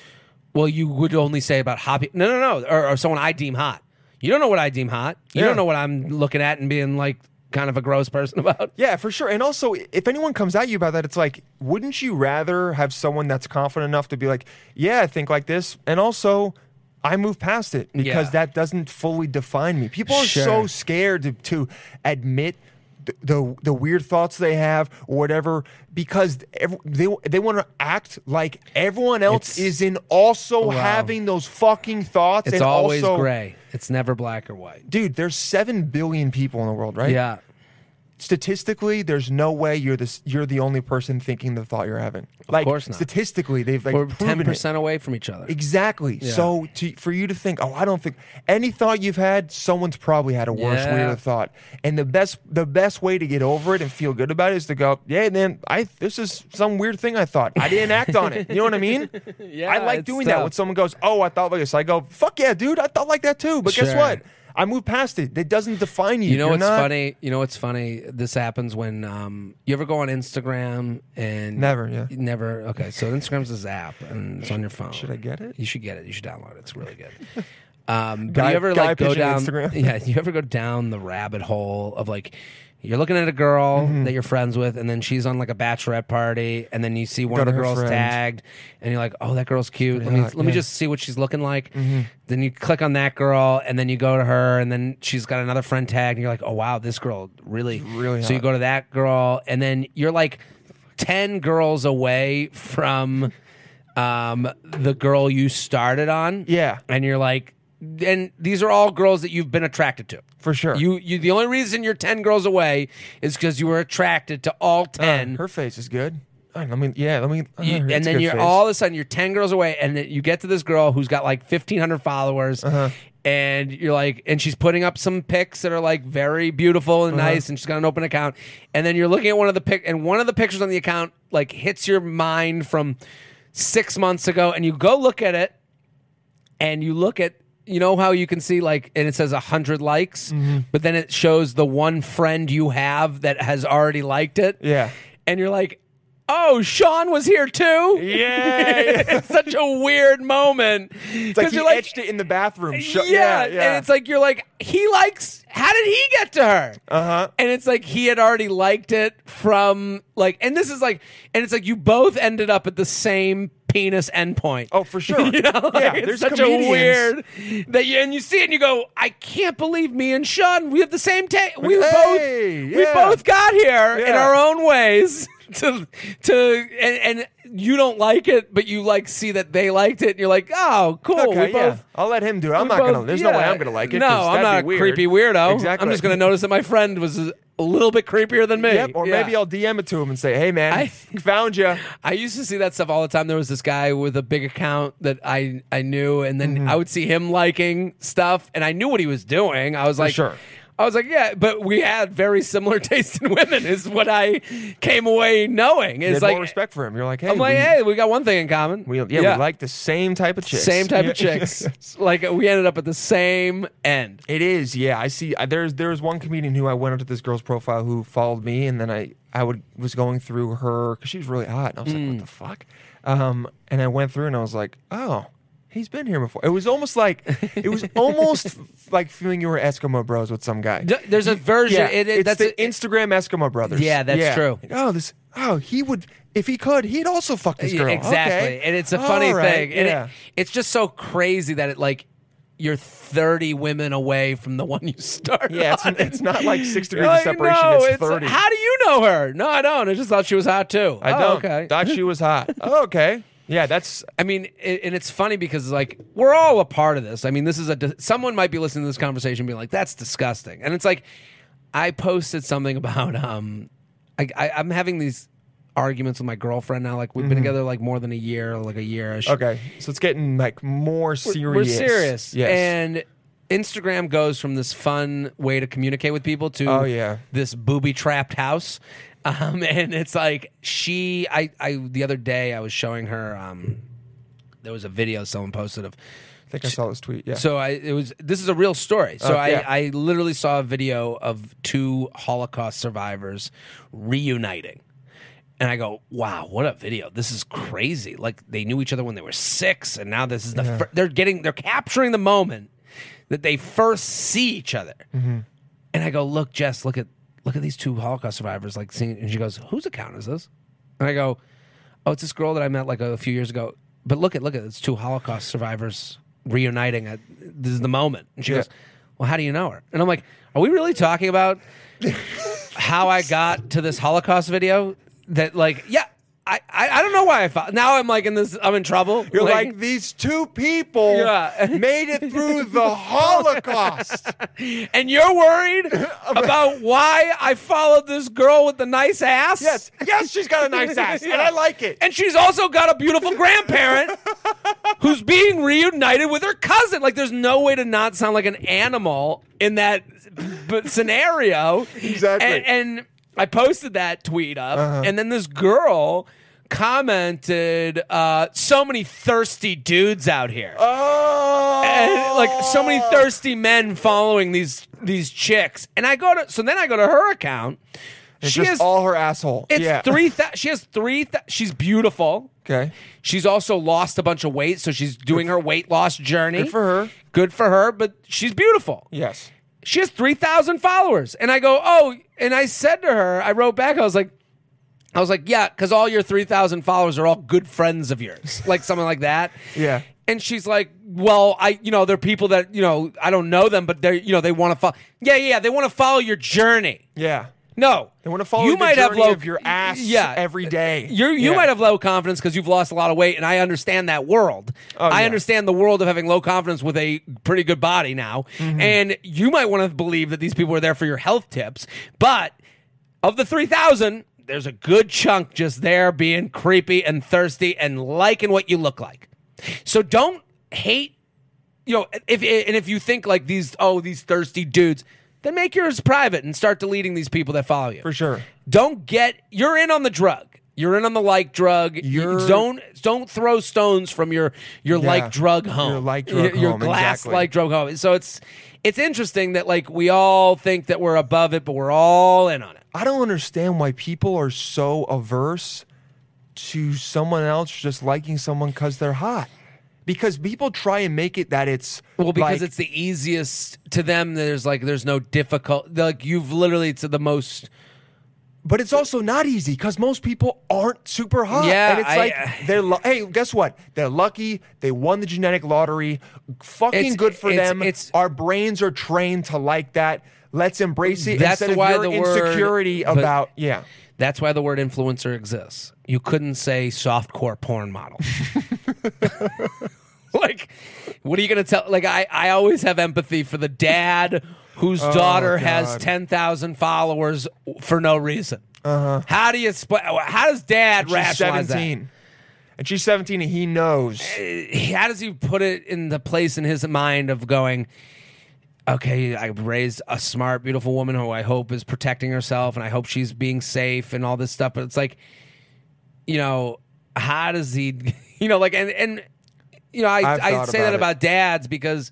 Speaker 7: well, you would only say about hot. pe- No, no, no, or, or someone I deem hot. You don't know what I deem hot. You
Speaker 1: Yeah.
Speaker 7: don't know what I'm looking at and being like kind of a gross person (laughs) about.
Speaker 1: yeah, for sure. And also, if anyone comes at you about that, it's like, wouldn't you rather have someone that's confident enough to be like, yeah, I think like this, and also. I move past it because
Speaker 7: Yeah.
Speaker 1: that doesn't fully define me. People are so
Speaker 7: Sure.
Speaker 1: scared to, to admit the, the the weird thoughts they have or whatever because ev- they they want to act like everyone else is
Speaker 7: It's-
Speaker 1: in also
Speaker 7: Wow.
Speaker 1: having those fucking thoughts.
Speaker 7: It's
Speaker 1: and
Speaker 7: always
Speaker 1: also,
Speaker 7: gray. It's never black or white.
Speaker 1: dude. There's seven billion people in the world, right?
Speaker 7: Yeah.
Speaker 1: statistically, there's no way you're this. You're the only person thinking the thought you're having. Like
Speaker 7: course not.
Speaker 1: statistically, they've like
Speaker 7: We're ten
Speaker 1: proven it.
Speaker 7: percent away from each other.
Speaker 1: Exactly.
Speaker 7: Yeah.
Speaker 1: So to, for you to think, oh, I don't think any thought you've had, someone's probably had a worse,
Speaker 7: Yeah.
Speaker 1: weirder thought. And the best, the best way to get over it and feel good about it is to go, yeah, man, I this is some weird thing I thought. I didn't act on it. You know what I mean?
Speaker 7: (laughs) Yeah,
Speaker 1: I like
Speaker 7: it's
Speaker 1: doing that
Speaker 7: tough.
Speaker 1: when someone goes, oh, I thought like this. I go, fuck yeah, dude, I thought like that too. But guess
Speaker 7: Sure.
Speaker 1: what? I moved past it. It doesn't define you.
Speaker 7: You know
Speaker 1: You're
Speaker 7: what's
Speaker 1: not-
Speaker 7: funny? You know what's funny? This happens when um, you ever go on Instagram and
Speaker 1: Never, yeah.
Speaker 7: never. Okay, so Instagram's this app and it's on your phone. Should
Speaker 1: I get it?
Speaker 7: You should get it. You should download it. It's
Speaker 1: (laughs)
Speaker 7: really good. Um, but
Speaker 1: Guy-
Speaker 7: you ever
Speaker 1: guy
Speaker 7: like go
Speaker 1: pitching
Speaker 7: down?
Speaker 1: Instagram.
Speaker 7: (laughs) Yeah, you ever go down the rabbit hole of like. You're looking at a girl
Speaker 1: Mm-hmm.
Speaker 7: that you're friends with, and then she's on like a bachelorette party, and then you see one
Speaker 1: Go
Speaker 7: of the
Speaker 1: to her
Speaker 7: girls
Speaker 1: friend.
Speaker 7: tagged, and you're like, "Oh, that girl's cute. Let me
Speaker 1: hot,
Speaker 7: let me
Speaker 1: yeah. Mm-hmm.
Speaker 7: just." just see what she's looking like. Then you click on that girl, and then you go to her, and then she's got another friend tag, and you're like, oh wow, this girl really,
Speaker 1: Really
Speaker 7: So you
Speaker 1: hot.
Speaker 7: go to that girl, and then you're like ten girls away from um, the girl you started on.
Speaker 1: Yeah.
Speaker 7: and you're like. And these are all girls that you've been attracted to,
Speaker 1: For sure.
Speaker 7: You, you. The only reason you're ten girls away is because you were attracted to all ten.
Speaker 1: Uh, Her face is good. I mean, Oh, yeah, let me. uh,
Speaker 7: You-
Speaker 1: it's a
Speaker 7: and then
Speaker 1: good
Speaker 7: you're
Speaker 1: face.
Speaker 7: all of a sudden you're 10 girls away and then you get to this girl who's got like 1500 followers
Speaker 1: Uh-huh.
Speaker 7: and you're like and she's putting up some pics that are like very beautiful and
Speaker 1: Uh-huh.
Speaker 7: nice and she's got an open account and then you're looking at one of the pic and one of the pictures on the account like hits your mind from six months ago and you go look at it and you look at you know how you can see like and it says 100 likes
Speaker 1: Mm-hmm.
Speaker 7: but then it shows the one friend you have that has already liked it
Speaker 1: Yeah.
Speaker 7: and you're like oh sean was here too
Speaker 1: Yay!
Speaker 7: (laughs) it's such a weird moment
Speaker 1: it's like he etched it in the bathroom. Sho-
Speaker 7: yeah, and it's like you're like he likes. How did he get to her? Uh
Speaker 1: Uh-huh.
Speaker 7: huh. And it's like he had already liked it from like, and this is like, and it's like you both ended up at the same penis endpoint.
Speaker 1: Oh, (laughs) for sure.
Speaker 7: (laughs) you know, like,
Speaker 1: Yeah,
Speaker 7: it's
Speaker 1: there's
Speaker 7: such
Speaker 1: comedians.
Speaker 7: a weird that you and you see it and you go, I can't believe me and Sean we have the same take. We
Speaker 1: Like,
Speaker 7: both
Speaker 1: hey,
Speaker 7: we
Speaker 1: yeah.
Speaker 7: both got here in
Speaker 1: Yeah.
Speaker 7: our own ways (laughs) to to and, and you don't like it, but you like see that they liked it, and you're like, oh, cool.
Speaker 1: okay,
Speaker 7: we
Speaker 1: yeah.
Speaker 7: both
Speaker 1: I'll let him do it. I'm
Speaker 7: we
Speaker 1: not
Speaker 7: both-
Speaker 1: gonna. There's no
Speaker 7: yeah.
Speaker 1: way I'm gonna like it.
Speaker 7: No,
Speaker 1: 'cause
Speaker 7: I'm not
Speaker 1: that'd
Speaker 7: a
Speaker 1: be weird.
Speaker 7: creepy weirdo.
Speaker 1: Exactly.
Speaker 7: I'm just gonna notice that my friend was a little bit creepier than me.
Speaker 1: Yep. Or
Speaker 7: Yeah.
Speaker 1: maybe I'll DM it to him and say, "Hey, man, (laughs)
Speaker 7: I-
Speaker 1: found you."
Speaker 7: I used to see that stuff all the time. There was this guy with a big account that I I knew, and
Speaker 1: Mm-hmm.
Speaker 7: then I would see him liking stuff, and I knew what he was doing. I was like,
Speaker 1: sure.
Speaker 7: I was like, yeah, but we had very similar (laughs) taste in women, is what I came away knowing.
Speaker 1: You
Speaker 7: It's
Speaker 1: had
Speaker 7: like
Speaker 1: more respect for him. You're like, "Hey,
Speaker 7: I'm like,
Speaker 1: we,
Speaker 7: hey, we got one thing in common.
Speaker 1: we, yeah, we like the same type of chicks.
Speaker 7: same
Speaker 1: (laughs)
Speaker 7: type of
Speaker 1: Yeah.
Speaker 7: chicks. like we ended up at the same end.
Speaker 1: It is, yeah. I see. I, there's there's one comedian who I went up to this girl's profile who followed me, and then I I would was going through her because she was really hot, and I was like,
Speaker 7: Mm.
Speaker 1: "What the fuck?" Um, and I went through, and I was like, "Oh, he's been here before." It was almost like it
Speaker 7: (laughs)
Speaker 1: was almost like feeling you were Eskimo Bros with some guy.
Speaker 7: D- there's a version.
Speaker 1: yeah,
Speaker 7: it, it-
Speaker 1: it's
Speaker 7: that's
Speaker 1: the
Speaker 7: it-
Speaker 1: Instagram Eskimo Brothers.
Speaker 7: Yeah, that's true.
Speaker 1: Like, oh, this. Oh, he would if he could. He'd also fuck this
Speaker 7: Yeah,
Speaker 1: girl.
Speaker 7: exactly.
Speaker 1: Okay.
Speaker 7: And it's a funny
Speaker 1: All right,
Speaker 7: thing. And
Speaker 1: yeah.
Speaker 7: it, it's just so crazy that it like you're 30 women away from the one you started.
Speaker 1: yeah, it's,
Speaker 7: on.
Speaker 1: it's not like six degrees
Speaker 7: Like,
Speaker 1: of separation.
Speaker 7: no,
Speaker 1: it's, 30.
Speaker 7: How do you know her? No, I don't. I just thought she was hot too.
Speaker 1: I
Speaker 7: Oh,
Speaker 1: don't.
Speaker 7: Okay.
Speaker 1: Thought she was
Speaker 7: (laughs)
Speaker 1: hot. Oh, okay. Yeah, that's
Speaker 7: I mean, it, and it's funny because like we're all a part of this. I mean, this is a di- someone might be listening to this conversation and be like, "That's disgusting," and it's like I posted something about um, I, I I'm having these arguments with my girlfriend now. Like we've been together like more than a year, like a year.
Speaker 1: Mm-hmm. okay. So it's getting like more serious.
Speaker 7: We're serious.
Speaker 1: Yes.
Speaker 7: And Instagram goes from this fun way to communicate with people to
Speaker 1: Oh, yeah.
Speaker 7: this booby trapped house. Um, (laughs) and it's like she I, I the other day I was showing her um there was a video someone posted of
Speaker 1: I think I saw this tweet. Yeah.
Speaker 7: so I it was this is a real story. So
Speaker 1: Oh, yeah.
Speaker 7: I, I literally saw a video of two Holocaust survivors reuniting. And I go, wow, what a video! This is crazy. Like they knew each other when they were six, and now this is the fir- they're getting they're capturing the moment that they first see each other. And I go, look, Jess, look at look at these two Holocaust survivors like singing. And she goes, whose account is this? And I go, oh, it's this girl that I met like a few years ago. But look at look at it's two Holocaust survivors reuniting. At, this is the moment. And she
Speaker 1: Yeah.
Speaker 7: goes, well, how do you know her? And I'm like, are we really talking about how I got to this Holocaust video? That like, yeah. I, I, I don't know why I found now I'm like in this I'm in trouble.
Speaker 1: You're like, these two people
Speaker 7: Yeah.
Speaker 1: (laughs) made it through the
Speaker 7: (laughs)
Speaker 1: Holocaust.
Speaker 7: and you're
Speaker 1: (laughs)
Speaker 7: worried about why I followed this girl with the nice ass?
Speaker 1: yes, yes, she's got a nice ass, and I like it.
Speaker 7: And she's also got a beautiful grandparent who's being reunited with her cousin. Like, there's no way to not sound like an animal in that b- scenario.
Speaker 1: Exactly. Uh-huh.
Speaker 7: And, and I posted that tweet up, and then this girl commented, uh, "So many thirsty dudes out here."
Speaker 1: oh,
Speaker 7: and like so many thirsty men following these these chicks. And I go to so then I go to her account.
Speaker 1: It's
Speaker 7: she
Speaker 1: just
Speaker 7: is
Speaker 1: all her asshole.
Speaker 7: it's
Speaker 1: yeah.
Speaker 7: three. Th- she has three. Th- she's beautiful.
Speaker 1: Okay.
Speaker 7: She's also lost a bunch of weight, so she's doing her weight loss journey.
Speaker 1: good for her.
Speaker 7: Good for her, but she's beautiful.
Speaker 1: Yes.
Speaker 7: She has 3,000 followers. And I go, oh, and I said to her, I wrote back, I was like, I was like, yeah, because all your 3,000 followers are all good friends
Speaker 1: (laughs)
Speaker 7: of yours, like something like that.
Speaker 1: Yeah.
Speaker 7: And she's like, well, I, you know, they're people that, you know, I don't know them, but they're, you know, they want to follow. Yeah, yeah, they want to follow your journey.
Speaker 1: Yeah.
Speaker 7: No,
Speaker 1: They want to follow
Speaker 7: you
Speaker 1: the
Speaker 7: might have
Speaker 1: journey
Speaker 7: low
Speaker 1: of your ass
Speaker 7: Yeah,
Speaker 1: every day.
Speaker 7: You you
Speaker 1: Yeah.
Speaker 7: might have low confidence because you've lost a lot of weight, and I understand that world. I
Speaker 1: Oh, yeah.
Speaker 7: understand the world of having low confidence with a pretty good body now,
Speaker 1: Mm-hmm.
Speaker 7: and you might want to believe that these people are there for your health tips. But of the three thousand, there's a good chunk just there being creepy and thirsty and liking what you look like. So don't hate you know, if and if you think like these, oh, these thirsty dudes, then make yours private and start deleting these people that follow you.
Speaker 1: For sure.
Speaker 7: Don't get you're in on the drug. You're in on the like drug.
Speaker 1: You're-
Speaker 7: you don't don't throw stones from your your
Speaker 1: Yeah.
Speaker 7: like drug home.
Speaker 1: Your like
Speaker 7: Your-
Speaker 1: drug
Speaker 7: your
Speaker 1: home,
Speaker 7: glass
Speaker 1: exactly.
Speaker 7: like drug home. So it's it's interesting that like we all think that we're above it, but we're all in on it.
Speaker 1: I don't understand why people are so averse to someone else just liking someone because they're hot. Because people try and make it that it's
Speaker 7: Well,
Speaker 1: like,
Speaker 7: because it's the easiest to them. There's like there's no difficult. Like you've literally to the most.
Speaker 1: but it's also not easy because most people aren't super hot.
Speaker 7: Yeah,
Speaker 1: and it's
Speaker 7: I- uh,
Speaker 1: like
Speaker 7: I-
Speaker 1: they're lu- hey, guess what? They're lucky. They won the genetic lottery. Fucking
Speaker 7: It's-
Speaker 1: good for
Speaker 7: it's-
Speaker 1: them.
Speaker 7: it's-
Speaker 1: Our brains are trained to like that. Let's embrace it
Speaker 7: That's
Speaker 1: instead
Speaker 7: why
Speaker 1: of
Speaker 7: the
Speaker 1: your
Speaker 7: word-
Speaker 1: insecurity
Speaker 7: but-
Speaker 1: about yeah.
Speaker 7: That's why the word influencer exists. You couldn't say softcore porn model. (laughs) like, what are you going to tell? Like, I, I always have empathy for the dad whose daughter has
Speaker 1: Oh, God.
Speaker 7: 10,000 followers for no reason. Uh-huh. How do you, split? how does dad
Speaker 1: She's
Speaker 7: rationalize
Speaker 1: seventeen, and she's seventeen, and he knows.
Speaker 7: that? How does he put it in the place in his mind of going, okay, I raised a smart, beautiful woman who I hope is protecting herself and I hope she's being safe and all this stuff. But it's like, you know, how (laughs) does he, you know, like, and, and, you know, I,
Speaker 1: I've
Speaker 7: I
Speaker 1: thought
Speaker 7: say that
Speaker 1: about it.
Speaker 7: about dads because,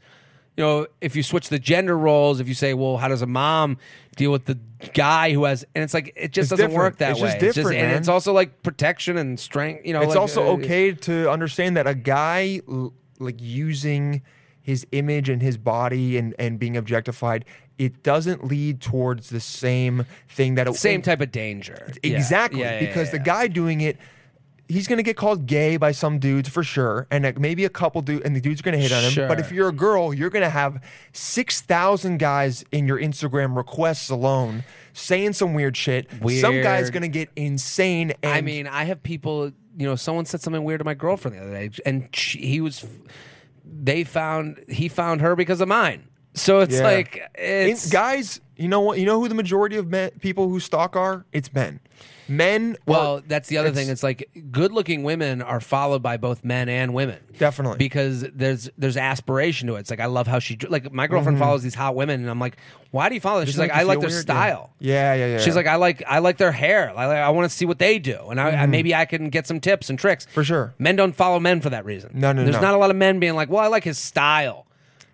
Speaker 7: you know, if you switch the gender roles, if you say, well, how does a mom deal with the guy who has, and it's like, it just
Speaker 1: It's
Speaker 7: doesn't
Speaker 1: different.
Speaker 7: work that
Speaker 1: It's
Speaker 7: way.
Speaker 1: just different,
Speaker 7: and
Speaker 1: man.
Speaker 7: it's also like protection and strength, you know.
Speaker 1: It's
Speaker 7: like,
Speaker 1: also
Speaker 7: uh,
Speaker 1: okay to understand that a guy l- like using his image and his body and, and being objectified, it doesn't lead towards the same thing that it
Speaker 7: Same type of danger. Yeah.
Speaker 1: Exactly.
Speaker 7: Yeah, yeah,
Speaker 1: because
Speaker 7: yeah,
Speaker 1: the
Speaker 7: yeah.
Speaker 1: guy doing it, he's going to get called gay by some dudes for sure. And like, maybe a couple dudes, and the dudes are going to hit on him. But if
Speaker 7: Sure.
Speaker 1: you're a girl, you're going to have 6,000 guys in your Instagram requests alone saying some weird shit. Some guy's
Speaker 7: Weird.
Speaker 1: going to get insane. And
Speaker 7: I mean, I have people. You know, someone said something weird to my girlfriend the other day, and she, he was. They found he found her because of mine. So it's
Speaker 1: Yeah.
Speaker 7: like
Speaker 1: In-
Speaker 7: it's
Speaker 1: guys, you know what? You know who the majority of men, people who stalk are? It's men. Men. are-
Speaker 7: Well, that's the other
Speaker 1: it's-
Speaker 7: thing. It's like good-looking women are followed by both men and women,
Speaker 1: Definitely.
Speaker 7: because there's there's aspiration to it. It's like I love how she dr- like my girlfriend follows these hot women, and I'm like, why do you follow? Them? She's
Speaker 1: Doesn't
Speaker 7: like,
Speaker 1: it make
Speaker 7: I
Speaker 1: Mm-hmm. you feel
Speaker 7: like their
Speaker 1: weird? Yeah.
Speaker 7: style.
Speaker 1: Yeah, yeah, yeah.
Speaker 7: She's like, I like I like their hair. I, like, I want to see what they do, and I, I maybe I can get some tips and tricks
Speaker 1: Mm-hmm. For sure.
Speaker 7: Men don't follow men for that reason.
Speaker 1: No, no,
Speaker 7: There's
Speaker 1: no.
Speaker 7: not a lot of men being like, well, I like his style,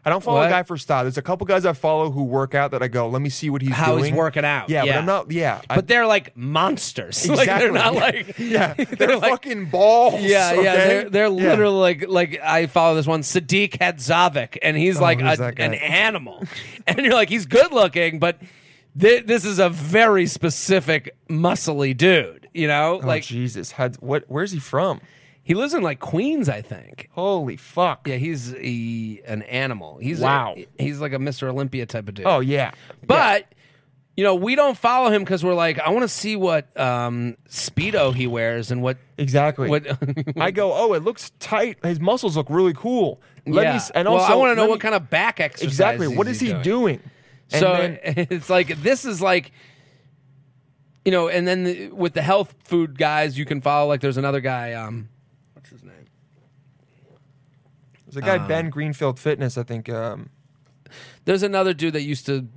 Speaker 1: I don't follow
Speaker 7: What?
Speaker 1: a guy for style. There's a couple guys I follow who work out that I go, let me see what he's
Speaker 7: how
Speaker 1: doing.
Speaker 7: he's working out.
Speaker 1: Yeah, but I'm not. Yeah,
Speaker 7: (laughs)
Speaker 1: I-
Speaker 7: but they're like monsters. (laughs) Like they're
Speaker 1: Exactly.
Speaker 7: not
Speaker 1: (laughs)
Speaker 7: like
Speaker 1: yeah,
Speaker 7: (laughs)
Speaker 1: they're,
Speaker 7: like-
Speaker 1: fucking balls.
Speaker 7: (laughs) Yeah,
Speaker 1: okay?
Speaker 7: yeah, they're, they're
Speaker 1: Yeah.
Speaker 7: literally like like I follow this one Sadiq Hadzovic, and he's like
Speaker 1: Oh, who's
Speaker 7: a-
Speaker 1: that guy?
Speaker 7: an animal, (laughs) and you're like he's good looking, but th- this is a very specific muscly dude, you know,
Speaker 1: Oh,
Speaker 7: like
Speaker 1: Jesus, had what? Where's he from?
Speaker 7: he lives in like Queens, I think.
Speaker 1: Holy fuck!
Speaker 7: Yeah, he's a, an animal. He's a-
Speaker 1: Wow.
Speaker 7: he's like a Mr. Olympia type of dude.
Speaker 1: Oh yeah,
Speaker 7: But you know, we don't follow him because we're like, I want to see what um, speedo he wears and what
Speaker 1: exactly. (laughs)
Speaker 7: what. (laughs)
Speaker 1: I go, oh, it looks tight. His muscles look really cool. Let
Speaker 7: yeah.
Speaker 1: me s- and
Speaker 7: Well,
Speaker 1: also
Speaker 7: I want to know
Speaker 1: let
Speaker 7: what
Speaker 1: me-
Speaker 7: kind of back exercise.
Speaker 1: exactly what is he doing. And
Speaker 7: so
Speaker 1: then-
Speaker 7: (laughs) it's like this is like you know, and then the, with the health food guys, you can follow. Like, there's another guy. Um, what's his name?
Speaker 1: there's a
Speaker 7: uh,
Speaker 1: guy Ben Greenfield Fitness, I think. Um,
Speaker 7: There's another dude that used to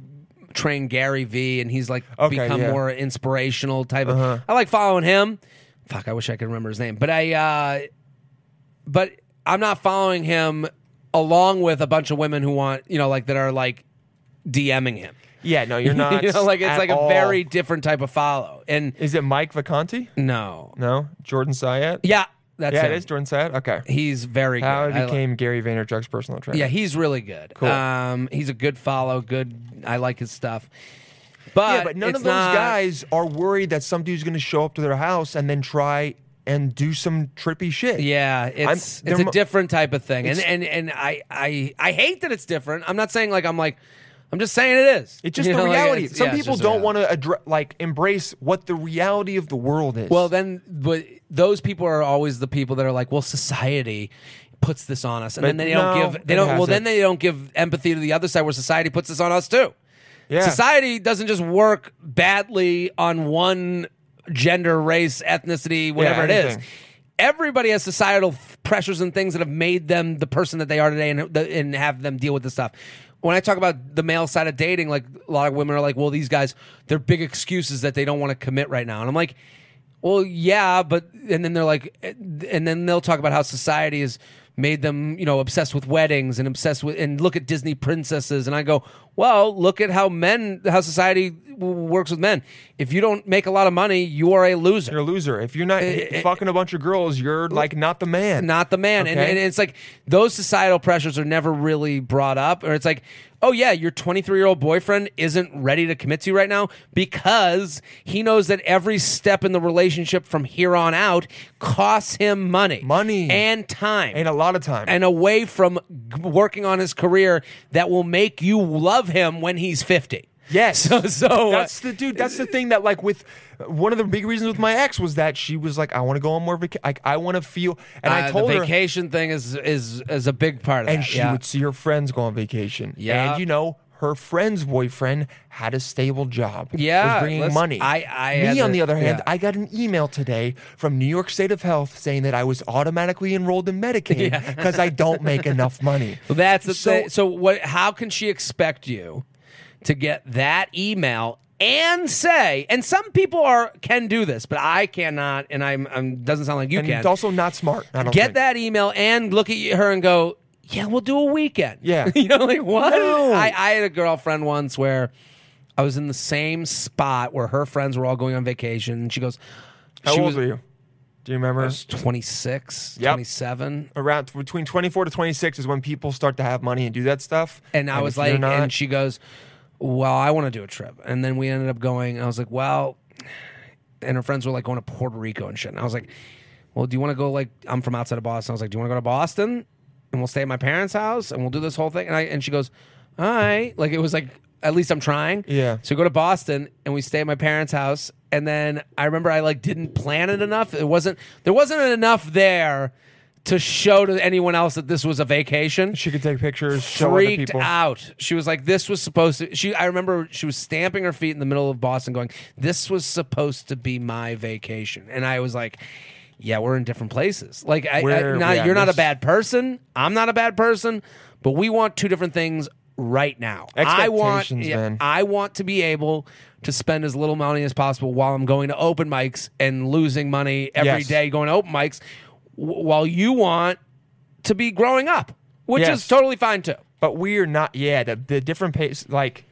Speaker 7: train Gary Vee, and he's like
Speaker 1: Okay,
Speaker 7: become
Speaker 1: yeah. Uh-huh.
Speaker 7: more inspirational type. of I like following him. Fuck, I wish I could remember his name, but I, uh, but I'm not following him along with a bunch of women who want you know like that are like DMing him.
Speaker 1: yeah, no, (laughs)
Speaker 7: (laughs)
Speaker 1: you're not.
Speaker 7: you know, like it's
Speaker 1: at
Speaker 7: like
Speaker 1: all.
Speaker 7: a very different type of follow. And
Speaker 1: Is it Mike Vacanti?
Speaker 7: no,
Speaker 1: No, Jordan Syed.
Speaker 7: yeah, that's
Speaker 1: yeah,
Speaker 7: him.
Speaker 1: it is Jordan Syed. Okay,
Speaker 7: He's very
Speaker 1: how
Speaker 7: good.
Speaker 1: it
Speaker 7: I li-
Speaker 1: became Gary Vaynerchuk's personal trainer.
Speaker 7: yeah, he's really good.
Speaker 1: Cool.
Speaker 7: Um, he's a good follow. Good, I like his stuff. But
Speaker 1: yeah, but none
Speaker 7: Uh, it's
Speaker 1: of those
Speaker 7: not-
Speaker 1: guys are worried that some dude's going to show up to their house and then try and do some trippy shit.
Speaker 7: Yeah, it's
Speaker 1: they're
Speaker 7: it's a
Speaker 1: mo-
Speaker 7: different type of thing, and
Speaker 1: It's-
Speaker 7: and and I I I hate that it's different. I'm not saying like I'm like, I'm just saying it is. (laughs)
Speaker 1: It's just
Speaker 7: You
Speaker 1: the
Speaker 7: know, like,
Speaker 1: reality.
Speaker 7: it's-
Speaker 1: some
Speaker 7: yeah, it's
Speaker 1: people
Speaker 7: just the
Speaker 1: don't
Speaker 7: reality.
Speaker 1: want to address, like embrace what the reality of the world is.
Speaker 7: Well, then, but those people are always the people that are like, well, society puts this on us, and
Speaker 1: But
Speaker 7: then they
Speaker 1: no,
Speaker 7: don't give they
Speaker 1: it
Speaker 7: don't. Well,
Speaker 1: hasn't.
Speaker 7: then they don't give empathy to the other side where society puts this on us too.
Speaker 1: Yeah.
Speaker 7: Society doesn't just work badly on one gender, race, ethnicity, whatever it is.
Speaker 1: anything.
Speaker 7: Everybody has societal f- pressures and things that have made them the person that they are today, and the- and have them deal with this stuff. When I talk about the male side of dating, like a lot of women are like, "Well, these guys, they're big excuses that they don't want to commit right now," and I'm like, well, yeah, but and then they're like, and then they'll talk about how society has made them, you know, obsessed with weddings and obsessed with and look at Disney princesses. And I go, well, look at how men, how society w- works with men. If you don't make a lot of money, you are a loser,
Speaker 1: you're a loser if you're not
Speaker 7: eh,
Speaker 1: fucking a bunch of girls. You're like not the man.
Speaker 7: not the man. And,
Speaker 1: Okay.
Speaker 7: and it's like those societal pressures are never really brought up. Or it's like, oh yeah, your 23 year old boyfriend isn't ready to commit to you right now because he knows that every step in the relationship from here on out costs him money,
Speaker 1: Money.
Speaker 7: and time,
Speaker 1: and a lot of time.
Speaker 7: and away from g- working on his career that will make you love him when he's 50.
Speaker 1: Yes.
Speaker 7: (laughs) So, so
Speaker 1: that's the dude. That's the thing that like with uh, one of the big reasons with my ex was that she was like, I want to go on more vacation. Like I want to feel. And
Speaker 7: uh,
Speaker 1: I told
Speaker 7: the
Speaker 1: her
Speaker 7: vacation thing is is is a big part of
Speaker 1: and
Speaker 7: that.
Speaker 1: she
Speaker 7: yeah.
Speaker 1: would see her friends go on vacation.
Speaker 7: Yeah.
Speaker 1: and you know her friend's boyfriend had a stable job.
Speaker 7: Yeah,
Speaker 1: was bringing
Speaker 7: listen,
Speaker 1: money.
Speaker 7: I- I had
Speaker 1: me on
Speaker 7: to-
Speaker 1: the other hand,
Speaker 7: yeah.
Speaker 1: I got an email today from New York State of Health saying that I was automatically enrolled in
Speaker 7: (laughs)
Speaker 1: Medicaid because I don't make enough money.
Speaker 7: Well, that's the
Speaker 1: So-
Speaker 7: thing. So what? How can she expect you to get that email and say? And some people are can do this, but I cannot. And I'm, I'm doesn't sound like you
Speaker 1: and
Speaker 7: can.
Speaker 1: it's also not smart. I don't
Speaker 7: get
Speaker 1: think.
Speaker 7: that email and look at her and go. yeah, we'll do a weekend.
Speaker 1: Yeah.
Speaker 7: (laughs) you know, like what?
Speaker 1: No.
Speaker 7: I, I had a girlfriend once where I was in the same spot where her friends were all going on vacation. And she goes,
Speaker 1: How
Speaker 7: she
Speaker 1: old
Speaker 7: was,
Speaker 1: were you? Do you remember?
Speaker 7: I was 26,
Speaker 1: Yep.
Speaker 7: 27.
Speaker 1: Around between 24 to 26 is when people start to have money and do that stuff.
Speaker 7: And I
Speaker 1: if
Speaker 7: was
Speaker 1: you're
Speaker 7: like,
Speaker 1: not-
Speaker 7: and she goes, Well, I want to do a trip. And then we ended up going, and I was like, Well, and her friends were like going to Puerto Rico and shit. And I was like, Well, do you want to go? Like, I'm from outside of Boston. I was like, Do you want to go to Boston? And we'll stay at my parents' house and we'll do this whole thing. And I and she goes, All right. Like, it was like, At least I'm trying.
Speaker 1: Yeah.
Speaker 7: So we go to Boston and we stay at my parents' house. And then I remember I like didn't plan it enough. It wasn't, there wasn't enough there to show to anyone else that this was a vacation
Speaker 1: she could take pictures, show other
Speaker 7: freaked
Speaker 1: people.
Speaker 7: out. She was like, "This was supposed to." She, I remember, she was stamping her feet in the middle of Boston, going, "This was supposed to be my vacation," and I was like. Yeah, we're in different places. Like, I, I,
Speaker 1: We're-
Speaker 7: not,
Speaker 1: yeah,
Speaker 7: you're not a
Speaker 1: this-
Speaker 7: bad person. I'm not a bad person, but we want two different things right now. I want,
Speaker 1: Expectations, man.
Speaker 7: I want to be able to spend as little money as possible while I'm going to open mics and losing money every day
Speaker 1: Yes.
Speaker 7: going to open mics, w- while you want to be growing up, which
Speaker 1: Yes.
Speaker 7: is totally fine too.
Speaker 1: But we are not. Yeah, the, the different pace, like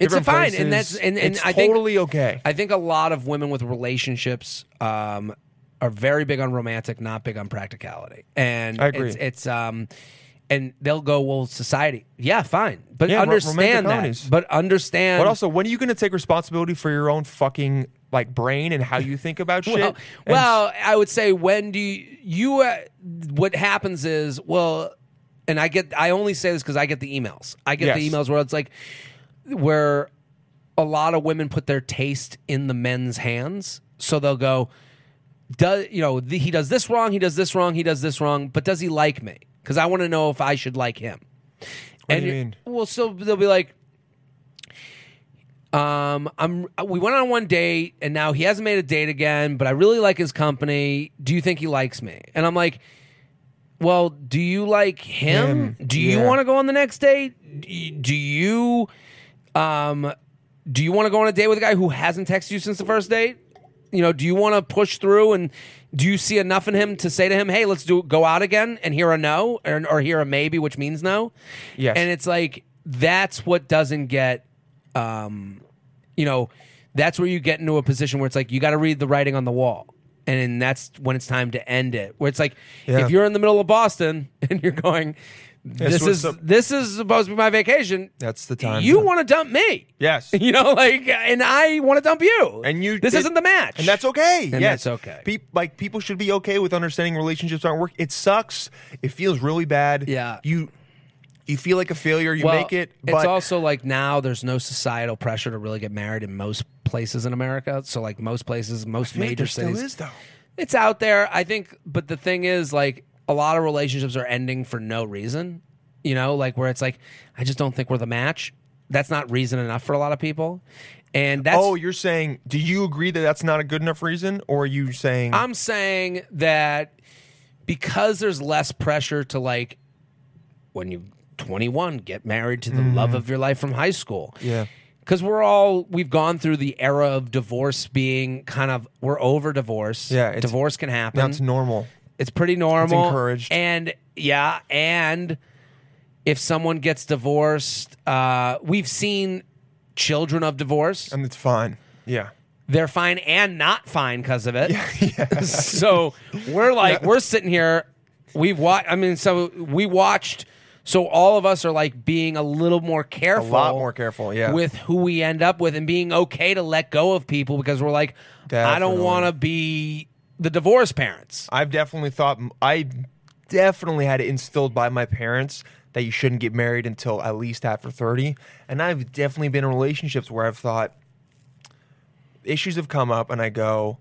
Speaker 7: It's
Speaker 1: different
Speaker 7: fine, and that's-
Speaker 1: places,
Speaker 7: and- and
Speaker 1: it's
Speaker 7: I think-
Speaker 1: totally okay.
Speaker 7: I think a lot of women with relationships um, are very big on romantic, not big on practicality. And
Speaker 1: I agree.
Speaker 7: It's, it's um, and they'll go, well, society, yeah, fine, but
Speaker 1: Yeah, ro- romantic
Speaker 7: understand
Speaker 1: comedies.
Speaker 7: that. But understand.
Speaker 1: But also, when are you going to take responsibility for your own fucking like brain and how you think about shit?
Speaker 7: (laughs) Well,
Speaker 1: And
Speaker 7: well, I would say when do you, you uh, what happens is well, and I get I only say this because I get the emails. I get the
Speaker 1: Yes.
Speaker 7: emails where it's like where a lot of women put their taste in the men's hands, so they'll go, does you know the, he does this wrong, he does this wrong, he does this wrong, but does he like me? Because I want to know if I should like him.
Speaker 1: What do you mean?
Speaker 7: Well, so they'll be like, um, I'm. We went on one date, and now he hasn't made a date again. But I really like his company. Do you think he likes me? And I'm like, well, do you like him?
Speaker 1: Him,
Speaker 7: Do you
Speaker 1: yeah.
Speaker 7: want to go on the next date? Do you- Do you, um, do you want to go on a date with a guy who hasn't texted you since the first date? You know, do you want to push through and do you see enough in him to say to him, "Hey, let's do go out again," and hear a no or, or hear a maybe, which means no.
Speaker 1: Yes.
Speaker 7: And it's like that's what doesn't get, um, you know, that's where you get into a position where it's like you got to read the writing on the wall, and then that's when it's time to end it. Where it's like
Speaker 1: Yeah.
Speaker 7: if you're in the middle of Boston (laughs) and you're going, this
Speaker 1: was
Speaker 7: is
Speaker 1: sup-
Speaker 7: this is supposed to be my vacation.
Speaker 1: That's the time
Speaker 7: You
Speaker 1: to-
Speaker 7: want to dump me?
Speaker 1: Yes.
Speaker 7: (laughs) You know, like, and I want to dump you.
Speaker 1: and you
Speaker 7: This
Speaker 1: is
Speaker 7: is isn't the match.
Speaker 1: and that's okay.
Speaker 7: And
Speaker 1: yes,
Speaker 7: that's okay.
Speaker 1: Peop- like people should be okay with understanding relationships aren't work. It sucks. It feels really bad.
Speaker 7: Yeah.
Speaker 1: you you feel like a failure. You
Speaker 7: Well,
Speaker 1: make it. But
Speaker 7: it's also like now there's no societal pressure to really get married in most places in America. So like most places, most
Speaker 1: I feel like
Speaker 7: major
Speaker 1: there
Speaker 7: cities,
Speaker 1: still is though.
Speaker 7: it's out there. I think, but the thing is, like, a lot of relationships are ending for no reason. You know, like where it's like, I just don't think we're the match. That's not reason enough for a lot of people, and that's
Speaker 1: oh, you're saying? Do you agree that that's not a good enough reason, or are you saying?
Speaker 7: I'm saying that because there's less pressure to like when you 21 get married to the love of your life from high school.
Speaker 1: Mm. Yeah.
Speaker 7: Cuz we're all we've gone through the era of divorce being kind of we're over divorce.
Speaker 1: Yeah, it's-
Speaker 7: divorce can happen.
Speaker 1: that's normal.
Speaker 7: It's pretty normal.
Speaker 1: encouraged.
Speaker 7: And yeah, and if someone gets divorced, uh, we've seen children of divorce.
Speaker 1: And it's fine. Yeah.
Speaker 7: They're fine and not fine because of it.
Speaker 1: (laughs)
Speaker 7: so we're like, we're sitting here. We've watched. I mean, so we watched. So all of us are like being a little more careful,
Speaker 1: more careful, yeah.
Speaker 7: with who we end up with, and being okay to let go of people because we're like, I don't
Speaker 1: Definitely.
Speaker 7: want to be the divorce parents.
Speaker 1: I've definitely thought I definitely had it instilled by my parents that you shouldn't get married until at least after 30. And I've definitely been in relationships where I've thought issues have come up and I go,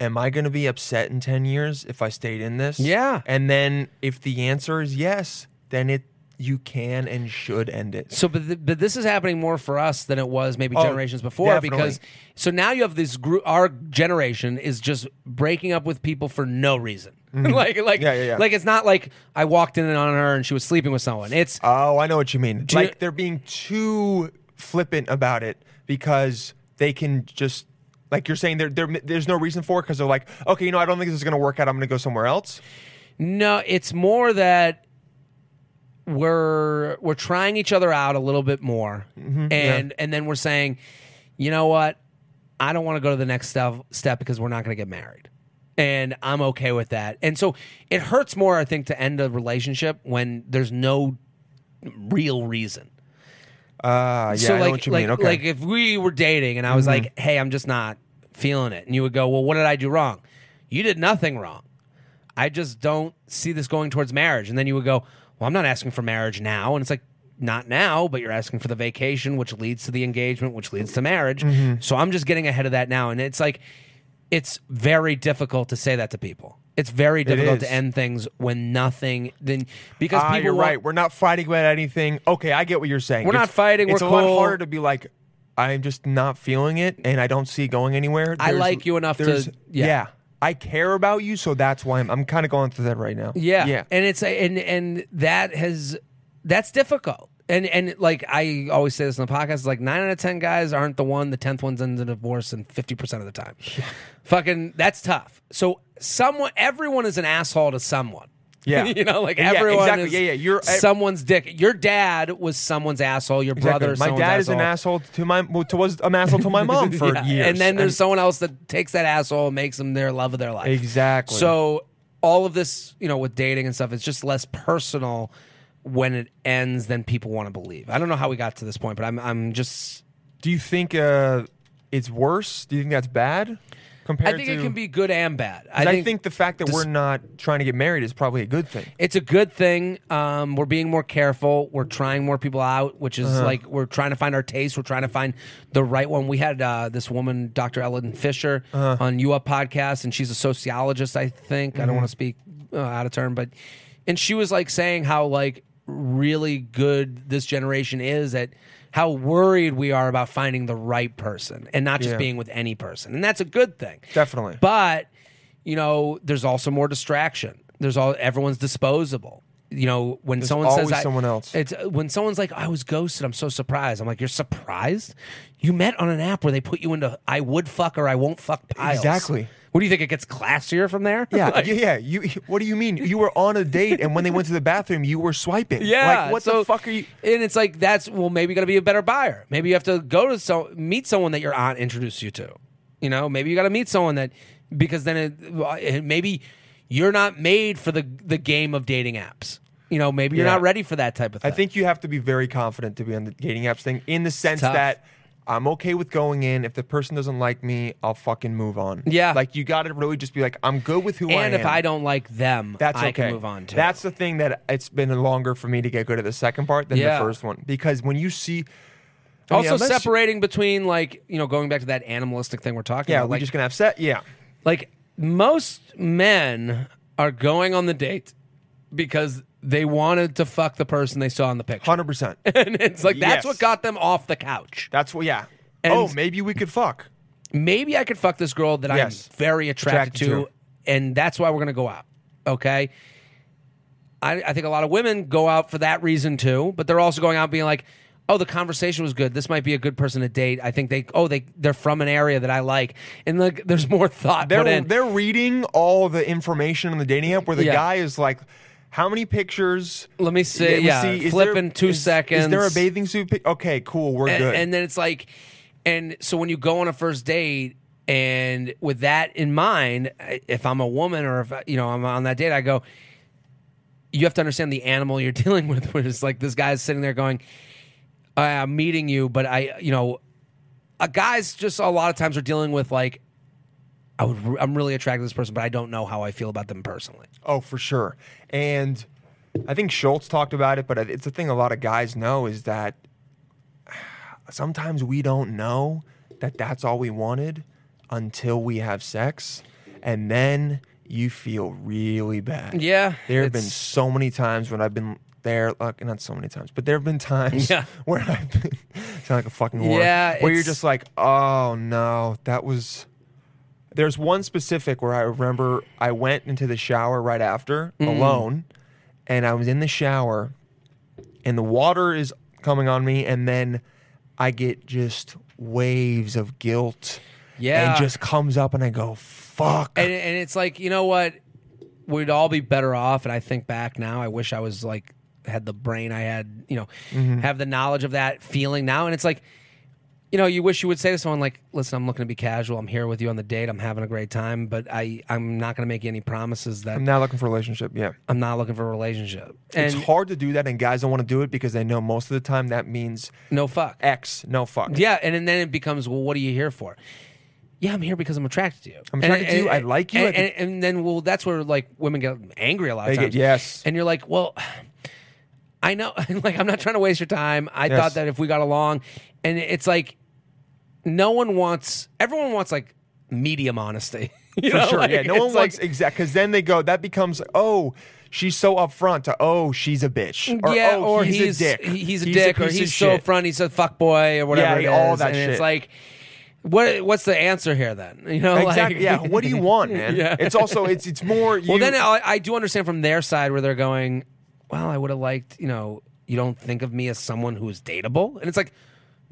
Speaker 1: am I going to be upset in 10 years if I stayed in this?
Speaker 7: Yeah.
Speaker 1: And then if the answer is yes, then it you can and should end it.
Speaker 7: So, but, th- but this is happening more for us than it was maybe
Speaker 1: Oh,
Speaker 7: generations before
Speaker 1: definitely.
Speaker 7: because so now you have this group. Our generation is just breaking up with people for no reason. (laughs) like, like,
Speaker 1: Mm-hmm. Yeah, yeah, yeah.
Speaker 7: like it's not like I walked in on her and she was sleeping with someone. It's
Speaker 1: Oh, I know what you mean.
Speaker 7: you-
Speaker 1: like they're being too flippant about it because they can just like you're saying there there there's no reason for it because they're like, okay, you know, I don't think this is going to work out. I'm going to go somewhere else.
Speaker 7: no, it's more that we're we're trying each other out a little bit more, and and then we're saying, you know what, I don't want to go to the next step, step because we're not going to get married. And I'm okay with that. And so it hurts more, I think, to end a relationship when there's no real reason.
Speaker 1: Ah, yeah,
Speaker 7: so
Speaker 1: I
Speaker 7: like,
Speaker 1: know what you
Speaker 7: like,
Speaker 1: mean. Okay. Mm-hmm.
Speaker 7: like if we were dating and I was like, hey, I'm just not feeling it. And you would go, well, what did I do wrong? You did nothing wrong. I just don't see this going towards marriage. And then you would go, well, I'm not asking for marriage now. And it's like, not now, but you're asking for the vacation, which leads to the engagement, which leads to marriage.
Speaker 1: Mm-hmm.
Speaker 7: So I'm just getting ahead of that now. And it's like, it's very difficult to say that to people. It's very difficult
Speaker 1: is.
Speaker 7: to end things when nothing then because
Speaker 1: ah,
Speaker 7: people
Speaker 1: you're
Speaker 7: won't-
Speaker 1: right. We're not fighting about anything. Okay, I get what you're saying.
Speaker 7: We're not fighting,
Speaker 1: It's
Speaker 7: we're
Speaker 1: a lot
Speaker 7: cool.
Speaker 1: harder to be like, I'm just not feeling it, and I don't see it going anywhere.
Speaker 7: I like you enough to-
Speaker 1: there's-
Speaker 7: yeah.
Speaker 1: I care about you, so that's why I'm. I'm kind of going through that right now.
Speaker 7: Yeah.
Speaker 1: yeah.
Speaker 7: And it's and and that has that's difficult. And and like I always say this in the podcast, it's like nine out of ten guys aren't the one. The tenth one's in the divorce, and fifty percent of the time, fucking that's tough. So someone, everyone is an asshole to someone.
Speaker 1: Yeah.
Speaker 7: (laughs) you know, like
Speaker 1: Yeah,
Speaker 7: everyone
Speaker 1: exactly.
Speaker 7: is
Speaker 1: Yeah, yeah. You're- I-
Speaker 7: someone's dick. Your dad was someone's asshole. Your
Speaker 1: Exactly.
Speaker 7: brother, is
Speaker 1: my
Speaker 7: someone's
Speaker 1: dad is an asshole to my well, to was an asshole
Speaker 7: (laughs)
Speaker 1: to my mom for
Speaker 7: Yeah.
Speaker 1: years,
Speaker 7: And then there's someone else that takes that asshole and makes them their love of their life.
Speaker 1: Exactly.
Speaker 7: So all of this, you know, with dating and stuff, it's just less personal when it ends than people want to believe. I don't know how we got to this point, but I'm I'm just
Speaker 1: Do you think uh, it's worse? Do you think that's bad? Compared
Speaker 7: I think
Speaker 1: to,
Speaker 7: it can be good and bad.
Speaker 1: 'cause
Speaker 7: I think,
Speaker 1: the fact that
Speaker 7: dis-
Speaker 1: we're not trying to get married is probably a good
Speaker 7: (laughs)
Speaker 1: thing.
Speaker 7: it's a good thing. Um, we're being more careful. We're trying more people out, which is
Speaker 1: Uh-huh.
Speaker 7: like we're trying to find our taste. We're trying to find the right one. We had uh, this woman, Dr. Ellen Fisher,
Speaker 1: Uh-huh.
Speaker 7: on You Up podcast, and she's a sociologist, I think.
Speaker 1: Mm-hmm.
Speaker 7: I don't want to speak uh, out of turn, but and she was like saying how like really good this generation is at how worried we are about finding the right person and not just
Speaker 1: Yeah.
Speaker 7: being with any person, and that's a good thing.
Speaker 1: Definitely.
Speaker 7: But you know, there's also more distraction. There's all everyone's disposable. You know, when someone says
Speaker 1: always
Speaker 7: I-
Speaker 1: someone else.
Speaker 7: it's uh, when someone's like, "I was ghosted." I'm so surprised. I'm like, "You're surprised? You met on an app where they put you into I would fuck or I won't fuck piles."
Speaker 1: Exactly.
Speaker 7: What do you think it gets classier from there?
Speaker 1: Yeah,
Speaker 7: (laughs) Like-
Speaker 1: yeah, yeah. You, what do you mean? You were on a date, and when they went to the bathroom, you were swiping.
Speaker 7: Yeah.
Speaker 1: like what
Speaker 7: so-
Speaker 1: the fuck are you?
Speaker 7: And it's like that's well, maybe you got to be a better buyer. Maybe you have to go to so meet someone that your aunt introduced you to. You know, maybe you got to meet someone that because then it, well, it- maybe you're not made for the the game of dating apps. You know, maybe you're
Speaker 1: Yeah.
Speaker 7: not ready for that type of
Speaker 1: I
Speaker 7: thing.
Speaker 1: think you have to be very confident to be on the dating apps thing, in the sense
Speaker 7: tough.
Speaker 1: that I'm okay with going in. If the person doesn't like me, I'll fucking move on.
Speaker 7: Yeah.
Speaker 1: like you got to really just be like, I'm good with who I am.
Speaker 7: and if I don't like them,
Speaker 1: That's
Speaker 7: I
Speaker 1: okay.
Speaker 7: can move on to.
Speaker 1: That's the thing that it's been longer for me to get good at the second part than
Speaker 7: Yeah.
Speaker 1: the first one because when you see, I mean,
Speaker 7: also
Speaker 1: unless you-
Speaker 7: separating between like you know going back to that animalistic thing we're talking
Speaker 1: yeah,
Speaker 7: about.
Speaker 1: we're
Speaker 7: like
Speaker 1: just gonna have set. Yeah,
Speaker 7: Like most men are going on the date because they wanted to fuck the person they saw in the picture.
Speaker 1: hundred percent.
Speaker 7: (laughs) And it's like
Speaker 1: Yes.
Speaker 7: that's what got them off the couch.
Speaker 1: That's what. Yeah.
Speaker 7: And-
Speaker 1: oh, maybe we could fuck.
Speaker 7: Maybe I could fuck this girl that
Speaker 1: Yes.
Speaker 7: I'm very attracted,
Speaker 1: Attracted to
Speaker 7: to, and that's why we're gonna go out. Okay. I, I think a lot of women go out for that reason too, but they're also going out being like, "Oh, the conversation was good. This might be a good person to date." I think they, oh, they they're from an area that I like, and like, there's more thought put
Speaker 1: They're
Speaker 7: in.
Speaker 1: they're reading all the information on the dating app where the
Speaker 7: Yeah.
Speaker 1: guy is like, how many pictures?
Speaker 7: Let me see.
Speaker 1: Let me
Speaker 7: Yeah,
Speaker 1: see, is
Speaker 7: flip
Speaker 1: there-
Speaker 7: in two
Speaker 1: is-
Speaker 7: seconds.
Speaker 1: Is there a bathing suit? pic- okay, cool. We're
Speaker 7: and,
Speaker 1: good.
Speaker 7: and then it's like, and so when you go on a first date, and with that in mind, I- if I'm a woman or if you know I'm on that date, I go. You have to understand the animal you're (laughs) dealing with. Where it's like this guy's sitting there going, "I'm meeting you, but I, you know, a guys just a lot of times are dealing with like." I would, I'm really attracted to this person, but I don't know how I feel about them personally.
Speaker 1: Oh, for sure. And I think Schultz talked about it, but it's a thing a lot of guys know is that (sighs) sometimes we don't know that that's all we wanted until we have sex. And then you feel really bad.
Speaker 7: Yeah,
Speaker 1: There have been
Speaker 7: it's-
Speaker 1: so many times when I've been there, like, not so many times, but there have been times
Speaker 7: Yeah.
Speaker 1: (laughs) where I've been, sound like a fucking whore,
Speaker 7: Yeah,
Speaker 1: where you're
Speaker 7: it's-
Speaker 1: just like, oh no, that was there's one specific where I remember I went into the shower right after
Speaker 7: Mm.
Speaker 1: alone, and I was in the shower, and the water is coming on me, and then I get just waves of guilt.
Speaker 7: Yeah.
Speaker 1: And just comes up, and I go, fuck.
Speaker 7: and and it's like you know what we'd all be better off and i think back now i wish i was like had the brain I had, you know,
Speaker 1: Mm-hmm.
Speaker 7: have the knowledge of that feeling now. And it's like, you know, you wish you would say to someone like, "Listen, I'm looking to be casual. I'm here with you on the date. I'm having a great time, but I I'm not going to make you any promises that
Speaker 1: I'm not looking for a relationship. Yeah.
Speaker 7: I'm not looking for a relationship."
Speaker 1: It's
Speaker 7: And
Speaker 1: hard to do that, and guys don't want to do it because they know most of the time that means
Speaker 7: no fuck.
Speaker 1: X, no fuck.
Speaker 7: Yeah, and, and then it becomes, well, what are you here for? Yeah, I'm here because I'm attracted to you.
Speaker 1: I'm
Speaker 7: And-
Speaker 1: attracted to
Speaker 7: and-
Speaker 1: you. I like you. I
Speaker 7: And, and, and then, well, that's where like women get angry a lot
Speaker 1: They
Speaker 7: of
Speaker 1: get-
Speaker 7: times.
Speaker 1: yes.
Speaker 7: and you're like, well, (sighs) I know. (laughs) like, I'm not trying to waste your time. I
Speaker 1: Yes.
Speaker 7: thought that if we got along, and it's like, no one wants. Everyone wants like medium honesty. (laughs) You
Speaker 1: For
Speaker 7: know,
Speaker 1: sure.
Speaker 7: like,
Speaker 1: yeah. No one
Speaker 7: it's like-
Speaker 1: wants exact because then they go. That becomes oh, she's so upfront to oh, she's a bitch. Or,
Speaker 7: yeah,
Speaker 1: oh,
Speaker 7: or he's,
Speaker 1: he's, a dick.
Speaker 7: he- He's a dick, or
Speaker 1: piece of
Speaker 7: he's so
Speaker 1: shit.
Speaker 7: front. He's a fuck boy, or whatever.
Speaker 1: Yeah,
Speaker 7: it
Speaker 1: all
Speaker 7: is.
Speaker 1: that
Speaker 7: and
Speaker 1: shit.
Speaker 7: It's like, what? What's the answer here then? (laughs) You know,
Speaker 1: Exactly.
Speaker 7: Like,
Speaker 1: yeah. What do
Speaker 7: (laughs)
Speaker 1: you want, man?
Speaker 7: Yeah.
Speaker 1: It's also it's it's more. You,
Speaker 7: Well, then I, I do understand from their side where they're going. Well, I would have liked, you know, you don't think of me as someone who is dateable, and it's like,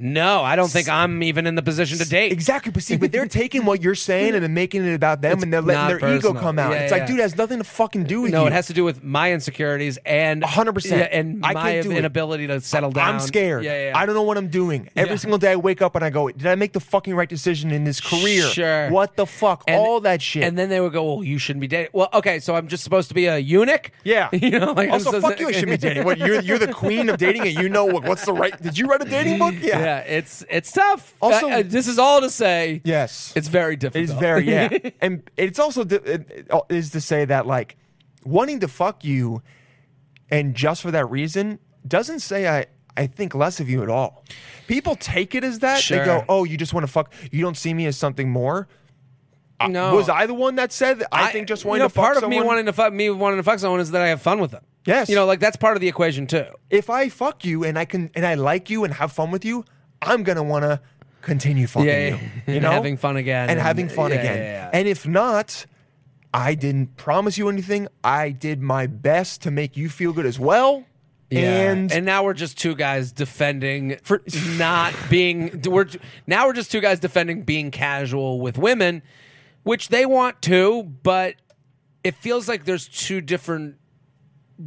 Speaker 7: no, I don't think I'm even in the position to date.
Speaker 1: Exactly, but see, but they're taking what you're saying and then making it about them,
Speaker 7: It's
Speaker 1: and they're letting
Speaker 7: not
Speaker 1: their ego
Speaker 7: personal.
Speaker 1: come out.
Speaker 7: Yeah,
Speaker 1: it's
Speaker 7: yeah.
Speaker 1: like, dude, it has nothing to fucking do with
Speaker 7: No,
Speaker 1: you.
Speaker 7: it has to do with my insecurities and
Speaker 1: 100%.
Speaker 7: yeah, and
Speaker 1: I
Speaker 7: my
Speaker 1: can't do it.
Speaker 7: inability to settle down.
Speaker 1: I'm scared.
Speaker 7: Yeah, yeah, yeah.
Speaker 1: I don't know what I'm doing. Every
Speaker 7: Yeah.
Speaker 1: single day I wake up and I go, did I make the fucking right decision in this career?
Speaker 7: Sure.
Speaker 1: What the fuck?
Speaker 7: And-
Speaker 1: All that shit.
Speaker 7: And then they would go, "Well, you shouldn't be dating." Well, okay, so I'm just supposed to be a eunuch.
Speaker 1: yeah.
Speaker 7: (laughs) you know, like I'm
Speaker 1: also,
Speaker 7: supposed
Speaker 1: fuck
Speaker 7: to-
Speaker 1: you. I should be
Speaker 7: (laughs)
Speaker 1: dating. What? You're you're the (laughs) queen of dating, and you know what? What's the right? Did you write a dating book? Yeah.
Speaker 7: (laughs) Yeah. it's it's tough.
Speaker 1: Also-
Speaker 7: Also, this is all to say.
Speaker 1: Yes.
Speaker 7: it's very
Speaker 1: It
Speaker 7: difficult.
Speaker 1: is very yeah,
Speaker 7: (laughs)
Speaker 1: and it's also di- it- it al- is to say that like wanting to fuck you, and just for that reason doesn't say I I think less of you at all. People take it as that they go,
Speaker 7: Sure.
Speaker 1: oh, you just want to fuck. You don't see me as something more.
Speaker 7: no,
Speaker 1: Was I the one that said that I, think just wanting
Speaker 7: you know,
Speaker 1: to fuck
Speaker 7: part of
Speaker 1: someone?
Speaker 7: me wanting to fuck me wanting to fuck someone is that I have fun with them.
Speaker 1: Yes.
Speaker 7: you know, like that's part of the equation too.
Speaker 1: if I fuck you and I can and I like you and have fun with you, I'm gonna wanna continue fucking
Speaker 7: Yeah, yeah,
Speaker 1: you.
Speaker 7: yeah.
Speaker 1: You
Speaker 7: (laughs) And
Speaker 1: know,
Speaker 7: having fun again
Speaker 1: and,
Speaker 7: and-
Speaker 1: having fun
Speaker 7: yeah,
Speaker 1: again.
Speaker 7: yeah, yeah.
Speaker 1: And if not, I didn't promise you anything. I did my best to make you feel good as well. And,
Speaker 7: and now we're just two guys defending for not being. We're now we're just two guys defending being casual with women, which they want to, but it feels like there's two different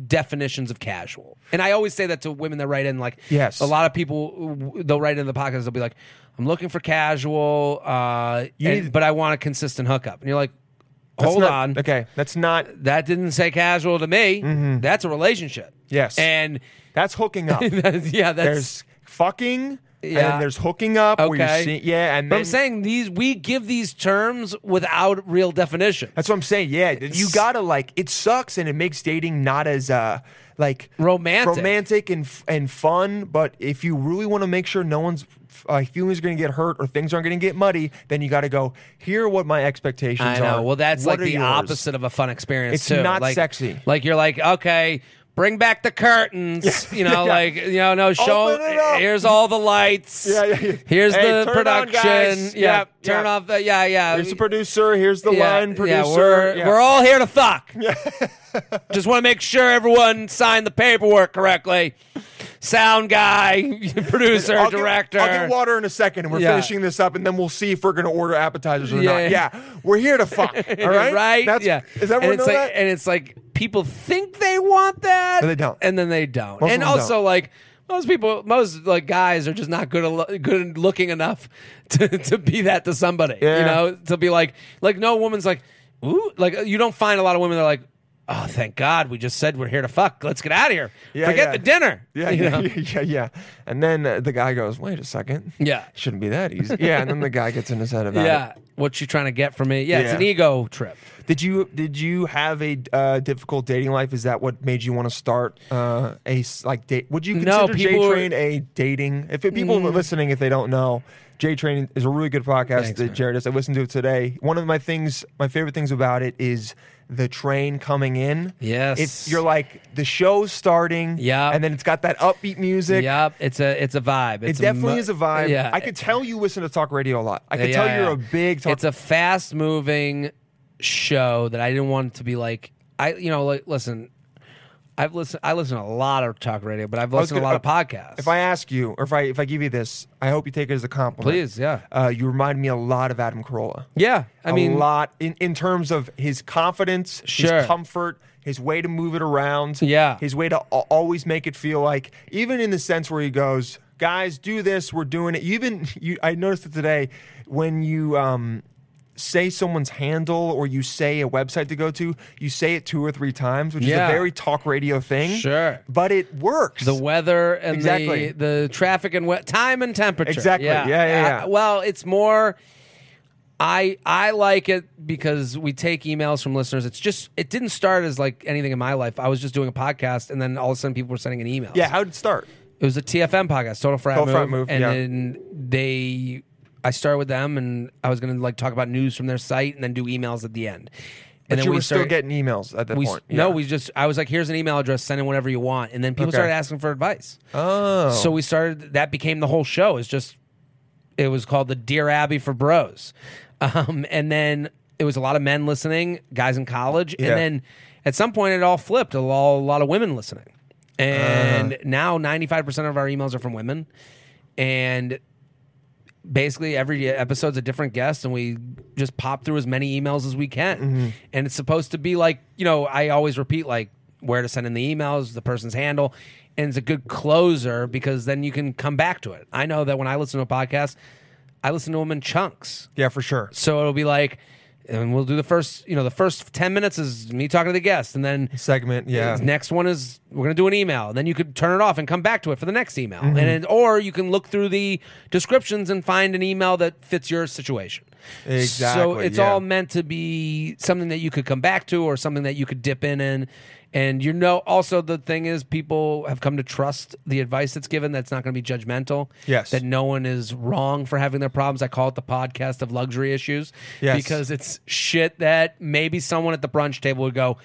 Speaker 7: definitions of casual. And I always say that to women that write in, like,
Speaker 1: Yes.
Speaker 7: a lot of people they'll write in the podcast. They'll be like, "I'm looking for casual, uh, and-
Speaker 1: need-
Speaker 7: but I want a consistent hookup." And you're like,
Speaker 1: that's
Speaker 7: "Hold
Speaker 1: not-
Speaker 7: on,
Speaker 1: Okay, that's not
Speaker 7: that didn't say casual to me. That's a relationship."
Speaker 1: Yes.
Speaker 7: and.
Speaker 1: that's hooking up.
Speaker 7: yeah, (laughs) that's
Speaker 1: there's fucking and
Speaker 7: Yeah.
Speaker 1: then there's hooking up where you're
Speaker 7: Okay.
Speaker 1: seeing- yeah, and
Speaker 7: But
Speaker 1: then
Speaker 7: I'm saying these we give these terms without real definition.
Speaker 1: That's what I'm saying. Yeah, you gotta like. It sucks, and it makes dating not as uh like
Speaker 7: Romantic.
Speaker 1: romantic and f- and fun. But if you really want to make sure no one's uh, feelings are gonna get hurt or things aren't gonna get muddy, then you gotta go. Here are what my expectations
Speaker 7: I know.
Speaker 1: are.
Speaker 7: Well, that's
Speaker 1: What
Speaker 7: like
Speaker 1: are
Speaker 7: the
Speaker 1: yours?"
Speaker 7: opposite of a fun experience.
Speaker 1: It's
Speaker 7: too.
Speaker 1: not
Speaker 7: Like-
Speaker 1: sexy.
Speaker 7: Like you're like, okay, bring back the curtains. You know,
Speaker 1: (laughs) Yeah.
Speaker 7: like you know, no show.
Speaker 1: Open it up.
Speaker 7: Here's all the lights.
Speaker 1: Yeah, yeah, yeah.
Speaker 7: Here's
Speaker 1: Hey, turn
Speaker 7: the
Speaker 1: it on,
Speaker 7: production.
Speaker 1: guys.
Speaker 7: Yeah,
Speaker 1: Yep,
Speaker 7: turn
Speaker 1: yeah.
Speaker 7: off. The, yeah, yeah.
Speaker 1: Here's the producer. Here's the
Speaker 7: yeah,
Speaker 1: line producer.
Speaker 7: yeah, we're
Speaker 1: Yeah.
Speaker 7: we're all here
Speaker 1: (laughs)
Speaker 7: to fuck. Just want to make sure everyone signed the paperwork correctly. Sound guy, (laughs) producer,
Speaker 1: I'll get-
Speaker 7: director.
Speaker 1: I'll get water in a second, and we're
Speaker 7: Yeah.
Speaker 1: finishing this up, and then we'll see if we're gonna order appetizers or
Speaker 7: Yeah,
Speaker 1: not.
Speaker 7: yeah.
Speaker 1: Yeah. we're here to
Speaker 7: (laughs)
Speaker 1: fuck. All right,
Speaker 7: right?
Speaker 1: That's,
Speaker 7: yeah.
Speaker 1: Is that
Speaker 7: and
Speaker 1: what
Speaker 7: it's like, And it's like people think they want that,
Speaker 1: But they don't.
Speaker 7: and then they don't.
Speaker 1: Most
Speaker 7: and
Speaker 1: of them
Speaker 7: also, like most people, most like guys are just not good al- good looking enough (laughs) to to be that to somebody.
Speaker 1: Yeah.
Speaker 7: You know, to be like like no woman's like ooh like you don't find a lot of women that are like. Oh, thank God! We just said we're here to fuck. Let's get out of here.
Speaker 1: Yeah,
Speaker 7: Forget
Speaker 1: yeah.
Speaker 7: the dinner.
Speaker 1: Yeah,
Speaker 7: (laughs) you
Speaker 1: yeah, (laughs)
Speaker 7: know?
Speaker 1: yeah, yeah, yeah. And then uh, the guy goes, "Wait a second.
Speaker 7: Yeah.
Speaker 1: shouldn't be that easy." Yeah, and then the guy gets in his head about
Speaker 7: yeah. What you trying to get from me? Yeah, it's
Speaker 1: Yeah.
Speaker 7: an ego trip.
Speaker 1: it. Did you did you have a uh, difficult dating life? Is that what made you want to start uh, a s- like date? Would you
Speaker 7: No,
Speaker 1: consider J
Speaker 7: people were- Mm.
Speaker 1: Train a dating? If it, people are listening, if they don't know, J Train is a really good podcast
Speaker 7: Thanks,
Speaker 1: that
Speaker 7: man.
Speaker 1: Jared does. I listened to it today. One of my things, my favorite things about it is the train coming in.
Speaker 7: Yes.
Speaker 1: it's you're like the show's starting.
Speaker 7: Yeah.
Speaker 1: and then it's got that upbeat music.
Speaker 7: Yep, it's a it's a vibe.
Speaker 1: It
Speaker 7: It's
Speaker 1: definitely
Speaker 7: mo-
Speaker 1: is a vibe.
Speaker 7: Yeah,
Speaker 1: I could tell you listen to talk radio a lot. I could
Speaker 7: Yeah,
Speaker 1: tell
Speaker 7: yeah,
Speaker 1: you're
Speaker 7: yeah.
Speaker 1: a big talk.
Speaker 7: It's a fast moving show that I didn't want to be like I you know like listen, I've listened. I listen to a lot of talk radio, but I've listened to a
Speaker 1: gonna- uh,
Speaker 7: lot of podcasts.
Speaker 1: If I ask you, or if I if I give you this, I hope you take it as a compliment.
Speaker 7: Please, yeah.
Speaker 1: Uh, you remind me a lot of Adam Carolla.
Speaker 7: yeah, I
Speaker 1: a
Speaker 7: mean,
Speaker 1: lot in, in terms of his confidence,
Speaker 7: Sure.
Speaker 1: his comfort, his way to move it around,
Speaker 7: Yeah.
Speaker 1: his way to al- always make it feel like, even in the sense where he goes, guys, do this, we're doing it. Even (laughs) you, I noticed it today when you um, say someone's handle or you say a website to go to, you say it two or three times, which
Speaker 7: Yeah.
Speaker 1: is a very talk radio thing.
Speaker 7: Sure.
Speaker 1: but it works.
Speaker 7: the weather and
Speaker 1: Exactly.
Speaker 7: the the traffic and we- time and temperature.
Speaker 1: Exactly. Yeah, yeah, yeah.
Speaker 7: Uh, well, it's more. I I like it because we take emails from listeners. It's just it didn't start as like anything in my life. I was just doing a podcast, and then all of a sudden people were sending an email.
Speaker 1: yeah, how did it start?
Speaker 7: It was a TFM podcast, Total Frat,
Speaker 1: Total
Speaker 7: Move,
Speaker 1: Frat Move,
Speaker 7: and
Speaker 1: yeah.
Speaker 7: then they, I started with them, and I was gonna like talk about news from their site, and then do emails at the end.
Speaker 1: But
Speaker 7: And then
Speaker 1: you
Speaker 7: we
Speaker 1: were
Speaker 7: started-
Speaker 1: still getting emails at that
Speaker 7: we, s-
Speaker 1: point.
Speaker 7: No,
Speaker 1: Yeah.
Speaker 7: we just I was like, here's an email address, send in whatever you want, and then people
Speaker 1: Okay.
Speaker 7: started asking for advice.
Speaker 1: oh,
Speaker 7: So we started. That became the whole show. It's just it was called the Dear Abby for Bros, um, and then it was a lot of men listening, guys in college,
Speaker 1: Yeah.
Speaker 7: and then at some point it all flipped. A lot, a lot of women listening, and
Speaker 1: Uh-huh.
Speaker 7: now ninety five percent of our emails are from women, and basically every episode's a different guest and we just pop through as many emails as we can and it's supposed to be like you know i always repeat like where to send in the emails the person's handle and it's a good closer because then you can come back to it i know that when i listen to a podcast i listen to them in chunks
Speaker 1: yeah, for sure.
Speaker 7: so it'll be like and we'll do the first you know the first 10 minutes is me talking to the guest and then
Speaker 1: Segment, yeah.
Speaker 7: Next one is we're gonna do an email, and then you could turn it off and come back to it for the next email,
Speaker 1: Mm-hmm.
Speaker 7: and it, or you can look through the descriptions and find an email that fits your situation. So
Speaker 1: Exactly,
Speaker 7: it's
Speaker 1: yeah.
Speaker 7: all meant to be something that you could come back to, or something that you could dip in in. And you know, also the thing is, people have come to trust the advice that's given. That's not going to be judgmental.
Speaker 1: Yes.
Speaker 7: that no one is wrong for having their problems. I call it the podcast of luxury issues.
Speaker 1: Yes.
Speaker 7: because it's shit that maybe someone at the brunch table would go,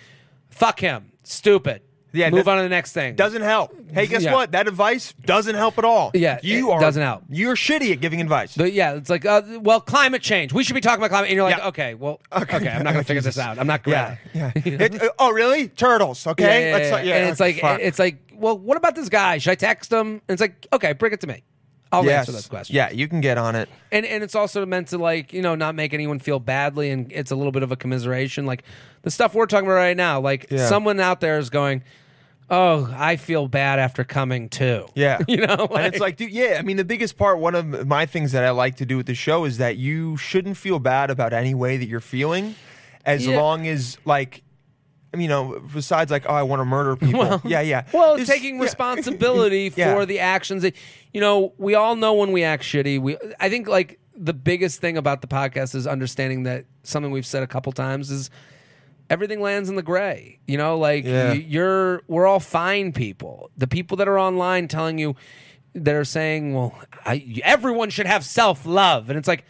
Speaker 7: "Fuck him, stupid."
Speaker 1: Yeah,
Speaker 7: move
Speaker 1: that-
Speaker 7: on to the next thing.
Speaker 1: Doesn't help. Hey, guess
Speaker 7: Yeah.
Speaker 1: what? That advice doesn't help at all.
Speaker 7: Yeah,
Speaker 1: you
Speaker 7: it
Speaker 1: are
Speaker 7: doesn't help.
Speaker 1: You're shitty at giving advice.
Speaker 7: But yeah, it's like, uh, well, climate change. We should be talking about climate. And you're like,
Speaker 1: Yeah.
Speaker 7: okay,
Speaker 1: (laughs)
Speaker 7: well, okay, I'm not gonna figure this out. I'm not.
Speaker 1: yeah,
Speaker 7: gonna
Speaker 1: yeah.
Speaker 7: (laughs)
Speaker 1: It- uh, oh, really? Turtles? Okay.
Speaker 7: Yeah, yeah, yeah.
Speaker 1: not-
Speaker 7: and it's like,
Speaker 1: fuck.
Speaker 7: it's like, well, what about this guy? Should I text him? And it's like, okay, bring it to me. I'll
Speaker 1: yes.
Speaker 7: answer those questions.
Speaker 1: Yeah, you can get on
Speaker 7: (laughs)
Speaker 1: it.
Speaker 7: and and it's also meant to like you know not make anyone feel badly and it's a little bit of a commiseration like the stuff we're talking about right now like
Speaker 1: Yeah.
Speaker 7: someone out there is going oh i feel bad after coming too
Speaker 1: Yeah.
Speaker 7: (laughs) you know
Speaker 1: and it's like, dude, yeah. I mean, the biggest part, one of my things that I like to do with the show is that you shouldn't feel bad about any way that you're feeling, as
Speaker 7: Yeah.
Speaker 1: long as like, you know, besides like, oh, I want to murder people. yeah, yeah.
Speaker 7: (laughs) Well,
Speaker 1: This-
Speaker 7: taking
Speaker 1: yeah.
Speaker 7: responsibility
Speaker 1: (laughs) Yeah.
Speaker 7: for the actions that you know, we all know when we act shitty. We I think like the biggest thing about the podcast is understanding that something we've said a couple times is everything lands in the gray. You know, like
Speaker 1: Yeah.
Speaker 7: you, you're we're all fine people. The people that are online telling you that are saying, "Well, I, everyone should have self-love." And it's like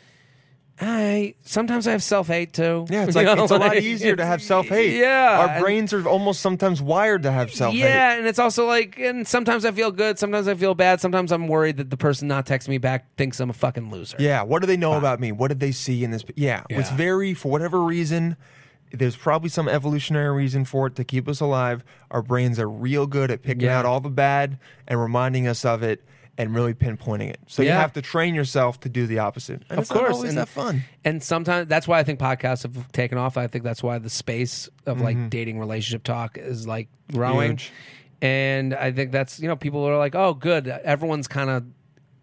Speaker 7: I sometimes I have self hate too.
Speaker 1: Yeah, it's
Speaker 7: (laughs) You
Speaker 1: like
Speaker 7: know,
Speaker 1: it's a lot
Speaker 7: like,
Speaker 1: easier to
Speaker 7: it's-
Speaker 1: have self hate.
Speaker 7: (laughs) Yeah,
Speaker 1: our
Speaker 7: and-
Speaker 1: brains are almost sometimes wired to have self hate.
Speaker 7: yeah, and it's also like, and sometimes I feel good, sometimes I feel bad, sometimes I'm worried that the person not texting me back thinks I'm a fucking loser.
Speaker 1: Yeah. What do they know about me? What did they see in this? Yeah, It's
Speaker 7: Yeah.
Speaker 1: very, for whatever reason, there's probably some evolutionary reason for it to keep us alive. Our brains are real good at picking
Speaker 7: Yeah.
Speaker 1: out all the bad and reminding us of it and really pinpointing it. So you
Speaker 7: Yeah.
Speaker 1: have to train yourself to do the opposite. And
Speaker 7: of
Speaker 1: it's not
Speaker 7: course,
Speaker 1: always
Speaker 7: and
Speaker 1: that fun.
Speaker 7: And sometimes that's why I think podcasts have taken off. I think that's why the space of like dating relationship talk is like
Speaker 1: Mm-hmm.
Speaker 7: growing.
Speaker 1: Huge.
Speaker 7: And I think that's you know people are like, oh, good, everyone's kind of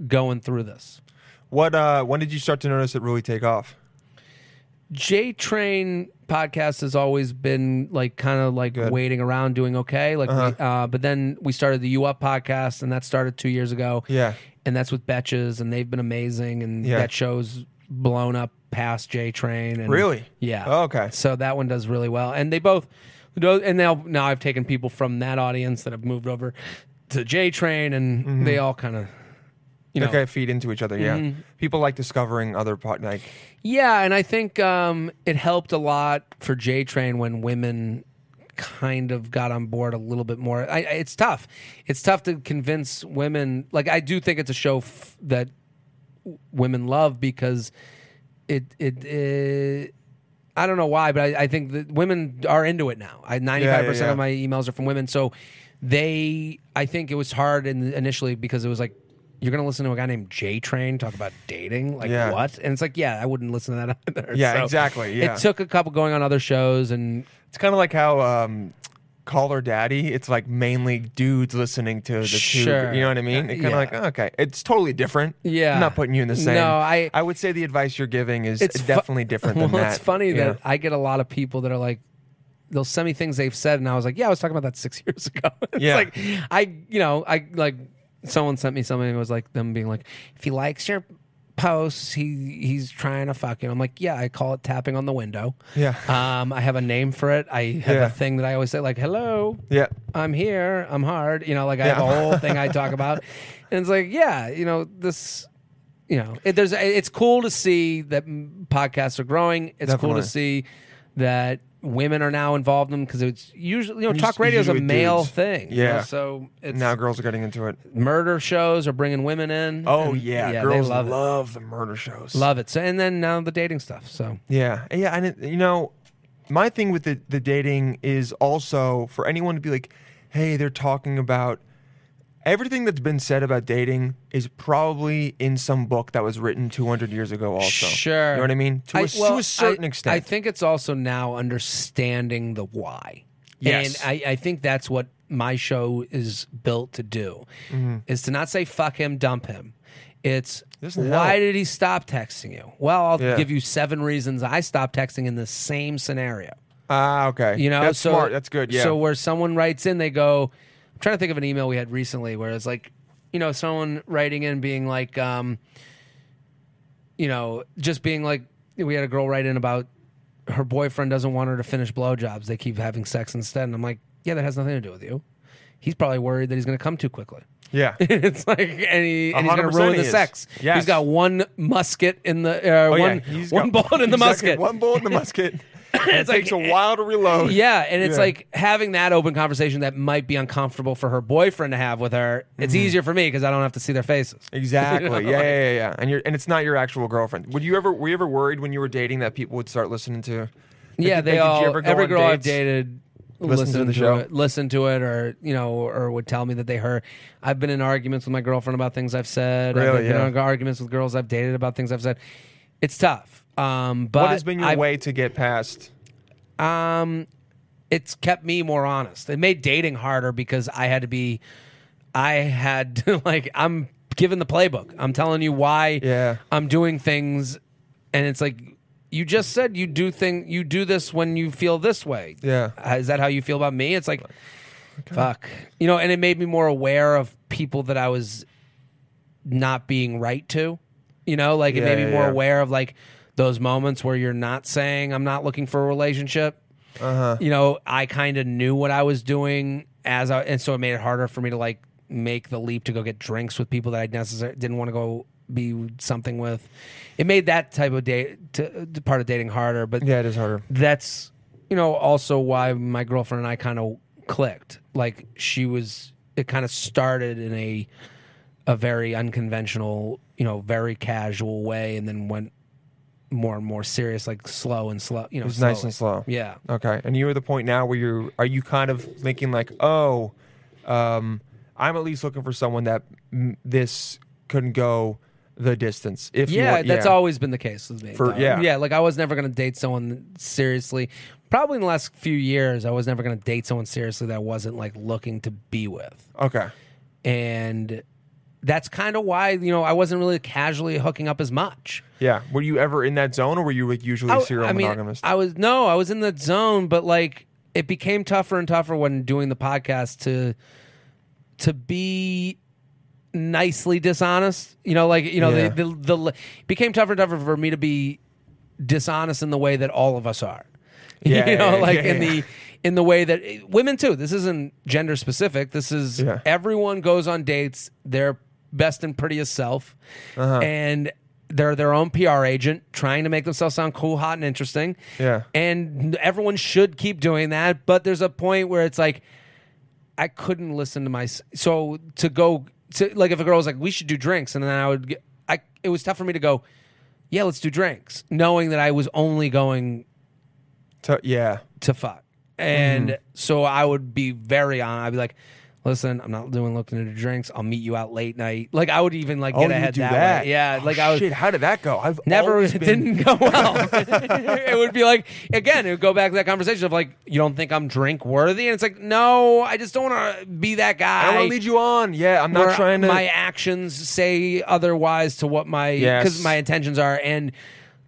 Speaker 7: going through this.
Speaker 1: What? Uh, when did you start to notice it really take off?
Speaker 7: J Train podcast has always been like kind of like waiting around doing okay. Like, we,
Speaker 1: Uh-huh.
Speaker 7: uh, but then we started the U Up podcast, and that started two years ago.
Speaker 1: Yeah.
Speaker 7: and that's with Betches, and they've been amazing, and
Speaker 1: Yeah.
Speaker 7: that show's blown up past J Train. And
Speaker 1: Really?
Speaker 7: Yeah.
Speaker 1: Oh, okay.
Speaker 7: So that one does really well, and they both, do- and now now I've taken people from that audience that have moved over to J Train, and
Speaker 1: Mm-hmm.
Speaker 7: they all kind of, you know, Mm-hmm.
Speaker 1: Okay, uh, feed into each other. Yeah, people like discovering other pot. Like,
Speaker 7: yeah, and I think um, it helped a lot for J Train when women kind of got on board a little bit more. I, I- it's tough. It's tough to convince women. Like I do think it's a show f- that w- women love because it it. it I don't know why, but I, I think that women are into it now. I, 95%
Speaker 1: yeah.
Speaker 7: of my emails are from women. So they, I think it was hard in, initially because it was like, you're going to listen to a guy named J Train talk about dating? Like,
Speaker 1: Yeah.
Speaker 7: what? And it's like, yeah, I wouldn't listen to that (laughs) either.
Speaker 1: Yeah, exactly, yeah.
Speaker 7: It took a couple going on other shows and
Speaker 1: It's kind of like how um, Call Her Daddy, it's like mainly dudes listening to the
Speaker 7: Sure. Uh,
Speaker 1: two. You know what I mean? It kind of
Speaker 7: Yeah.
Speaker 1: like, oh, okay, it's totally different.
Speaker 7: Yeah.
Speaker 1: I'm not putting you in the same.
Speaker 7: No, I-
Speaker 1: I would say the advice you're giving is
Speaker 7: fu-
Speaker 1: definitely different
Speaker 7: (laughs) well,
Speaker 1: than that.
Speaker 7: It's funny
Speaker 1: you know?
Speaker 7: that I get a lot of people that are like, they'll send me things they've said, and I was like, yeah, I was talking about that six (laughs) years ago. it's
Speaker 1: Yeah.
Speaker 7: like I, you know, I like someone sent me something. It was like them being like, if he likes your posts, he he's trying to fuck you. I'm like, yeah, I call it tapping on the window.
Speaker 1: Yeah.
Speaker 7: Um, I have a name for it. I have
Speaker 1: Yeah.
Speaker 7: a thing that I always say like, hello.
Speaker 1: Yeah.
Speaker 7: I'm here. I'm hard. You know, like I have
Speaker 1: Yeah.
Speaker 7: a
Speaker 1: (laughs)
Speaker 7: whole thing I talk about, and it's like, yeah, you know, this, you know, it, there's, it's cool to see that mm, podcasts are growing. It's cool
Speaker 1: Definitely.
Speaker 7: to see that women are now involved in them because it's usually, you know,
Speaker 1: Us-
Speaker 7: talk radio is a
Speaker 1: usually
Speaker 7: male
Speaker 1: dudes.
Speaker 7: thing. you
Speaker 1: Yeah.
Speaker 7: know, so it's
Speaker 1: Now girls are getting into it.
Speaker 7: murder shows are bringing women in.
Speaker 1: Oh
Speaker 7: and,
Speaker 1: yeah,
Speaker 7: they
Speaker 1: girls
Speaker 7: love
Speaker 1: love,
Speaker 7: it.
Speaker 1: the murder shows.
Speaker 7: love it. So, and then now the dating stuff. So
Speaker 1: Yeah, yeah, and it, you know, my thing with the the dating is also for anyone to be like, hey, they're talking about everything that's been said about dating is probably in some book that was written 200 years ago. Also,
Speaker 7: Sure.
Speaker 1: you know what I mean? To, a
Speaker 7: I- well,
Speaker 1: to a certain
Speaker 7: I-
Speaker 1: extent,
Speaker 7: I think it's also now understanding the why.
Speaker 1: Yes.
Speaker 7: And I, I think that's what my show is built to do
Speaker 1: Mm-hmm.
Speaker 7: is to not say fuck him, dump him. It's
Speaker 1: Doesn't
Speaker 7: why
Speaker 1: help.
Speaker 7: did he stop texting you? Well, I'll
Speaker 1: Yeah.
Speaker 7: give you seven reasons I stopped texting in the same scenario.
Speaker 1: Ah, okay,
Speaker 7: You know,
Speaker 1: that's
Speaker 7: so,
Speaker 1: smart. That's good. Yeah.
Speaker 7: So where someone writes in, they go. I'm trying to think of an email we had recently where it's like, you know, someone writing in being like, um, you know, just being like, we had a girl write in about her boyfriend doesn't want her to finish blowjobs. They keep having sex instead, and I'm like, yeah, that has nothing to do with you. He's probably worried that he's going to come too quickly. (laughs)
Speaker 1: yeah,
Speaker 7: it's like, and, he, and he's going
Speaker 1: 100%
Speaker 7: to ruin
Speaker 1: he
Speaker 7: the
Speaker 1: is.
Speaker 7: sex.
Speaker 1: Yes.
Speaker 7: He's got one musket in the, uh,
Speaker 1: Oh,
Speaker 7: one
Speaker 1: yeah, he's
Speaker 7: one
Speaker 1: got-
Speaker 7: bullet in the
Speaker 1: exactly,
Speaker 7: musket.
Speaker 1: One bullet in the musket. And it
Speaker 7: (laughs) It's like-
Speaker 1: takes a while to (laughs) reload.
Speaker 7: Yeah, and it's
Speaker 1: Yeah.
Speaker 7: like having that open conversation that might be uncomfortable for her boyfriend to have with her. It's easier for me because I don't have to see their faces.
Speaker 1: Mm-hmm.
Speaker 7: (laughs)
Speaker 1: Exactly.
Speaker 7: You know,
Speaker 1: yeah,
Speaker 7: like-
Speaker 1: yeah, yeah, yeah. And you're and it's not your actual girlfriend. Would you ever were you ever worried when you were dating that people would start listening to?
Speaker 7: yeah,
Speaker 1: did-
Speaker 7: they
Speaker 1: did you
Speaker 7: all
Speaker 1: ever go
Speaker 7: every
Speaker 1: on
Speaker 7: girl I've
Speaker 1: dates?
Speaker 7: dated
Speaker 1: Listen
Speaker 7: listened
Speaker 1: to
Speaker 7: to
Speaker 1: the show?
Speaker 7: it, listened to it, or you know, or would tell me that they heard. I've been in arguments with my girlfriend about things I've said. I've
Speaker 1: Really?
Speaker 7: been
Speaker 1: Yeah.
Speaker 7: in arguments with girls I've dated about things I've said. It's tough. Um, but
Speaker 1: What has been your
Speaker 7: I've-
Speaker 1: way to get past?
Speaker 7: Um, it's kept me more honest. It made dating harder because I had to be, I had (laughs) to, like I'm given the playbook. I'm telling you why
Speaker 1: Yeah.
Speaker 7: I'm doing things, and it's like you just said you do thing you do this when you feel this way.
Speaker 1: Yeah.
Speaker 7: Uh, is that how you feel about me? It's like, fuck, you know. And it made me more aware of people that I was not being right to. You know, like it
Speaker 1: Yeah,
Speaker 7: made me
Speaker 1: yeah,
Speaker 7: more
Speaker 1: yeah.
Speaker 7: aware of like those moments where you're not saying I'm not looking for a relationship. Uh-huh. You know, I kind of knew what I was doing as I, and so it made it harder for me to like make the leap to go get drinks with people that I necessarily didn't want to go be something with. It made that type of date to, to part of dating harder, but
Speaker 1: Yeah, it is harder.
Speaker 7: that's you know also why my girlfriend and I kind of clicked. Like she was, it kind of started in a a very unconventional, you know, very casual way, and then went more and more serious, like slow and slow. You know,
Speaker 1: It's nice and
Speaker 7: slowly.
Speaker 1: slow.
Speaker 7: Yeah.
Speaker 1: Okay. And you're at the point now where you're are you kind of thinking like, oh, um, I'm at least looking for someone that mm, this can go the distance. If you
Speaker 7: Yeah,
Speaker 1: want-
Speaker 7: that's always been the case with me.
Speaker 1: For-
Speaker 7: though.
Speaker 1: yeah.
Speaker 7: yeah. Like I was never going to date someone seriously. Probably in the last few years, I was never going to date someone seriously that I wasn't like looking to be with.
Speaker 1: Okay.
Speaker 7: and that's kind of why you know I wasn't really casually hooking up as much.
Speaker 1: Yeah. Were you ever in that zone, or were you like usually
Speaker 7: I,
Speaker 1: serial
Speaker 7: I mean,
Speaker 1: monogamist?
Speaker 7: I was no, I was in the zone, but like it became tougher and tougher when doing the podcast to to be nicely dishonest. You know, like you know
Speaker 1: Yeah.
Speaker 7: the, the the became tougher and tougher for me to be dishonest in the way that all of us are. (laughs)
Speaker 1: Yeah,
Speaker 7: you know,
Speaker 1: yeah,
Speaker 7: like
Speaker 1: yeah,
Speaker 7: in
Speaker 1: yeah.
Speaker 7: the in the way that eh, women too. This isn't gender specific. This is
Speaker 1: Yeah.
Speaker 7: everyone goes on dates their best and prettiest self,
Speaker 1: Uh-huh.
Speaker 7: and they're their own PR agent trying to make themselves sound cool, hot, and interesting.
Speaker 1: Yeah.
Speaker 7: and everyone should keep doing that. But there's a point where it's like I couldn't listen to my so to go to like if a girl was like we should do drinks, and then I would get, I it was tough for me to go. Yeah, let's do drinks, knowing that I was only going
Speaker 1: To, yeah.
Speaker 7: to fuck. And
Speaker 1: Mm-hmm.
Speaker 7: so I would be very on. I'd be like, listen, I'm not doing looking into drinks. I'll meet you out late night. Like I would even like
Speaker 1: Oh,
Speaker 7: get
Speaker 1: you
Speaker 7: ahead
Speaker 1: do
Speaker 7: that,
Speaker 1: that.
Speaker 7: way. Yeah, like
Speaker 1: Oh,
Speaker 7: I was
Speaker 1: shit. How did that go? I've
Speaker 7: never (laughs)
Speaker 1: always
Speaker 7: it
Speaker 1: been-
Speaker 7: didn't
Speaker 1: (laughs)
Speaker 7: go well. (laughs) it would be like again, it would go back to that conversation of like, you don't think I'm drink worthy, and it's like, no, I just don't want to be that guy.
Speaker 1: I don't want to lead you on. Yeah, I'm not
Speaker 7: where
Speaker 1: trying to.
Speaker 7: my actions say otherwise to what my
Speaker 1: Yes.
Speaker 7: because my intentions are and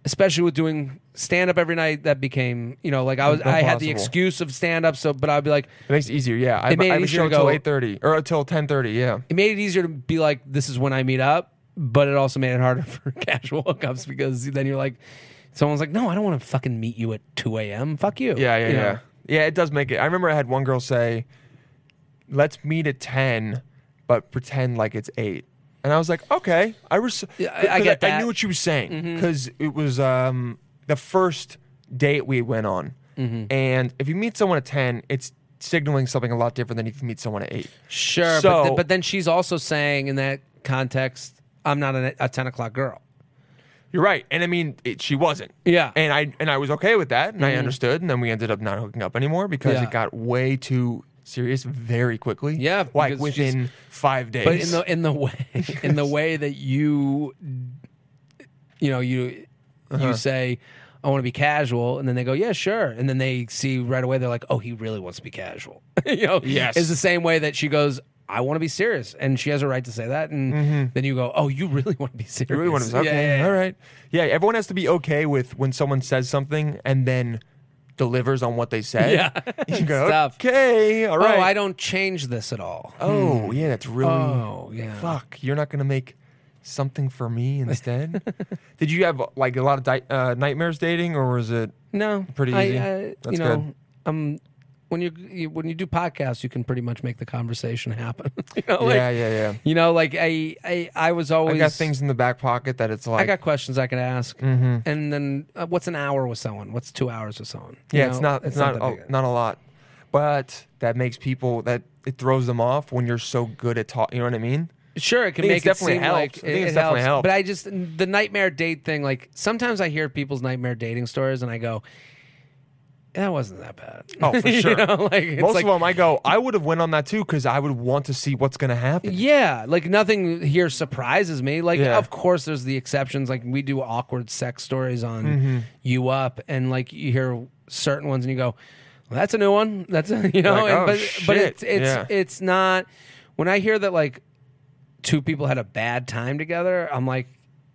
Speaker 7: especially with doing stand up every night that became you know like i was i had the
Speaker 1: Impossible.
Speaker 7: excuse of stand up so but i'd be like
Speaker 1: it makes it easier. Yeah, I,
Speaker 7: It made
Speaker 1: I have
Speaker 7: it
Speaker 1: a
Speaker 7: easier
Speaker 1: show
Speaker 7: to
Speaker 1: till
Speaker 7: go-
Speaker 1: eight thirty or till ten thirty. Yeah,
Speaker 7: it made it easier to be like this is when i meet up but it also made it harder (laughs) for casual hookups because then you're like someone's like no i don't want to fucking meet you at 2 a.m fuck you
Speaker 1: yeah, yeah,
Speaker 7: You know?
Speaker 1: yeah. Yeah, it does make it. I remember I had one girl say, "Let's meet at ten, but pretend like it's 8. And I was like, "Okay, I res-
Speaker 7: Yeah, I-
Speaker 1: 'cause
Speaker 7: I get
Speaker 1: I
Speaker 7: that. Mm-hmm.
Speaker 1: knew what she was saying because it was um, the first date we went on,
Speaker 7: Mm-hmm.
Speaker 1: and if you meet someone at ten, it's signaling something a lot different than if you meet someone at eight.
Speaker 7: sure but,
Speaker 1: So-
Speaker 7: th- but then she's also saying in that context i'm not an, a 10 o'clock girl
Speaker 1: You're right, and I mean it, she wasn't.
Speaker 7: Yeah. Mm-hmm.
Speaker 1: and I and I was okay with that, and I understood, and then we ended up not hooking up anymore because
Speaker 7: Yeah.
Speaker 1: it got way too serious very quickly.
Speaker 7: Yeah,
Speaker 1: like
Speaker 7: because
Speaker 1: within five days.
Speaker 7: but in the in the
Speaker 1: (laughs)
Speaker 7: way in the way that you you know you
Speaker 1: Uh-huh.
Speaker 7: you say I want to be casual, and then they go, "Yeah, sure," and then they see right away they're like, "Oh, he really wants to be casual." (laughs) you know,
Speaker 1: Yes.
Speaker 7: it's the same way that she goes, "I want to be serious," and she has a right to say that, and then you go, "Oh, you really want to be serious?"
Speaker 1: Mm-hmm. you really want to
Speaker 7: Yeah,
Speaker 1: okay,
Speaker 7: yeah, yeah.
Speaker 1: all right, yeah. Everyone has to be okay with when someone says something and then delivers on what they said.
Speaker 7: Yeah.
Speaker 1: (laughs) you
Speaker 7: (laughs)
Speaker 1: go
Speaker 7: Stuff.
Speaker 1: okay, all
Speaker 7: Oh,
Speaker 1: right.
Speaker 7: I don't change this at all.
Speaker 1: Oh, yeah, that's really.
Speaker 7: Oh, yeah.
Speaker 1: Fuck, you're not gonna make something for
Speaker 7: (laughs)
Speaker 1: me instead. Did you have like a lot of di- uh, nightmares dating, or was it?
Speaker 7: No,
Speaker 1: Pretty
Speaker 7: I-
Speaker 1: easy.
Speaker 7: I-
Speaker 1: That's
Speaker 7: you know,
Speaker 1: good.
Speaker 7: um, when you, you when you do podcasts, you can pretty much make the conversation happen. (laughs) you know, like,
Speaker 1: yeah, yeah, yeah.
Speaker 7: You know, like I, I, I was Oh, always
Speaker 1: I got things in the back pocket that it's like, Mm-hmm.
Speaker 7: I got questions I can ask, and then uh, what's an hour with someone? What's two hours with someone? You
Speaker 1: yeah, it's
Speaker 7: know,
Speaker 1: not, it's,
Speaker 7: that
Speaker 1: not, a,
Speaker 7: big.
Speaker 1: not a lot, but that makes people that it throws them off when you're so good at talking. You know what I mean?
Speaker 7: Sure, it can
Speaker 1: I think
Speaker 7: make
Speaker 1: it's
Speaker 7: it
Speaker 1: definitely
Speaker 7: seem
Speaker 1: helped.
Speaker 7: like
Speaker 1: I think
Speaker 7: it,
Speaker 1: it's
Speaker 7: it
Speaker 1: definitely
Speaker 7: helps.
Speaker 1: helped.
Speaker 7: But I just the nightmare date thing. Like sometimes I hear people's nightmare dating stories, and I go, "That wasn't that bad."
Speaker 1: Oh, for
Speaker 7: (laughs) You
Speaker 1: sure.
Speaker 7: know, like it's
Speaker 1: Most
Speaker 7: like,
Speaker 1: of them, I go, I would have went on that too because I would want to see what's gonna happen.
Speaker 7: Yeah, like nothing here surprises me. Like,
Speaker 1: Yeah.
Speaker 7: of course, there's the exceptions. Like, we do awkward sex stories on
Speaker 1: Mm-hmm.
Speaker 7: You Up, and like you hear certain ones, and you go, well, "That's a new one." (laughs) That's a, you know,
Speaker 1: Like,
Speaker 7: and,
Speaker 1: oh,
Speaker 7: but
Speaker 1: shit.
Speaker 7: but it's it's
Speaker 1: Yeah.
Speaker 7: it's not. When I hear that like two people had a bad time together, I'm like,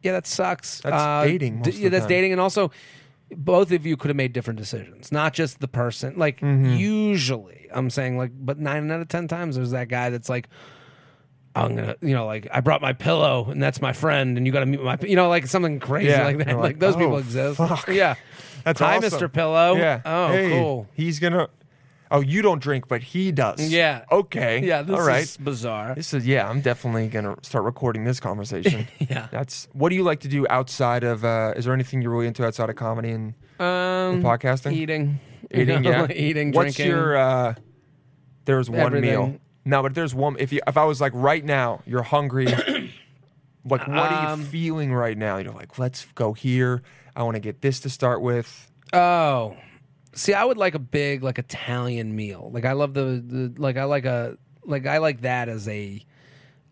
Speaker 7: "Yeah, that sucks." Uh,
Speaker 1: That's dating most of
Speaker 7: yeah,
Speaker 1: the
Speaker 7: that's
Speaker 1: time.
Speaker 7: dating, and also both of you could have made different decisions, not just the person. Like
Speaker 1: Mm-hmm.
Speaker 7: usually, I'm saying like, but nine out of ten times there's that guy that's like, I'm gonna, you know, like I brought my pillow and that's my friend, and you got to meet my, you know, like something crazy
Speaker 1: Yeah.
Speaker 7: like that.
Speaker 1: You're
Speaker 7: Like,
Speaker 1: like,
Speaker 7: those people
Speaker 1: "Oh,
Speaker 7: exist.
Speaker 1: fuck."
Speaker 7: Yeah.
Speaker 1: That's
Speaker 7: Hi,
Speaker 1: awesome.
Speaker 7: Mr. Pillow.
Speaker 1: Yeah.
Speaker 7: Oh,
Speaker 1: Hey,
Speaker 7: cool.
Speaker 1: He's gonna. Oh, you don't drink, but he does.
Speaker 7: Yeah.
Speaker 1: Okay.
Speaker 7: Yeah. This
Speaker 1: All right.
Speaker 7: is bizarre.
Speaker 1: This is yeah. I'm definitely gonna start recording this conversation.
Speaker 7: (laughs) Yeah.
Speaker 1: That's what do you like to do outside of? uh Is there anything you're really into outside of comedy and
Speaker 7: Um,
Speaker 1: podcasting?
Speaker 7: eating,
Speaker 1: (laughs)
Speaker 7: You
Speaker 1: eating,
Speaker 7: (laughs) know,
Speaker 1: yeah,
Speaker 7: like eating,
Speaker 1: What's
Speaker 7: drinking.
Speaker 1: your? uh There's one meal.
Speaker 7: Everything.
Speaker 1: No, but there's one. If you, if I was like right now, you're
Speaker 7: (coughs)
Speaker 1: hungry. like, what are
Speaker 7: Um,
Speaker 1: you feeling right now? You're like, let's go here. I want to get this to start with.
Speaker 7: Oh, see, I would like a big like Italian meal. Like I love the, the like I like a like I like that as a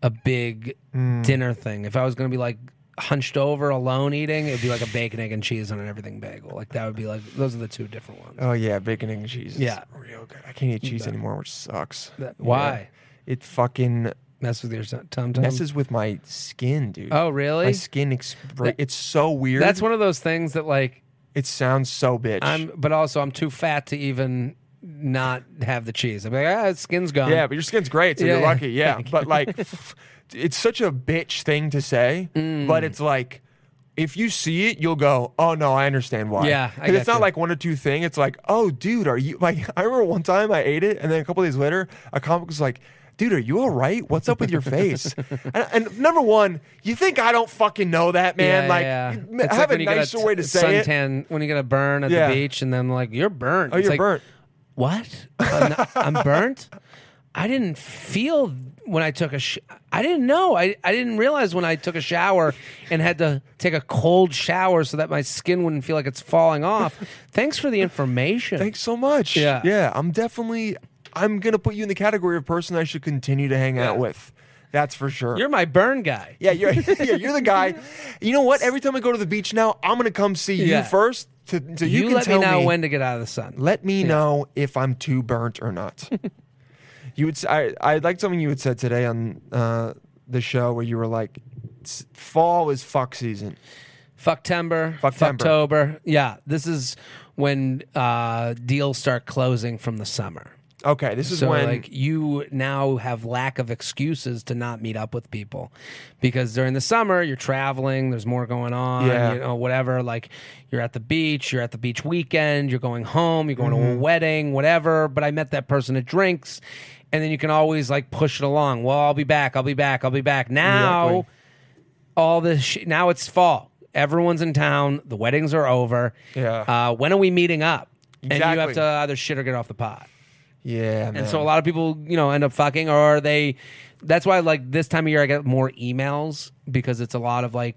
Speaker 7: a big
Speaker 1: Hmm.
Speaker 7: dinner thing. If I was gonna be like hunched over alone eating, it'd be like a bacon, egg, and cheese on an everything bagel. Like that would be like those are the two different ones.
Speaker 1: Oh yeah, bacon egg and cheese. is
Speaker 7: Yeah.
Speaker 1: real good. I can't eat cheese anymore, which sucks.
Speaker 7: That- why?
Speaker 1: Yeah. It fucking
Speaker 7: Mess with your tum tum.
Speaker 1: messes with my skin, dude.
Speaker 7: Oh, really?
Speaker 1: My skin expra- It's so weird.
Speaker 7: That's one of those things that like
Speaker 1: It sounds so bitch.
Speaker 7: I'm, but also I'm too fat to even not have the cheese. I'm like, ah, skin's gone.
Speaker 1: yeah, but your skin's great, so
Speaker 7: Yeah,
Speaker 1: you're
Speaker 7: yeah.
Speaker 1: lucky. Yeah, but like, it's such a bitch thing to say.
Speaker 7: Mm.
Speaker 1: But it's like, if you see it, you'll go, "Oh no, I understand why."
Speaker 7: Yeah, I
Speaker 1: 'Cause it's
Speaker 7: get
Speaker 1: not
Speaker 7: you.
Speaker 1: like one or two thing. It's like, "Oh, dude, are you like?" (laughs) I remember one time I ate it, and then a couple days later, a comic was like. Dude, are you all right? What's up
Speaker 7: (laughs)
Speaker 1: with your face? and, and number one, you think I don't fucking know that, man? like, m-
Speaker 7: It's
Speaker 1: have
Speaker 7: when
Speaker 1: a
Speaker 7: you get
Speaker 1: nicer
Speaker 7: t-
Speaker 1: way to say it.
Speaker 7: suntan, When you get a burn at
Speaker 1: Yeah.
Speaker 7: the beach, and then like you're burnt.
Speaker 1: Oh,
Speaker 7: It's
Speaker 1: you're
Speaker 7: like,
Speaker 1: burnt. (laughs)
Speaker 7: What? I'm, not- I'm burnt. I didn't feel when I took a sh- I didn't know. I, I didn't realize when I took a shower and had to take a cold shower so that my skin wouldn't feel like it's falling off. Thanks for the information.
Speaker 1: Thanks so much.
Speaker 7: Yeah.
Speaker 1: Yeah. I'm definitely I'm gonna put you in the category of person I should continue to hang out
Speaker 7: Yeah.
Speaker 1: with. That's for sure.
Speaker 7: You're my burn guy.
Speaker 1: yeah, you're (laughs) yeah, you're the guy. You know what? Every time I go to the beach now, I'm gonna come see
Speaker 7: Yeah.
Speaker 1: you first. To, to you,
Speaker 7: you
Speaker 1: can
Speaker 7: let me
Speaker 1: tell
Speaker 7: know when to get out of the sun.
Speaker 1: let me know if I'm too burnt or not.
Speaker 7: (laughs)
Speaker 1: you would. s- I I liked something you had said today on uh, the show where you were like, "S- "Fall is fuck season."
Speaker 7: Fucktember,
Speaker 1: Fucktember.
Speaker 7: Fucktober. Yeah, this is when uh, deals start closing from the summer.
Speaker 1: Okay, this is
Speaker 7: So
Speaker 1: when
Speaker 7: like you now have lack of excuses to not meet up with people because during the summer you're traveling, there's more going on,
Speaker 1: Yeah.
Speaker 7: you know, whatever. Like you're at the beach, you're at the beach weekend, you're going home, you're going
Speaker 1: Mm-hmm.
Speaker 7: to a wedding, whatever. But I met that person at drinks, and then you can always like push it along. Well, I'll be back, I'll be back, I'll be back. Now
Speaker 1: Exactly.
Speaker 7: all this sh- now it's fall. Everyone's in town. The weddings are over.
Speaker 1: Yeah.
Speaker 7: Uh, when are we meeting up? And you have
Speaker 1: Exactly.
Speaker 7: to either shit or get off the pot.
Speaker 1: yeah,
Speaker 7: And so a lot of people, you know, end up fucking or they that's why like this time of year I get more emails because it's a lot of like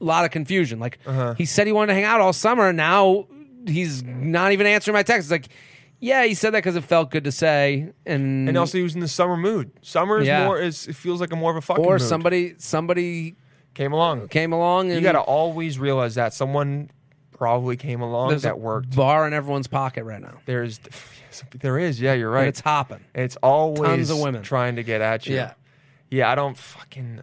Speaker 7: a lot of confusion. Like
Speaker 1: Uh-huh.
Speaker 7: he said he wanted to hang out all summer, now he's not even answering my texts. It's like, yeah, he said that because it felt good to say and,
Speaker 1: and also he was in the summer mood. Summer is
Speaker 7: Yeah.
Speaker 1: more is it feels like a more of a fucking
Speaker 7: or
Speaker 1: mood.
Speaker 7: somebody somebody
Speaker 1: came along.
Speaker 7: came along and
Speaker 1: You got to always realize that someone probably came along
Speaker 7: there's
Speaker 1: that
Speaker 7: a
Speaker 1: worked.
Speaker 7: bar in everyone's pocket right now.
Speaker 1: There's (sighs) there is yeah, you're
Speaker 7: And
Speaker 1: right.
Speaker 7: it's hopping.
Speaker 1: It's always
Speaker 7: Tons of women.
Speaker 1: trying to get at you.
Speaker 7: Yeah.
Speaker 1: Yeah, I don't fucking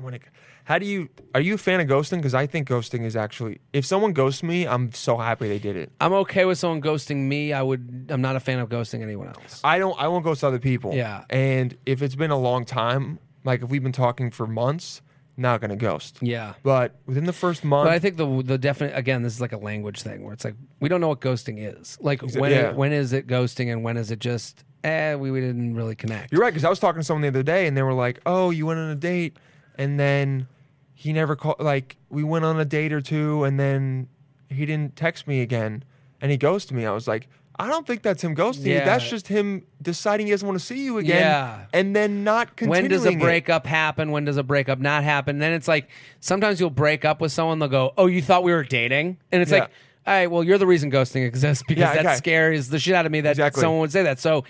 Speaker 1: when it How do you are you a fan of ghosting cuz I think ghosting is actually if someone ghosts me, I'm so happy they did it.
Speaker 7: I'm okay with someone ghosting me. I would I'm not a fan of ghosting anyone else.
Speaker 1: I don't I won't ghost other people.
Speaker 7: Yeah.
Speaker 1: And if it's been a long time, like if we've been talking for months, not going to ghost.
Speaker 7: Yeah.
Speaker 1: But within the first month
Speaker 7: But I think the the definite again, this is like a language thing where it's like we don't know what ghosting is. Like when
Speaker 1: yeah.
Speaker 7: when is it ghosting and when is it just eh we, we didn't really connect.
Speaker 1: You're right, because I was talking to someone the other day, and they were like, "Oh, you went on a date, and then he never called. Like we went on a date or two, and then he didn't text me again, and he ghosted me." I was like, "I don't think that's him ghosting you.
Speaker 7: Yeah.
Speaker 1: That's just him deciding he doesn't want to see you again,
Speaker 7: Yeah.
Speaker 1: and then not continuing."
Speaker 7: When does a
Speaker 1: it.
Speaker 7: breakup happen? When does a breakup not happen? Then it's like sometimes you'll break up with someone, they'll go, Oh, you thought we were dating? And it's
Speaker 1: Yeah.
Speaker 7: like, All right, well, you're the reason ghosting exists because
Speaker 1: Yeah, okay.
Speaker 7: that scares the shit out of me that
Speaker 1: Exactly.
Speaker 7: someone would say that. So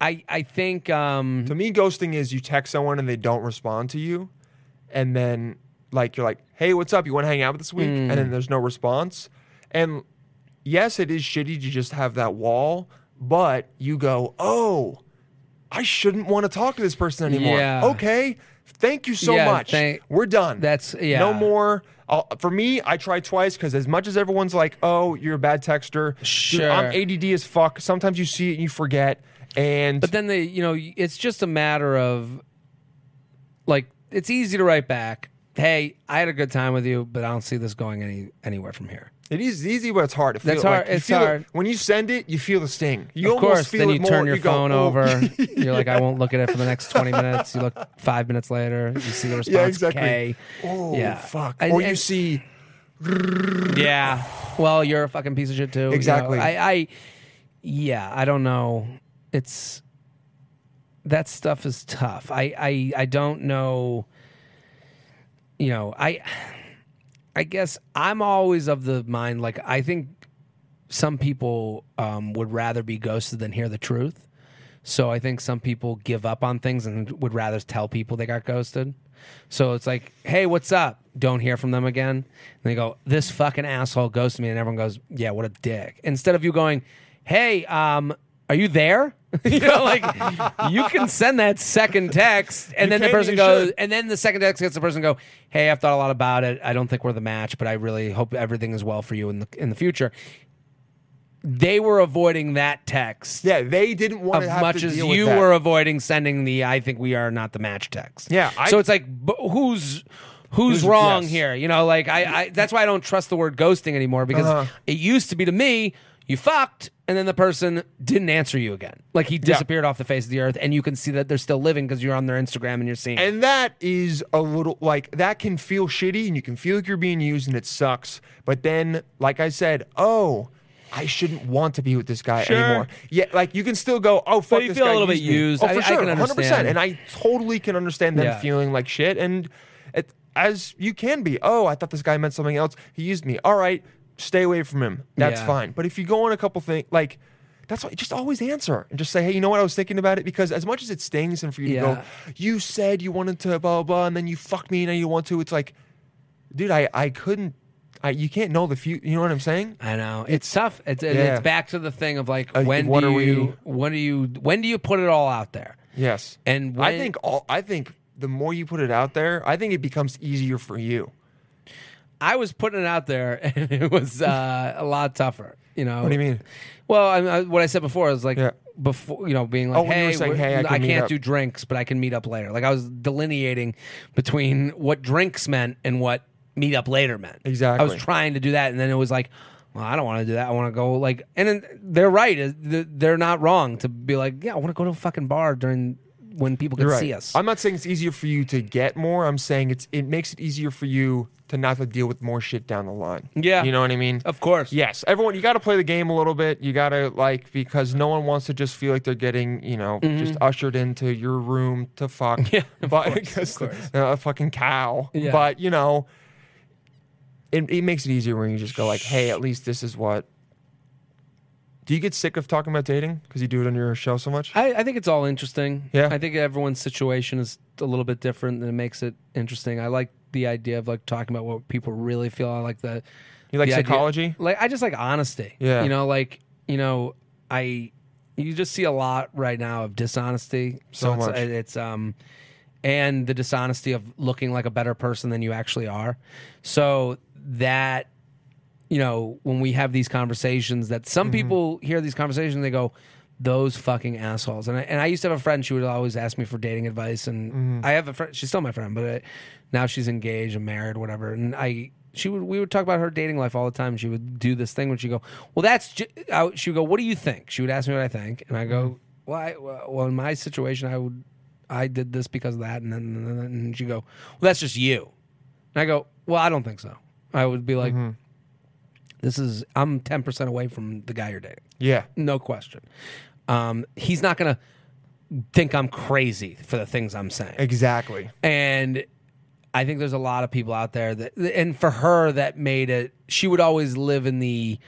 Speaker 7: I I think um
Speaker 1: To me, ghosting is you text someone and they don't respond to you, and then like you're like, "Hey, what's up? You want to hang out this week?" And
Speaker 7: Mm.
Speaker 1: then there's no response. And yes, it is shitty to just have that wall, but you go, "Oh, I shouldn't want to talk to this person anymore."
Speaker 7: Yeah.
Speaker 1: Okay, thank you so
Speaker 7: Yeah,
Speaker 1: much.
Speaker 7: thank-
Speaker 1: We're done.
Speaker 7: That's- yeah.
Speaker 1: No more. I'll, for me, I try twice because as much as everyone's like, "Oh, you're a bad texter," dude, I'm
Speaker 7: Sure.
Speaker 1: ADD as fuck. Sometimes you see it and you forget. And
Speaker 7: But then they, you know, it's just a matter of like it's easy to write back. Hey, I had a good time with you, but I don't see this going any anywhere from here.
Speaker 1: It is easy, but it's hard to feel.
Speaker 7: That's
Speaker 1: Like,
Speaker 7: hard-
Speaker 1: you
Speaker 7: it's
Speaker 1: feel it-
Speaker 7: hard.
Speaker 1: when you send it, you feel the sting. You
Speaker 7: of
Speaker 1: almost
Speaker 7: course,
Speaker 1: feel
Speaker 7: then
Speaker 1: it
Speaker 7: you
Speaker 1: more,
Speaker 7: turn your
Speaker 1: go,
Speaker 7: phone
Speaker 1: "Oh." (laughs)
Speaker 7: over. You're like, I won't look at it for the next 20 minutes. You look five minutes later, you see the response.
Speaker 1: yeah, exactly.
Speaker 7: "K."
Speaker 1: Oh,
Speaker 7: Yeah.
Speaker 1: fuck.
Speaker 7: And-
Speaker 1: or you
Speaker 7: and-
Speaker 1: see,
Speaker 7: (laughs) Yeah. Well, you're a fucking piece of shit too. you know.
Speaker 1: Exactly.
Speaker 7: I, I, yeah, I don't know. It's that stuff is tough. I, I, I don't know. You know, I, I guess I'm always of the mind like I think some people um, would rather be ghosted than hear the truth. So I think some people give up on things and would rather tell people they got ghosted. So it's like, hey, what's up? Don't hear from them again. And they go, this fucking asshole ghosted me, and everyone goes, yeah, what a dick. Instead of you going, hey, um, are you there? (laughs) you know, like you can send that second text, and then the
Speaker 1: can and
Speaker 7: person
Speaker 1: you
Speaker 7: goes,
Speaker 1: should.
Speaker 7: and then the second text gets the person go, hey, I've thought a lot about it. I don't think we're the match, but I really hope everything is well for you in the in the future. They were avoiding that text
Speaker 1: yeah, they didn't want
Speaker 7: as
Speaker 1: to have
Speaker 7: much
Speaker 1: to
Speaker 7: as
Speaker 1: deal with
Speaker 7: you
Speaker 1: that.
Speaker 7: were avoiding sending the "I think we are not the match" text.
Speaker 1: Yeah, I-
Speaker 7: so it's like b- who's who's wrong
Speaker 1: yes.
Speaker 7: here? You know, like I, I that's why I don't trust the word ghosting anymore because
Speaker 1: Uh-huh.
Speaker 7: it used to be to me you fucked and then the person didn't answer you again, like he disappeared off the face of the earth, and you can see that they're still living because you're on their Instagram and you're seeing. it.
Speaker 1: And that is a little like that can feel shitty and you can feel like you're being used and it sucks. But then, like I said, oh, I shouldn't want to be with this guy
Speaker 7: Sure.
Speaker 1: anymore. Yeah, like you can still go, oh fuck,
Speaker 7: you
Speaker 1: this
Speaker 7: feel a
Speaker 1: guy
Speaker 7: little bit
Speaker 1: me.
Speaker 7: used.
Speaker 1: Oh,
Speaker 7: I-
Speaker 1: for
Speaker 7: I
Speaker 1: sure,
Speaker 7: can understand.
Speaker 1: percent. And I totally can understand them
Speaker 7: Yeah.
Speaker 1: feeling like shit. And it, as you can be, oh, I thought this guy meant something else. He used me. All right, stay away from him. That's
Speaker 7: Yeah.
Speaker 1: fine. But if you go on a couple things, like. That's why just always answer and just say, hey, you know what? I was thinking about it because as much as it stings and for you
Speaker 7: Yeah.
Speaker 1: to go, you said you wanted to blah blah, blah and then you fuck me and now you want to. It's like, dude, I I couldn't. I you can't know the future. You know what I'm saying?
Speaker 7: I know it's tough. It's and
Speaker 1: Yeah.
Speaker 7: it's back to the thing of like
Speaker 1: Uh,
Speaker 7: when
Speaker 1: what
Speaker 7: do
Speaker 1: are
Speaker 7: you
Speaker 1: we-
Speaker 7: when do you when do you put it all out there?
Speaker 1: Yes.
Speaker 7: And
Speaker 1: I
Speaker 7: when-
Speaker 1: think all I think the more you put it out there, I think it becomes easier for you.
Speaker 7: I was putting it out there, (laughs) and it was uh, a lot tougher. You know
Speaker 1: What do you mean?
Speaker 7: Well, I, I, what I said before was like
Speaker 1: Yeah.
Speaker 7: before you know being like,
Speaker 1: Oh, when you
Speaker 7: hey,
Speaker 1: were saying,
Speaker 7: we're-
Speaker 1: hey, I can meet
Speaker 7: can't
Speaker 1: up.
Speaker 7: do drinks, but I can meet up later. Like I was delineating between what drinks meant and what meet up later meant. I
Speaker 1: Exactly.
Speaker 7: was trying to do that, and then it was like. Well, I don't want to do that. I want to go like, and then they're right. Is- th- They're not wrong to be like, yeah, I want to go to a fucking bar during when people can
Speaker 1: You're right.
Speaker 7: see us.
Speaker 1: I'm not saying it's easier for you to get more. I'm saying it's it makes it easier for you to not to deal with more shit down the line.
Speaker 7: Yeah.
Speaker 1: You know what I mean?
Speaker 7: of course,
Speaker 1: Yes, everyone, you got to play the game a little bit. You got to like because no one wants to just feel like they're getting, you know, just ushered into your room to fuck.
Speaker 7: Mm-hmm. (laughs) Yeah, of
Speaker 1: but (laughs)
Speaker 7: course, of
Speaker 1: 'cause,
Speaker 7: course.
Speaker 1: uh, a fucking cow.
Speaker 7: Yeah.
Speaker 1: But you know, it it makes it easier when you just go like, hey, at least this is what. Do you get sick of talking about dating because you do it on your show so much?
Speaker 7: I, I think it's all interesting.
Speaker 1: Yeah.
Speaker 7: I think everyone's situation is a little bit different and it makes it interesting. I like the idea of like talking about what people really feel. I like the
Speaker 1: You like
Speaker 7: the idea-
Speaker 1: psychology?
Speaker 7: Like I just like honesty.
Speaker 1: Yeah.
Speaker 7: You know, like you know, I you just see a lot right now of dishonesty.
Speaker 1: So
Speaker 7: it's,
Speaker 1: much.
Speaker 7: It's um and the dishonesty of looking like a better person than you actually are. So that you know, when we have these conversations, that some people hear these conversations, they go, "Those fucking assholes." And I, and I used to have a friend; she would always ask me for dating advice. And I have a friend; she's still my friend, but uh now she's engaged and married, whatever. And I, she would, we would talk about her dating life all the time. She would do this thing where she would go, "Well, that's," ju-, I, she would go, "What do you think?" She would ask me what I think, and I go, "Well, I, well, in my situation, I would, I did this because of that," and then and, then- and she would go, "Well, that's just you." And I go, well, I don't think so. I would be like, this is, I'm 10% away from the guy you're dating.
Speaker 1: yeah.
Speaker 7: No question. Um, he's not going to think I'm crazy for the things I'm saying.
Speaker 1: Exactly.
Speaker 7: And I think there's a lot of people out there that, and for her, that made it, she would always live in the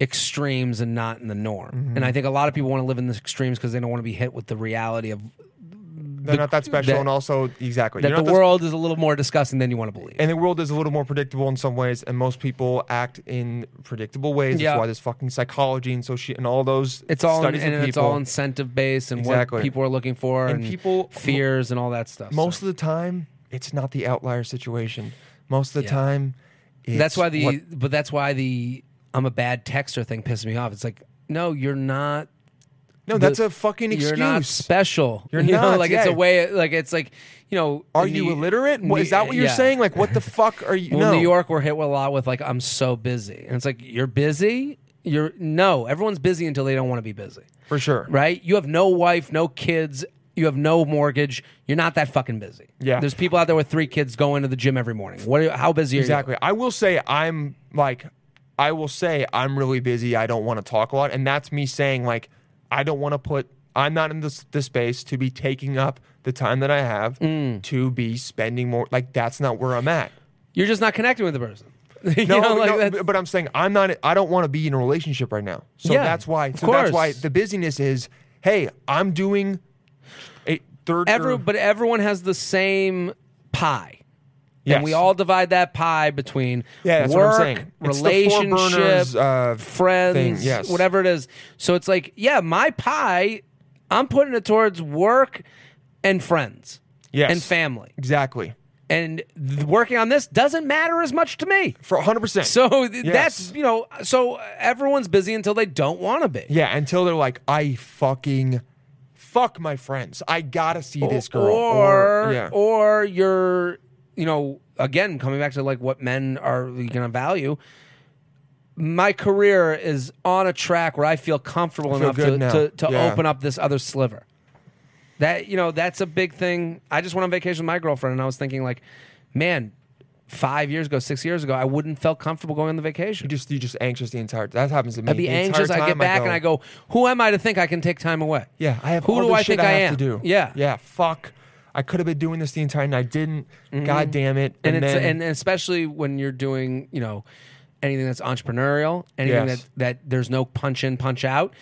Speaker 7: extremes and not in the norm.
Speaker 1: Mm-hmm.
Speaker 7: And I think a lot of people want to live in the extremes because they don't want to be hit with the reality of
Speaker 1: They're not that special,
Speaker 7: that-
Speaker 1: and also exactly
Speaker 7: that
Speaker 1: You're not
Speaker 7: the
Speaker 1: that
Speaker 7: world is a little more disgusting than you want to believe.
Speaker 1: and the world is a little more predictable in some ways, and most people act in predictable ways.
Speaker 7: Yeah.
Speaker 1: That's why there's fucking psychology and so shit and all those.
Speaker 7: it's all and
Speaker 1: studies of
Speaker 7: it's
Speaker 1: people.
Speaker 7: all incentive based and
Speaker 1: Exactly.
Speaker 7: what people are looking for and,
Speaker 1: And people-
Speaker 7: fears and all that stuff. so.
Speaker 1: Most of the time, it's not the outlier situation. Most of the
Speaker 7: Yeah.
Speaker 1: time, it's
Speaker 7: that's why the
Speaker 1: what-
Speaker 7: but that's why the I'm a bad texter thing pisses me off. It's like no, you're not.
Speaker 1: no, that's
Speaker 7: the-
Speaker 1: a fucking excuse.
Speaker 7: You're not special. (laughs)
Speaker 1: You're
Speaker 7: you know,
Speaker 1: not,
Speaker 7: like it's a
Speaker 1: yeah.
Speaker 7: way. Like it's like you know.
Speaker 1: are
Speaker 7: in
Speaker 1: you
Speaker 7: New-
Speaker 1: illiterate? What, is that what you're
Speaker 7: yeah.
Speaker 1: saying? Like, what the fuck are you?
Speaker 7: Well,
Speaker 1: no.
Speaker 7: New York, we're hit with a lot with like I'm so busy, and it's like you're busy. You're no. Everyone's busy until they don't want to be busy.
Speaker 1: for sure.
Speaker 7: right? You have no wife, no kids, you have no mortgage. You're not that fucking busy.
Speaker 1: Yeah.
Speaker 7: There's people out there with three kids going to the gym every morning. What? Are, how busy are
Speaker 1: Exactly. I will say I'm like, I will say I'm really busy. I don't want to talk a lot, and that's me saying like, I don't want to put. I'm not in this the space to be taking up the time that I have
Speaker 7: Mm.
Speaker 1: to be spending more. Like that's not where I'm
Speaker 7: (laughs)
Speaker 1: at.
Speaker 7: you? You're just not connecting with the person. (laughs) you
Speaker 1: No,
Speaker 7: know, like
Speaker 1: no,
Speaker 7: that's-
Speaker 1: but I'm saying I'm not. I don't want to be in a relationship right now. So
Speaker 7: Yeah,
Speaker 1: that's why.
Speaker 7: of
Speaker 1: So that's why
Speaker 7: course.
Speaker 1: the busyness is. Hey, I'm doing a third.
Speaker 7: every,
Speaker 1: or-
Speaker 7: but everyone has the same pie.
Speaker 1: Yes.
Speaker 7: And we all divide that pie between
Speaker 1: Yeah, that's
Speaker 7: work,
Speaker 1: what I'm saying. It's the four
Speaker 7: relationship,
Speaker 1: burners, uh,
Speaker 7: friends,
Speaker 1: thing, yes.
Speaker 7: whatever it is. So it's like, yeah, my pie, I'm putting it towards work and friends
Speaker 1: Yes.
Speaker 7: and family.
Speaker 1: Exactly.
Speaker 7: and th- working on this doesn't matter as much to me.
Speaker 1: For 100. percent
Speaker 7: So th-
Speaker 1: Yes.
Speaker 7: that's you know, so everyone's busy until they don't want to be.
Speaker 1: Yeah, until they're like, I fucking fuck my friends. I gotta see this girl.
Speaker 7: or or,
Speaker 1: yeah.
Speaker 7: you're you know again coming back to like what men are gonna value. My career is on a track where I feel comfortable
Speaker 1: feel
Speaker 7: enough to
Speaker 1: good now.
Speaker 7: to, to
Speaker 1: Yeah.
Speaker 7: open up this other sliver. That you know that's a big thing. I just went on vacation with my girlfriend, and I was thinking like, man, five years ago, six years ago, I wouldn't felt comfortable going on the vacation.
Speaker 1: You just you just anxious the entire. That happens to me.
Speaker 7: I'd be
Speaker 1: The entire
Speaker 7: anxious. I get
Speaker 1: time
Speaker 7: back and I go, "Who am I to think I can take time away?"
Speaker 1: Yeah, I have.
Speaker 7: Who
Speaker 1: all
Speaker 7: do
Speaker 1: this
Speaker 7: I
Speaker 1: shit
Speaker 7: think I,
Speaker 1: have
Speaker 7: am?
Speaker 1: To do.
Speaker 7: Yeah,
Speaker 1: yeah. Fuck. I could have been doing this the entire night. I didn't. God damn it.
Speaker 7: Mm-hmm. and,
Speaker 1: And,
Speaker 7: it's
Speaker 1: then,
Speaker 7: and especially when you're doing you know anything that's entrepreneurial anything
Speaker 1: Yes.
Speaker 7: that that there's no punch in punch out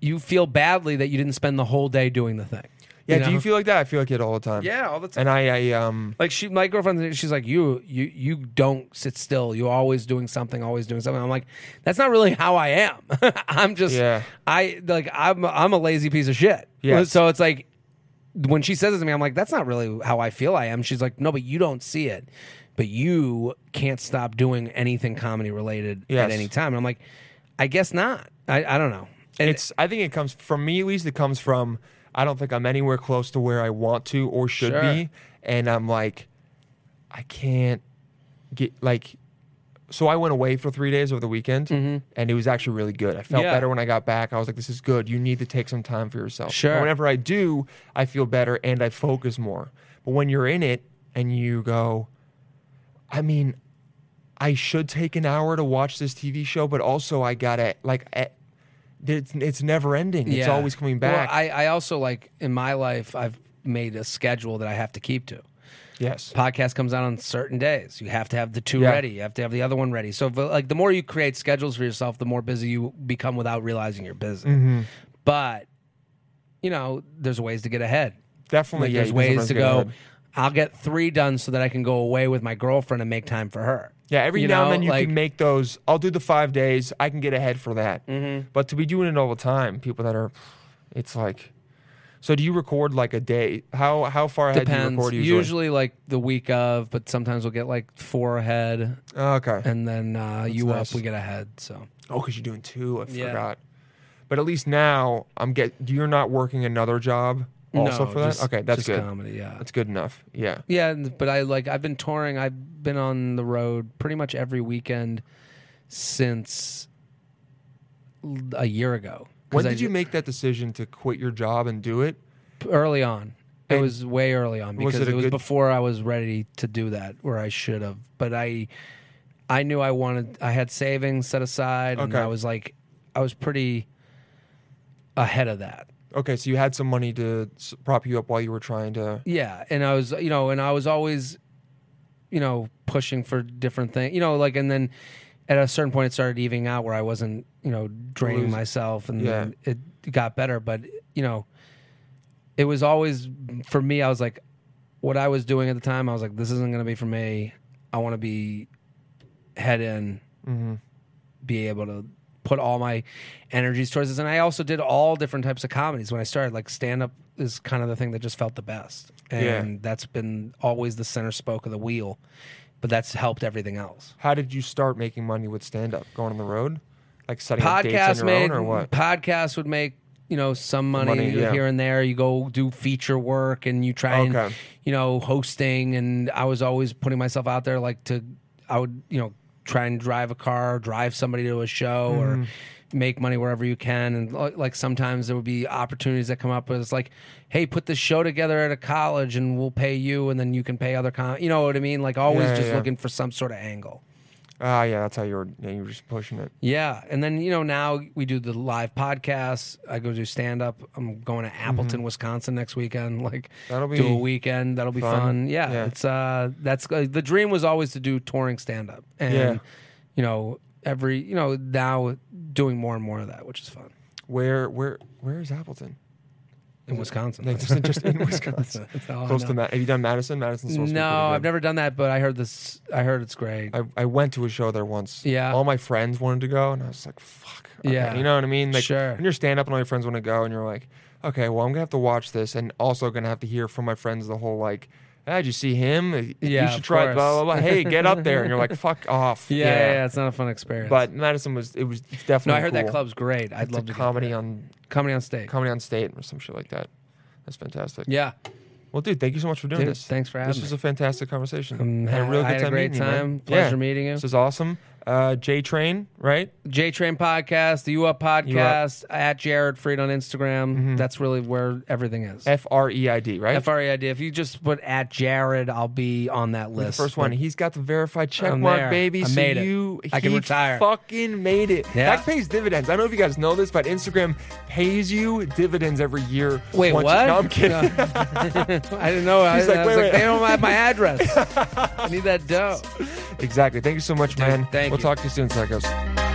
Speaker 7: you feel badly that you didn't spend the whole day doing the thing
Speaker 1: yeah.
Speaker 7: know?
Speaker 1: Do you feel like that? I feel like it all the time.
Speaker 7: Yeah, all the time.
Speaker 1: And I, I um.
Speaker 7: like she my girlfriend she's like you you you don't sit still you're always doing something always doing something i'm like that's not really how i am (laughs) i'm just
Speaker 1: Yeah.
Speaker 7: i like i'm i'm a lazy piece of shit
Speaker 1: Yes.
Speaker 7: so it's like when she says it to me i'm like that's not really how i feel i am she's like no but you don't see it but you can't stop doing anything comedy related
Speaker 1: Yes.
Speaker 7: at any time and i'm like i guess not i, I don't know and
Speaker 1: It's. I think it comes from me. At least it comes from. I don't think I'm anywhere close to where I want to or should
Speaker 7: Sure.
Speaker 1: be, and I'm like, I can't get like. So I went away for three days over the weekend, and it was actually really good. I felt
Speaker 7: Mm-hmm. Yeah.
Speaker 1: better when I got back. I was like, "This is good. You need to take some time for yourself."
Speaker 7: Sure.
Speaker 1: And whenever I do, I feel better and I focus more. But when you're in it and you go, I mean, I should take an hour to watch this TV show, but also I gotta like, eh, it's it's never ending. It's
Speaker 7: Yeah.
Speaker 1: always coming
Speaker 7: Well,
Speaker 1: back.
Speaker 7: I, I also like in my life i've made a schedule that i have to keep to
Speaker 1: yes.
Speaker 7: podcast comes out on certain days. You have to have the two
Speaker 1: Yeah.
Speaker 7: ready. You have to have the other one ready. So if, like the more you create schedules for yourself, the more busy you become without realizing you're busy.
Speaker 1: Mm-hmm.
Speaker 7: But you know, there's ways to get ahead.
Speaker 1: Definitely. Oh,
Speaker 7: Like
Speaker 1: yeah,
Speaker 7: there's
Speaker 1: you
Speaker 7: ways
Speaker 1: sometimes
Speaker 7: to
Speaker 1: get
Speaker 7: go.
Speaker 1: ahead.
Speaker 7: I'll get three done so that I can go away with my girlfriend and make time for her.
Speaker 1: Yeah, every
Speaker 7: You
Speaker 1: now
Speaker 7: know,
Speaker 1: and then you
Speaker 7: like-
Speaker 1: can make those. I'll do the five days. I can get ahead for that.
Speaker 7: Mm-hmm.
Speaker 1: But to be doing it all the time, people that are, it's like, so do you record like a day? How how far ahead do you
Speaker 7: Depends.
Speaker 1: record
Speaker 7: Usually. like the week of, but sometimes we'll get like four ahead,
Speaker 1: Oh, okay.
Speaker 7: and then uh, you
Speaker 1: nice.
Speaker 7: up, we get ahead. So
Speaker 1: Oh, because you're doing two. I
Speaker 7: Yeah.
Speaker 1: forgot. But at least now I'm get. You're not working another job also
Speaker 7: No,
Speaker 1: for that.
Speaker 7: just-
Speaker 1: okay, that's
Speaker 7: just
Speaker 1: good.
Speaker 7: Comedy, yeah.
Speaker 1: That's good enough. Yeah.
Speaker 7: Yeah, and- but I like I've been touring. I've been on the road pretty much every weekend since l- a year ago. 'Cause
Speaker 1: When
Speaker 7: I
Speaker 1: did you
Speaker 7: ju-
Speaker 1: make that decision to quit your job and do it?
Speaker 7: early on? It
Speaker 1: And-
Speaker 7: was way early on
Speaker 1: Was it
Speaker 7: because it,
Speaker 1: a
Speaker 7: was
Speaker 1: good-
Speaker 7: before I was ready to do that, or I should have. But I, I knew I wanted. I had savings set aside, and
Speaker 1: Okay.
Speaker 7: I was like, I was pretty ahead of that.
Speaker 1: Okay, so you had some money to s- prop you up while you were trying to.
Speaker 7: Yeah, and I was, you know, and I was always, you know, pushing for different things, you know, like, and then at a certain point, it started evening out where I wasn't, you know, draining
Speaker 1: Lose-
Speaker 7: myself, and
Speaker 1: Yeah.
Speaker 7: then it got better. But you know, it was always for me. I was like, what I was doing at the time, I was like, this isn't going to be for me. I want to be head in, be able to put all my energies towards this. And I also did all different types of comedies when I started. Like stand up is kind of the thing that just felt the best, and
Speaker 1: Yeah.
Speaker 7: that's been always the center spoke of the wheel. But that's helped everything else.
Speaker 1: How did you start making money with stand up? Going on the road, like setting up dates
Speaker 7: Podcast
Speaker 1: on your
Speaker 7: made
Speaker 1: own, or what?
Speaker 7: podcast would make you know some money,
Speaker 1: Money, yeah.
Speaker 7: here and there. You go do feature work and you try
Speaker 1: Okay.
Speaker 7: and you know hosting. And I was always putting myself out there, like to I would you know try and drive a car, drive somebody to a show, or
Speaker 1: Mm-hmm.
Speaker 7: make money wherever you can. And li- like sometimes there would be opportunities that come up. Where it's like, hey, put this show together at a college, and we'll pay you, and then you can pay other con. You know what I mean? Like always
Speaker 1: Yeah,
Speaker 7: just
Speaker 1: yeah.
Speaker 7: looking for some sort of angle.
Speaker 1: Ah, yeah, that's how you were. Yeah, you were just pushing it.
Speaker 7: Yeah, and then you know now we do the live podcasts. I go do stand up. I'm going to Appleton, Wisconsin next weekend. Like
Speaker 1: Mm-hmm. That'll
Speaker 7: do
Speaker 1: be
Speaker 7: a weekend. That'll be
Speaker 1: fun.
Speaker 7: fun. Yeah,
Speaker 1: Yeah.
Speaker 7: it's uh that's uh, the dream was always to do touring stand up, and
Speaker 1: Yeah.
Speaker 7: you know every you know now doing more and more of that, which is fun
Speaker 1: Where, where, where is Appleton?
Speaker 7: in Wisconsin.
Speaker 1: Like just, just
Speaker 7: (laughs)
Speaker 1: in Wisconsin,
Speaker 7: That's all Oh, I
Speaker 1: close to
Speaker 7: know.
Speaker 1: Ma- Have you done Madison? Madison's supposed to be
Speaker 7: No,
Speaker 1: pretty
Speaker 7: I've
Speaker 1: good.
Speaker 7: never done that, but I heard this. I heard it's great.
Speaker 1: I, I went to a show there once.
Speaker 7: Yeah.
Speaker 1: All my friends wanted to go, and I was like, fuck. okay.
Speaker 7: Yeah.
Speaker 1: You know what I mean? Like,
Speaker 7: Sure.
Speaker 1: When you're stand up and all your friends want to go, and you're like, okay, well, I'm going to have to watch this, and also going to have to hear from my friends the whole, like, ah, did you see him? You
Speaker 7: Yeah,
Speaker 1: should
Speaker 7: of
Speaker 1: try, blah, blah,
Speaker 7: course.
Speaker 1: blah. Hey, get up there. And you're
Speaker 7: (laughs)
Speaker 1: like, fuck off.
Speaker 7: yeah, yeah, yeah, it's not a fun experience.
Speaker 1: But Madison was, it was it's
Speaker 7: no,
Speaker 1: definitely.
Speaker 7: I heard that
Speaker 1: cool.
Speaker 7: club's great. I'd
Speaker 1: It's
Speaker 7: love
Speaker 1: a
Speaker 7: to go
Speaker 1: comedy
Speaker 7: there.
Speaker 1: on
Speaker 7: comedy on stage.
Speaker 1: comedy on state or some shit like that. That's fantastic.
Speaker 7: yeah.
Speaker 1: Well, dude, thank you so much for doing
Speaker 7: Dude,
Speaker 1: this.
Speaker 7: thanks for having
Speaker 1: This was
Speaker 7: me.
Speaker 1: a fantastic conversation.
Speaker 7: Um,
Speaker 1: had a
Speaker 7: I-
Speaker 1: real
Speaker 7: I
Speaker 1: good
Speaker 7: had a
Speaker 1: time
Speaker 7: great
Speaker 1: meeting you, man.
Speaker 7: time.
Speaker 1: Yeah.
Speaker 7: Pleasure meeting you.
Speaker 1: This is awesome. uh, J Train, right?
Speaker 7: J Train Podcast, the U Up Podcast, at Jared Freed on Instagram.
Speaker 1: Mm-hmm.
Speaker 7: That's really where everything is.
Speaker 1: F R E I D, right?
Speaker 7: F R E I D. If you just put at Jared, I'll be on that
Speaker 1: the
Speaker 7: list.
Speaker 1: first one. He's got the verified check
Speaker 7: I'm
Speaker 1: mark,
Speaker 7: there.
Speaker 1: baby.
Speaker 7: I
Speaker 1: so
Speaker 7: made it.
Speaker 1: you,
Speaker 7: I can
Speaker 1: he
Speaker 7: retire.
Speaker 1: Fucking made it.
Speaker 7: Yeah.
Speaker 1: That pays dividends. I don't know if you guys know this, but Instagram pays you dividends every year.
Speaker 7: Wait,
Speaker 1: once you-
Speaker 7: what?
Speaker 1: no, I'm kidding.
Speaker 7: I didn't know. I,
Speaker 1: He's like,
Speaker 7: I was
Speaker 1: "Wait,
Speaker 7: like,
Speaker 1: wait."
Speaker 7: they don't have
Speaker 1: (laughs)
Speaker 7: my address. I need that dough.
Speaker 1: (laughs) exactly. Thank you so much, man.
Speaker 7: thank
Speaker 1: we'll
Speaker 7: you.
Speaker 1: talk to you soon, psychos.